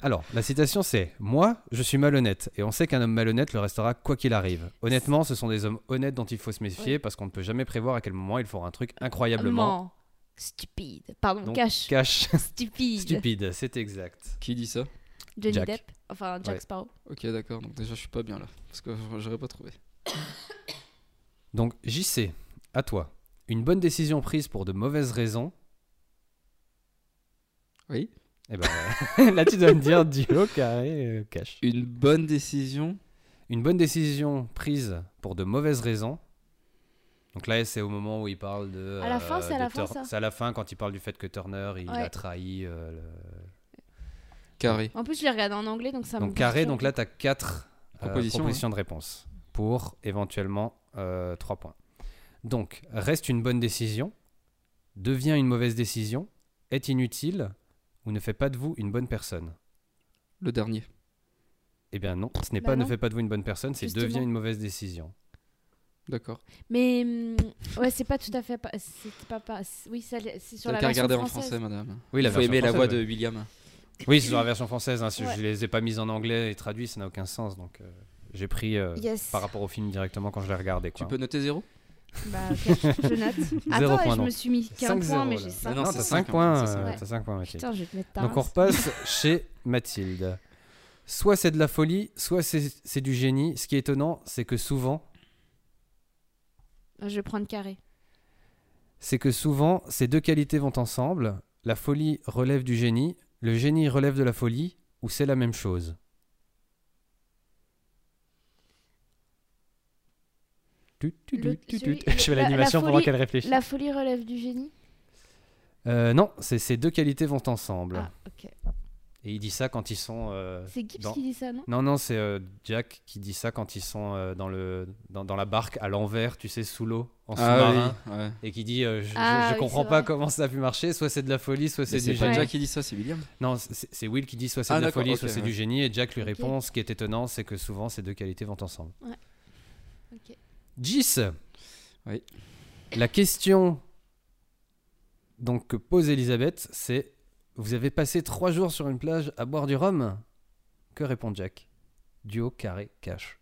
S9: Alors, la citation c'est Moi, je suis malhonnête, et on sait qu'un homme malhonnête le restera quoi qu'il arrive. Honnêtement, ce sont des hommes honnêtes dont il faut se méfier parce qu'on ne peut jamais prévoir à quel moment ils feront un truc incroyablement.
S8: Ment. Stupide. Pardon,
S9: Donc,
S8: cash.
S9: Cache.
S8: Stupide.
S9: Stupide, c'est exact.
S7: Qui dit ça
S8: Johnny
S9: Jack.
S8: Depp. Enfin, Jack
S9: Ouais.
S8: Sparrow.
S7: Ok, d'accord. Donc déjà, je suis pas bien là. Parce que j'aurais pas trouvé.
S9: Donc, JC, à toi. Une bonne décision prise pour de mauvaises raisons.
S7: Oui.
S9: Eh ben, euh, là, tu dois me dire duo carré euh, cache.
S7: Une bonne décision.
S9: Une bonne décision prise pour de mauvaises raisons. Donc là, c'est au moment où il parle de.
S8: À la fin,
S9: euh,
S8: c'est à
S9: de
S8: la fin,
S9: Tur-
S8: ça
S9: C'est à la fin quand il parle du fait que Turner, il
S8: Ouais.
S9: a trahi. euh, le-
S7: Carré.
S8: En plus, je l'ai regardé en anglais, donc ça me.
S9: Donc carré, donc là, tu as 4
S7: Propositions,
S9: propositions, de réponse pour éventuellement 3 points. Donc, reste une bonne décision, devient une mauvaise décision, est inutile ou ne fait pas de vous une bonne personne.
S7: Le dernier.
S9: Eh bien non, ce n'est
S8: Bah
S9: pas ne
S8: non.
S9: fait pas de vous une bonne personne, c'est
S8: Justement.
S9: devient une mauvaise décision.
S7: D'accord.
S8: Mais. hum, ouais, c'est pas tout à fait. pa- C'est pas. pas... c'est- Oui, ça l'est- c'est sur
S7: T'as
S8: la
S7: qu'à
S8: version
S7: regarder en
S8: française.
S7: français, madame.
S9: Oui,
S7: Il faut aimer la voix
S9: française,
S7: de
S9: ouais.
S7: William.
S9: Oui, c'est sur la version française. hein, si
S8: Ouais.
S9: Je les ai pas mises en anglais et traduits, ça n'a aucun sens. Donc euh, j'ai pris euh,
S8: Yes.
S9: par rapport au film directement quand je l'ai regardé.
S7: Tu
S9: Quoi.
S7: peux noter zéro
S8: Bah, ok, je note.
S9: Zéro
S8: Attends,
S9: point,
S8: je me
S9: donc.
S8: suis mis qu'un
S9: 5-0,
S8: point, mais
S9: là.
S8: j'ai
S7: Ah
S8: cinq.
S7: non,
S9: Non,
S7: c'est
S9: t'as
S7: cinq,
S9: 5
S7: hein, c'est
S9: points.
S7: cinq,
S9: euh,
S8: ouais.
S9: T'as 5 points, Mathilde.
S8: Putain, je vais te mettre ta
S9: Donc on
S8: race.
S9: repasse chez Mathilde. Soit c'est de la folie, soit c'est c'est du génie. Ce qui est étonnant, c'est que souvent,
S8: Je vais prendre carré.
S9: c'est que souvent, ces deux qualités vont ensemble. La folie relève du génie, le génie relève de la folie, ou c'est la même chose. Tut, tut,
S8: Le-
S9: tut, tut,
S8: celui-
S9: tut.
S8: le-
S9: Je fais
S8: la- la
S9: l'animation pendant
S8: folie-
S9: qu'elle réfléchit.
S8: La folie relève du génie
S9: Euh, non, c'est ces deux qualités vont ensemble.
S8: Ah, ok.
S9: Et il dit ça quand ils sont euh,
S8: C'est Gibbs
S9: dans-
S8: qui dit ça, non
S9: Non, non, c'est euh, Jack qui dit ça quand ils sont euh, dans, le, dans, dans la barque à l'envers, tu sais, sous l'eau, en sous-marin,
S7: Ah oui. Ouais.
S9: et qui dit euh, Je, je-
S8: Ah
S9: je
S8: oui,
S9: comprends
S8: c'est
S9: pas
S8: vrai.
S9: comment ça a pu marcher, soit c'est de la folie, soit
S7: Mais
S9: c'est
S7: C'est
S9: du
S7: pas
S9: génie.
S7: Jack qui dit ça, c'est William.
S9: Non, c'est c'est Will qui dit soit c'est
S7: Ah,
S9: de la
S7: d'accord,
S9: folie,
S7: ok,
S9: soit c'est
S7: ouais.
S9: du génie, et Jack lui
S8: Ok.
S9: répond Ce qui est étonnant, c'est que souvent ces deux qualités vont ensemble.
S8: Ouais. Ok.
S9: Gis
S7: Oui.
S9: La question donc, que pose Elisabeth, c'est Vous avez passé trois jours sur une plage à boire du rhum Que répond Jack Duo, carré, cash.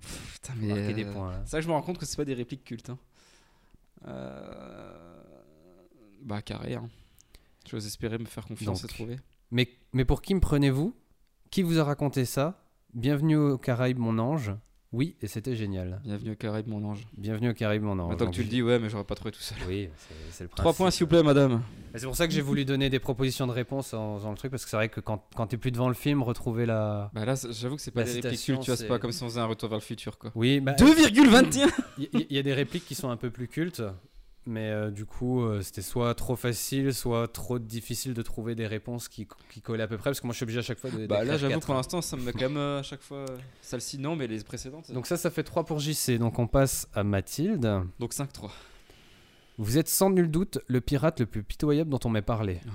S7: Pff, Putain,
S9: Faut
S7: mais.
S9: marquer des
S7: euh,
S9: points. hein. là.
S7: C'est vrai que je me rends compte que c'est pas des répliques cultes. hein. Euh, Bah, carré. Hein. J'ose espérer me faire confiance
S9: Donc.
S7: et trouver.
S9: Mais, mais pour qui me prenez-vous Qui vous a raconté ça Bienvenue aux Caraïbes, mon ange. Oui, et c'était génial.
S7: Bienvenue au Caraïbes, mon ange.
S9: Bienvenue aux Caraïbes, mon ange.
S7: Maintenant que tu le dis, ouais, mais j'aurais pas trouvé tout seul.
S9: Oui, c'est- c'est le principe.
S7: 3 points, s'il vous plaît, madame.
S9: Et C'est pour ça que j'ai voulu donner des propositions de réponse en faisant le truc, parce que c'est vrai que quand, quand t'es plus devant le film, retrouver la.
S7: Bah là, c'est- j'avoue que c'est pas
S9: La
S7: des répliques
S9: citation,
S7: cultes, tu vois, c'est
S9: c'est-
S7: pas comme si
S9: Bah,
S7: on faisait un retour vers le futur, quoi.
S9: Oui, bah,
S7: 2,21
S9: il y, y a des répliques qui sont un peu plus cultes, Mais euh, du coup, euh, c'était soit trop facile, soit trop difficile de trouver des réponses qui, qui collaient à peu près, parce que moi je suis obligé à chaque fois de.
S7: Bah
S9: d'écrire
S7: là, j'avoue
S9: quatre.
S7: pour l'instant, ça me met quand même euh, à chaque fois. euh, Celle-ci, non, mais les précédentes. Donc,
S9: Donc ça, ça fait 3 pour JC. Donc on passe à Mathilde.
S7: 5-3.
S9: Vous êtes sans nul doute le pirate le plus pitoyable dont on m'ait parlé.
S7: Ah.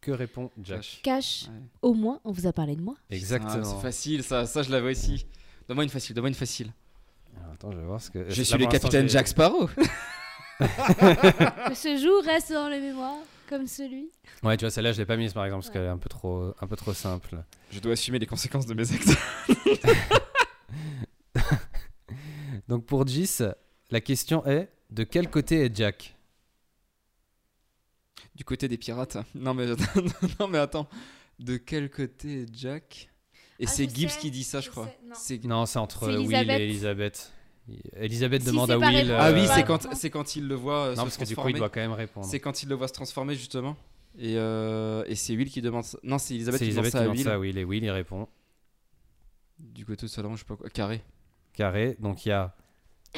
S9: Que répond Jack
S8: Cash,
S7: Ouais.
S8: au moins, on vous a parlé de moi.
S7: Ah, mais
S9: Exactement.
S7: c'est facile, ça, ça je l'avais aussi. Donne-moi une facile, donne-moi une facile.
S9: Alors, attends, je vais voir ce que.
S7: Je
S9: Euh, Là,
S7: suis
S9: pour
S7: le
S9: l'instant,
S7: capitaine
S9: j'ai-
S7: Jack Sparrow.
S8: que ce jour reste dans les mémoires, comme celui.
S9: Ouais, tu vois, celle-là, je l'ai pas mise par exemple, parce qu'elle est un peu trop, un peu trop simple.
S7: Je dois assumer les conséquences de mes actes.
S9: Donc pour Jis, la question est de quel côté est Jack
S7: Du côté des pirates. Non mais attends, non, mais attends. de quel côté est Jack Et
S8: Ah,
S7: c'est
S8: je
S7: Gibbs
S8: sais,
S7: qui dit ça, je
S8: je
S7: crois.
S8: sais, non.
S7: C'est-
S9: Non, c'est entre
S8: C'est
S9: Will
S8: Elisabeth.
S9: et Elisabeth. Elisabeth
S8: Si,
S9: demande
S8: c'est
S9: à
S8: pas
S9: Will.
S8: répondu.
S7: Ah
S8: Euh,
S7: oui,
S8: bah,
S7: c'est
S8: non.
S7: quand, c'est quand il le voit euh,
S9: Non,
S7: se
S9: parce que du coup, il
S7: transformer.
S9: doit quand même répondre.
S7: C'est quand il le voit se transformer justement. Et, euh, et c'est Will qui demande. ça- Non, c'est Elisabeth
S9: C'est
S7: qui demande
S9: Elisabeth
S7: ça à Will.
S9: ça à Will et Will il répond.
S7: Du côté de Salomon, je sais pas quoi. Carré.
S9: Carré, donc il y a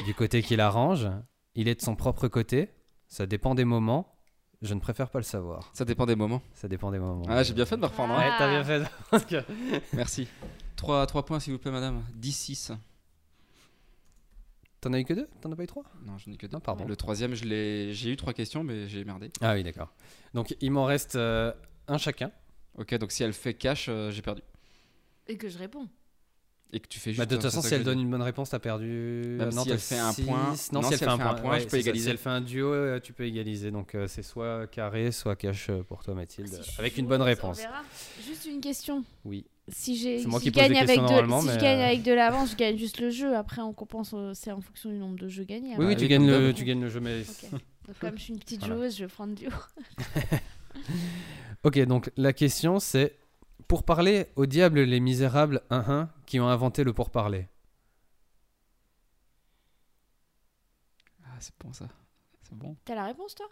S9: du côté qui l'arrange, il est de son propre côté, ça dépend des moments, je ne préfère pas le savoir,
S7: Ça dépend des moments.
S9: ça dépend des moments.
S7: Ah, j'ai bien fait de me reprendre. hein.
S9: Ouais, t'as bien fait. parce que-
S7: Merci. 3, points, s'il vous plaît, madame. 10, 6.
S9: T'en as eu que deux T'en as pas eu trois
S7: Non, j'en ai que deux.
S9: Non, pardon.
S7: Le troisième, je l'ai- j'ai eu trois questions, mais j'ai merdé.
S9: Ah oui, d'accord. Donc il m'en reste euh, un chacun.
S7: Ok, donc si elle fait cash, euh, j'ai perdu.
S8: Et que je réponds.
S7: Et que tu fais juste.
S9: Bah, de toute
S7: c'est
S9: façon,
S7: ça
S9: si
S7: que
S9: elle
S7: je veux
S9: donne une bonne réponse, t'as perdu.
S7: Même
S9: euh, non,
S7: si
S9: t'as
S7: elle fait un
S9: six.
S7: point-
S9: Non, si elle fait un point,
S7: je
S9: ouais,
S7: peux
S9: c'est ça.
S7: égaliser.
S9: Si elle fait un duo, euh, tu peux égaliser. Donc euh, c'est soit carré, soit cache euh, pour toi, Mathilde.
S8: Ah, si je
S9: avec
S8: suis
S9: une bonne
S8: heureuse,
S9: réponse.
S8: on verra. Juste une question.
S9: Oui.
S8: Si j'ai
S9: C'est moi
S8: si
S9: qui
S8: je
S9: pose
S8: gagne
S9: des
S8: avec
S9: questions
S8: de,
S9: normalement,
S8: si je
S9: mais,
S8: gagne
S9: euh,
S8: avec de l'avance, je gagne juste le jeu. Après, on compense. euh, C'est en fonction du nombre de jeux gagnés.
S9: Oui,
S7: bah
S9: oui, tu
S7: oui,
S9: gagnes,
S7: comme
S9: le,
S7: d'hab.
S9: tu gagnes le jeu, mais.
S8: Ok. Donc, comme je suis une petite
S9: Voilà.
S8: joueuse, je vais prendre du haut.
S9: Ok, donc la question c'est pour parler au diable les misérables hein, hein, qui ont inventé le pourparler.
S7: dire. Ah, c'est bon ça. C'est bon.
S8: T'as la réponse, toi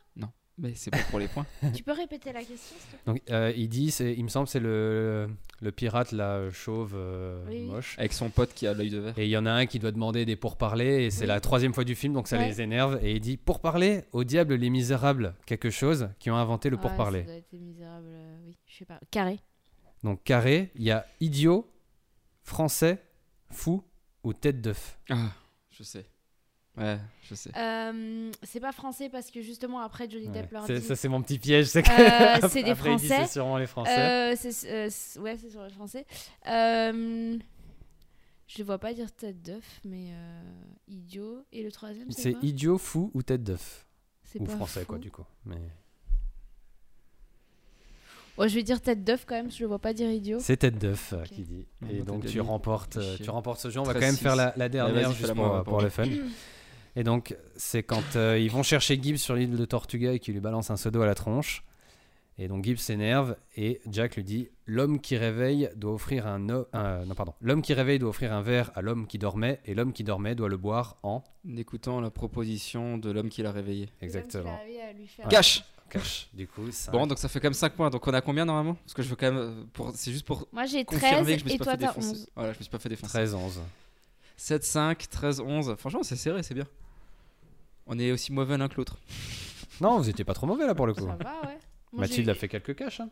S7: Mais c'est bon pour les points.
S8: Tu peux répéter la question s'il te plaît
S9: Donc euh, il dit, c'est, il me semble, c'est le, le pirate là euh, chauve euh,
S8: Oui, oui.
S9: moche.
S7: Avec son pote qui a l'œil de verre.
S9: Et il y en a un qui doit demander des pourparlers et c'est
S8: Oui.
S9: la troisième fois du film donc ça
S8: Ouais.
S9: les énerve et il dit pour parler au diable les misérables quelque chose qui ont inventé le
S8: Ah,
S9: pourparler.
S8: Ça doit être les misérables. euh, oui, je sais pas. Carré.
S9: donc carré, il y a idiot, français, fou ou tête d'œuf.
S7: Ah, je sais. Ouais, je sais.
S8: Euh, c'est pas français parce que justement après Johnny
S9: Ouais.
S8: Depp leur
S9: C'est-
S8: dit.
S9: ça c'est mon petit piège, c'est que
S8: Euh, c'est des
S9: après, il dit,
S8: Français.
S9: c'est sûrement les français.
S8: Euh, c'est- euh, c'est- ouais, c'est sur le français. Euh, je le vois pas dire tête d'œuf, mais euh, idiot. Et le troisième, c'est
S9: C'est
S8: quoi
S9: idiot, fou ou tête d'œuf
S8: C'est
S9: Ou
S8: pas
S9: français,
S8: fou.
S9: quoi, du coup. Mais...
S8: Ouais, je vais dire tête d'œuf quand même, je le vois pas dire idiot.
S9: C'est tête d'œuf euh, qui dit.
S7: Bon,
S9: Et
S7: bah,
S9: donc,
S7: t'as
S9: tu
S7: gagné.
S9: remportes, euh,
S7: Chier.
S9: tu remportes ce jeu. On va quand
S7: 13,
S9: même faire la, la dernière
S7: vas-y,
S9: juste
S7: fais-la
S9: pour,
S7: moi,
S9: euh, pour le fun. Et donc, c'est quand euh, ils vont chercher Gibbs sur l'île de Tortuga et qu'il lui balance un seau d'eau à la tronche. Et donc, Gibbs s'énerve et Jack lui dit L'homme qui réveille doit offrir un. o- un- non, pardon. L'homme qui réveille doit offrir un verre à l'homme qui dormait et l'homme qui dormait doit le boire en.
S7: En écoutant la proposition de l'homme qui l'a réveillé.
S9: Exactement.
S7: Cash
S9: Cash. Du coup, ça.
S7: Bon, donc ça fait comme 5 points. Donc on a combien normalement Parce que je veux quand même. euh, Pour... C'est juste pour
S8: Moi j'ai
S7: confirmer
S8: 13
S7: que je me
S8: et
S7: suis pas
S8: toi
S7: fait
S8: t'as
S7: défoncer.
S8: 11.
S7: Voilà, je me suis pas fait défoncer.
S9: 13-11.
S7: 7, 5, 13, 11. Franchement, c'est serré, c'est bien. On est aussi mauvais l'un que l'autre.
S9: Non, vous étiez pas trop mauvais là pour le coup.
S8: Ça va, ouais. Moi,
S9: Mathilde
S8: j'ai-
S9: a fait quelques caches. Hein.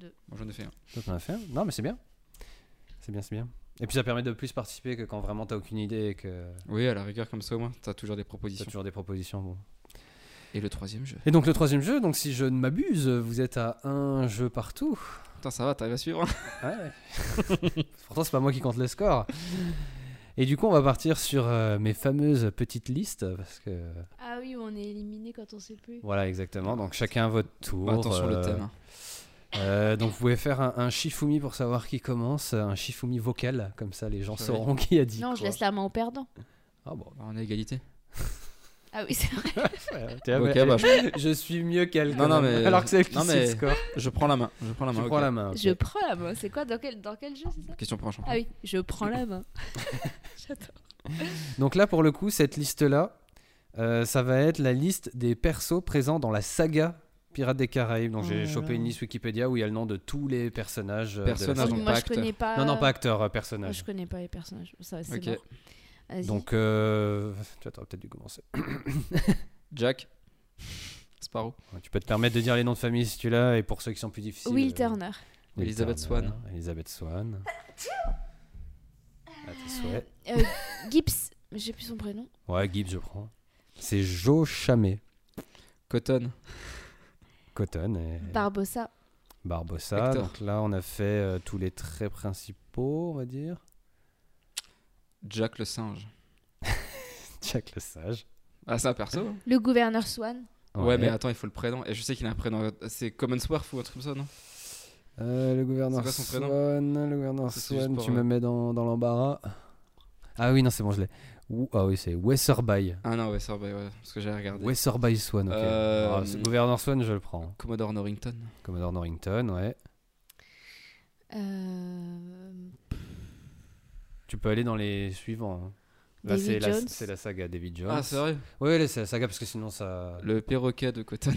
S7: Moi, j'en ai fait un.
S9: Toi, t'en as fait un. Non, mais c'est bien. C'est bien, c'est bien. Et puis ça permet de plus participer que quand vraiment t'as aucune idée et que
S7: Oui, à la rigueur, comme ça, au moins, t'as toujours des
S9: t'as
S7: propositions.
S9: toujours des propositions. bon.
S7: Et le troisième jeu.
S9: Et donc le troisième jeu, donc si je ne m'abuse, vous êtes à un jeu partout.
S7: Putain, ça va, t'arrives à suivre hein
S9: Ah Ouais. Pourtant, c'est pas moi qui compte le score. Et du coup, on va partir sur euh, mes fameuses petites listes parce que
S8: Ah oui, on est éliminé quand on sait plus.
S9: voilà exactement. Donc chacun à votre tour.
S7: Bah, Attention le
S9: euh,
S7: thème. hein.
S9: Euh, donc vous pouvez faire un, un shifumi pour savoir qui commence, un shifumi vocal, comme ça les gens
S7: Joli.
S9: sauront qui a dit.
S8: Non, je
S9: quoi.
S8: laisse la main au perdant.
S9: Ah bon.
S7: Bah, on est à égalité.
S8: Ah oui, c'est vrai.
S9: ouais, t'es-
S7: Ok,
S9: ouais,
S7: bah, je,
S9: Je suis mieux qu'elle.
S7: Non,
S9: quand
S7: non,
S9: même.
S7: mais-
S9: Alors que c'est elle qui
S7: non,
S9: suit
S7: mais-
S9: le score.
S7: je prends la main. Je prends la
S9: Tu
S7: main. ok.
S9: prends la main. ok.
S8: Je prends la main. C'est quoi dans quel, dans quel jeu c'est ça
S7: Question pour un champion.
S8: Ah oui, je prends la main. J'adore.
S9: Donc là, pour le coup, cette liste-là, euh, ça va être la liste des persos présents dans la saga Pirates des Caraïbes. Donc j'ai chopé une liste Wikipédia où il y a le nom de tous les personnages. euh, de la
S7: Personnages,
S9: saga.
S7: donc
S8: Moi
S7: pas
S8: je
S7: acteur.
S8: connais pas.
S9: Non, non, pas acteurs, euh,
S8: Moi,
S9: personnages.
S8: je connais pas les personnages. Ça, c'est
S7: Ok.
S8: mort. Vas-y.
S9: Donc, euh, tu vois, t'aurais peut-être dû commencer.
S7: Jack Sparrow,
S9: Tu peux te permettre de dire les noms de famille si tu l'as, et pour ceux qui sont plus difficiles.
S8: Will
S9: euh,
S8: Turner.
S9: Will
S7: Elizabeth
S9: Turner,
S7: Swann.
S9: Elizabeth Swann. À tes souhaits.
S8: Euh, Gibbs, j'ai plus son prénom.
S9: Ouais, Gibbs, je prends. C'est Jo Chamet,
S7: Cotton,
S9: Cotton et
S8: Barbossa.
S9: Barbossa.
S7: Hector.
S9: Donc là, on a fait euh, tous les traits principaux, on va dire.
S7: Jack le singe.
S9: Jack le Sage.
S7: Ah, c'est un perso hein
S8: Le gouverneur Swan.
S7: ouais. mais attends, il faut le prénom. Et je sais qu'il a un prénom. euh, C'est Commonsworth ou un truc comme ça, non
S9: Euh, le gouverneur
S7: C'est quoi son prénom
S9: Swan, le gouverneur
S7: C'est juste
S9: Swan,
S7: pour,
S9: tu
S7: euh,
S9: me mets dans, dans l'embarras. Ah oui, non, c'est bon, je l'ai. Ou- Ah oui, c'est Wesserby.
S7: Ah non, ouais, ça, bah, ouais, parce que j'ai regardé.
S9: Wesserby Swan, ok.
S7: Euh,
S9: Ah, c'est- gouverneur Swan, je le prends.
S7: Commodore Norrington.
S9: Commodore Norrington, ouais.
S8: Euh,
S9: Tu peux aller dans les suivants. hein. Là,
S8: David
S9: c'est la,
S8: Jones.
S9: c'est la saga David Jones.
S7: Ah, sérieux
S9: Ouais, là, c'est la saga parce que sinon ça.
S7: Le perroquet de Cotton.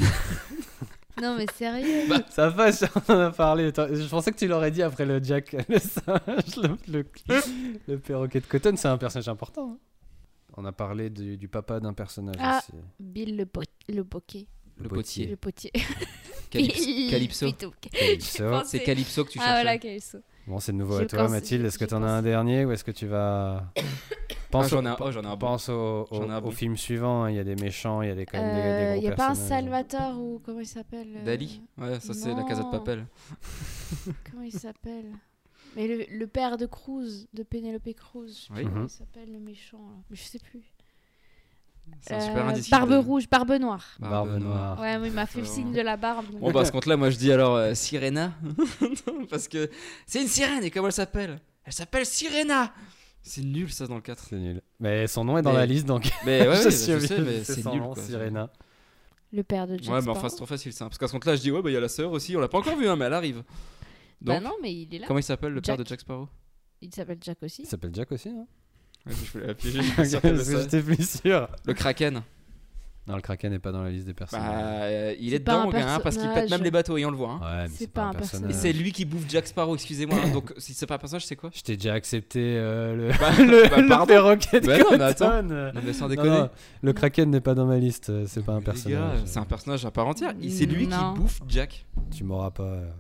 S8: Non, mais sérieux.
S9: Ça passe, on en a parlé. Attends, Je pensais que tu l'aurais dit après le Jack, le singe, le, le- le perroquet de Cotton, c'est un personnage important. hein. On a parlé du, du papa d'un personnage
S8: Ah.
S9: aussi.
S8: Bill le, po- le poquet.
S7: Le,
S9: Le
S7: potier.
S8: Le potier.
S7: Calypso. Calypso.
S8: Plutôt que-
S9: Calypso.
S8: Je pensais-
S7: C'est Calypso que tu
S8: Ah
S7: cherches.
S8: voilà, Calypso.
S9: Bon, c'est de nouveau à
S8: Je
S9: toi,
S8: pense-
S9: Mathilde. Est-ce que
S8: j'y
S9: t'en as un
S8: pense.
S9: dernier ou est-ce que tu vas. Pense
S7: j'en
S9: au-
S7: ai un- oh, j'en ai un bon.
S9: Pense au, au,
S7: J'en ai un
S9: au
S7: bon.
S9: film suivant. hein. Il y a des méchants, il y a des, quand même des- des,
S8: Euh, Il n'y
S9: gros
S8: a pas un
S9: personnages.
S8: Salvatore ou comment il s'appelle euh,
S7: hein. Dali. Ouais, ça c'est la Casa de
S8: non.
S7: Papel.
S8: Comment il s'appelle Mais le, le père de Cruz, de Penelope Cruz, je sais plus
S7: Oui.
S8: comment
S9: Mhm.
S8: il s'appelle le méchant là. Mais je sais plus.
S7: C'est un super
S8: Euh,
S7: indice.
S8: barbe rouge, barbe noire.
S9: Barbe noire.
S8: Ouais, mais il m'a fait le
S7: Euh,
S8: signe de la barbe. donc-
S7: Bon bah à ce compte là moi je dis alors euh, Sirena parce que c'est une sirène et comment elle s'appelle Elle s'appelle Sirena. C'est nul ça dans le 4.
S9: C'est nul. Mais son nom est dans
S7: Mais-
S9: la liste donc.
S7: Mais ouais, ouais,
S9: je
S7: bah,
S9: suis
S7: je sais
S9: obligé-
S7: mais c'est
S9: son
S7: nul
S9: nom,
S7: quoi.
S9: Sirena.
S8: Le père de Jack
S7: Ouais mais enfin
S8: Sparrow.
S7: c'est trop facile ça parce qu'à ce compte là je dis ouais bah il y a la sœur aussi, on l'a pas encore vue hein, mais elle arrive.
S8: Bah
S7: Donc
S8: non, mais il est là.
S7: comment il s'appelle le père
S8: Jack.
S7: de Jack Sparrow
S8: Il s'appelle Jack aussi.
S9: Il s'appelle Jack aussi, non
S7: Ouais, mais Je voulais la piéger. je
S9: Parce
S7: suis sûr qu'elle
S9: que
S7: le sait.
S9: J'étais plus sûr.
S7: Le Kraken.
S9: Non, le Kraken n'est pas dans la liste des personnages.
S7: Bah euh, il est
S8: C'est pas un
S7: dedans mon gars, hein, parce qu'il pète même
S8: personnage.
S7: les bateaux et on le voit. hein.
S9: ouais, mais c'est pas, un personnage.
S7: Et c'est lui qui bouffe Jack Sparrow, excusez-moi. hein, Donc si c'est pas un personnage c'est quoi
S9: Je t'ai déjà accepté euh, le,
S7: Bah,
S9: le,
S7: bah,
S9: le
S7: pardon.
S9: perroquet de
S7: Bah non, mais attends.
S9: Cotton. Euh,
S7: Non mais sans
S9: non,
S7: déconner.
S9: non, le Kraken n'est pas dans ma liste, euh, c'est pas un
S7: Mais les
S9: personnage.
S7: gars, C'est un personnage à part entière. Il- C'est lui
S8: Mm, Non.
S7: qui bouffe Jack.
S9: Tu m'auras pas. euh,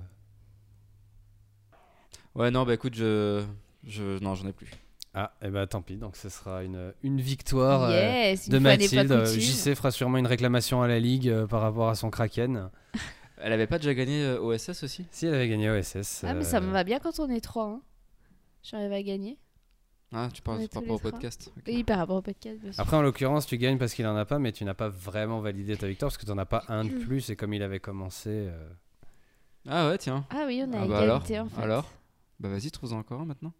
S7: Ouais, non, bah écoute, je. je... Non, j'en ai plus.
S9: Ah, et bah tant pis, donc ce sera une, une victoire euh,
S8: yes, une
S9: de
S8: fois n'est pas
S9: Mathilde. Euh,
S8: coutume.
S9: JC fera sûrement une réclamation à la Ligue euh, par rapport à son Kraken.
S7: Elle avait pas déjà gagné euh, OSS aussi
S9: Si elle avait gagné OSS.
S8: Ah, mais
S9: euh,
S8: ça me va bien quand on est trois. Hein. J'arrive à gagner.
S7: Ah, tu
S8: On
S7: parles
S8: est
S7: par
S8: tous
S7: rapport au
S8: les trois.
S7: podcast. ok.
S8: Oui, par rapport au podcast, bien sûr.
S9: Après, en l'occurrence, tu gagnes parce qu'il en a pas, mais tu n'as pas vraiment validé ta victoire parce que tu n'en as pas un de
S8: Mm.
S9: plus. Et comme il avait commencé. euh,
S7: Ah ouais, tiens.
S8: Ah oui, on a
S7: Ah bah
S8: égalité en fait.
S7: alors Bah vas-y, trouve-en encore un maintenant.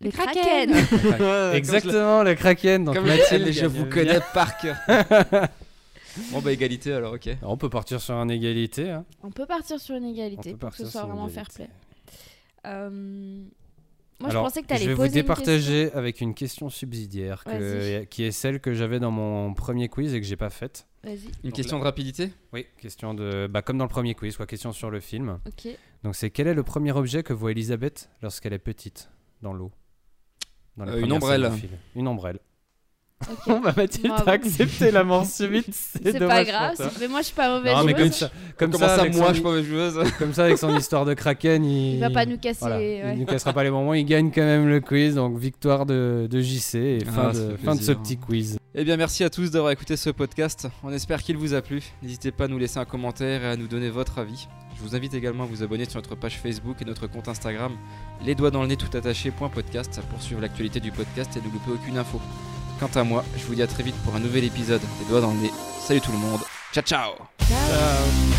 S8: Le Kraken
S9: Exactement, le Kraken. Donc
S7: Euh, Comme
S9: Mathilde,
S7: Mathilde, je
S9: gagne
S7: vous
S9: bien.
S7: connais par cœur. bon, bah égalité alors, ok.
S9: Alors, on peut partir sur une égalité. hein.
S8: On peut partir sur une
S9: On
S8: égalité
S9: peut
S8: pour que
S9: partir
S8: ce soit
S9: sur une
S8: vraiment
S9: égalité.
S8: fair play. Euh, Moi,
S9: Alors,
S8: je pensais que t'allais
S9: Je vais
S8: poser
S9: vous départager avec une question subsidiaire que-
S8: Vas-y.
S9: qui est celle que j'avais dans mon premier quiz et que j'ai pas faite.
S8: une question.
S7: Une question de rapidité
S9: Oui, question de. Bah, comme dans le premier quiz, quoi, question sur le film.
S8: Vas-y, ok.
S9: Donc, c'est quel est le premier objet que voit Elisabeth lorsqu'elle est petite dans l'eau Dans les
S7: Euh, une
S9: premières scènes
S7: ombrelle.
S9: du film. Une ombrelle.
S8: Ok.
S9: bah, Mathilde,
S8: Bravo.
S9: t'as accepté la mort subite.
S8: C'est pas
S9: dommage
S8: grave,
S9: pour toi.
S8: c'est- mais moi je suis pas mauvaise
S9: Non, mais comme
S8: joueuse.
S9: ça, comme
S7: Comment
S9: ça,
S7: ça,
S9: avec
S7: moi,
S9: son-
S7: je suis pas mauvaise joueuse
S9: comme ça, avec son histoire de Kraken, il,
S8: Il va pas nous casser.
S9: Voilà,
S8: ouais.
S9: Il nous cassera pas les moments, il gagne quand même le quiz, donc victoire de, de JC et
S7: Ah, ça
S9: fin,
S7: fait
S9: de, fin de ce
S7: plaisir.
S9: petit quiz.
S7: Eh bien, merci à tous d'avoir écouté ce podcast. On espère qu'il vous a plu. N'hésitez pas à nous laisser un commentaire et à nous donner votre avis. Je vous invite également à vous abonner sur notre page Facebook et notre compte Instagram, les doigts dans le nez tout attaché point podcast, pour suivre l'actualité du podcast et ne louper aucune info. Quant à moi, je vous dis à très vite pour un nouvel épisode des doigts dans le nez. Salut tout le monde. Ciao ciao
S8: Ciao.
S3: Euh,
S9: Ciao.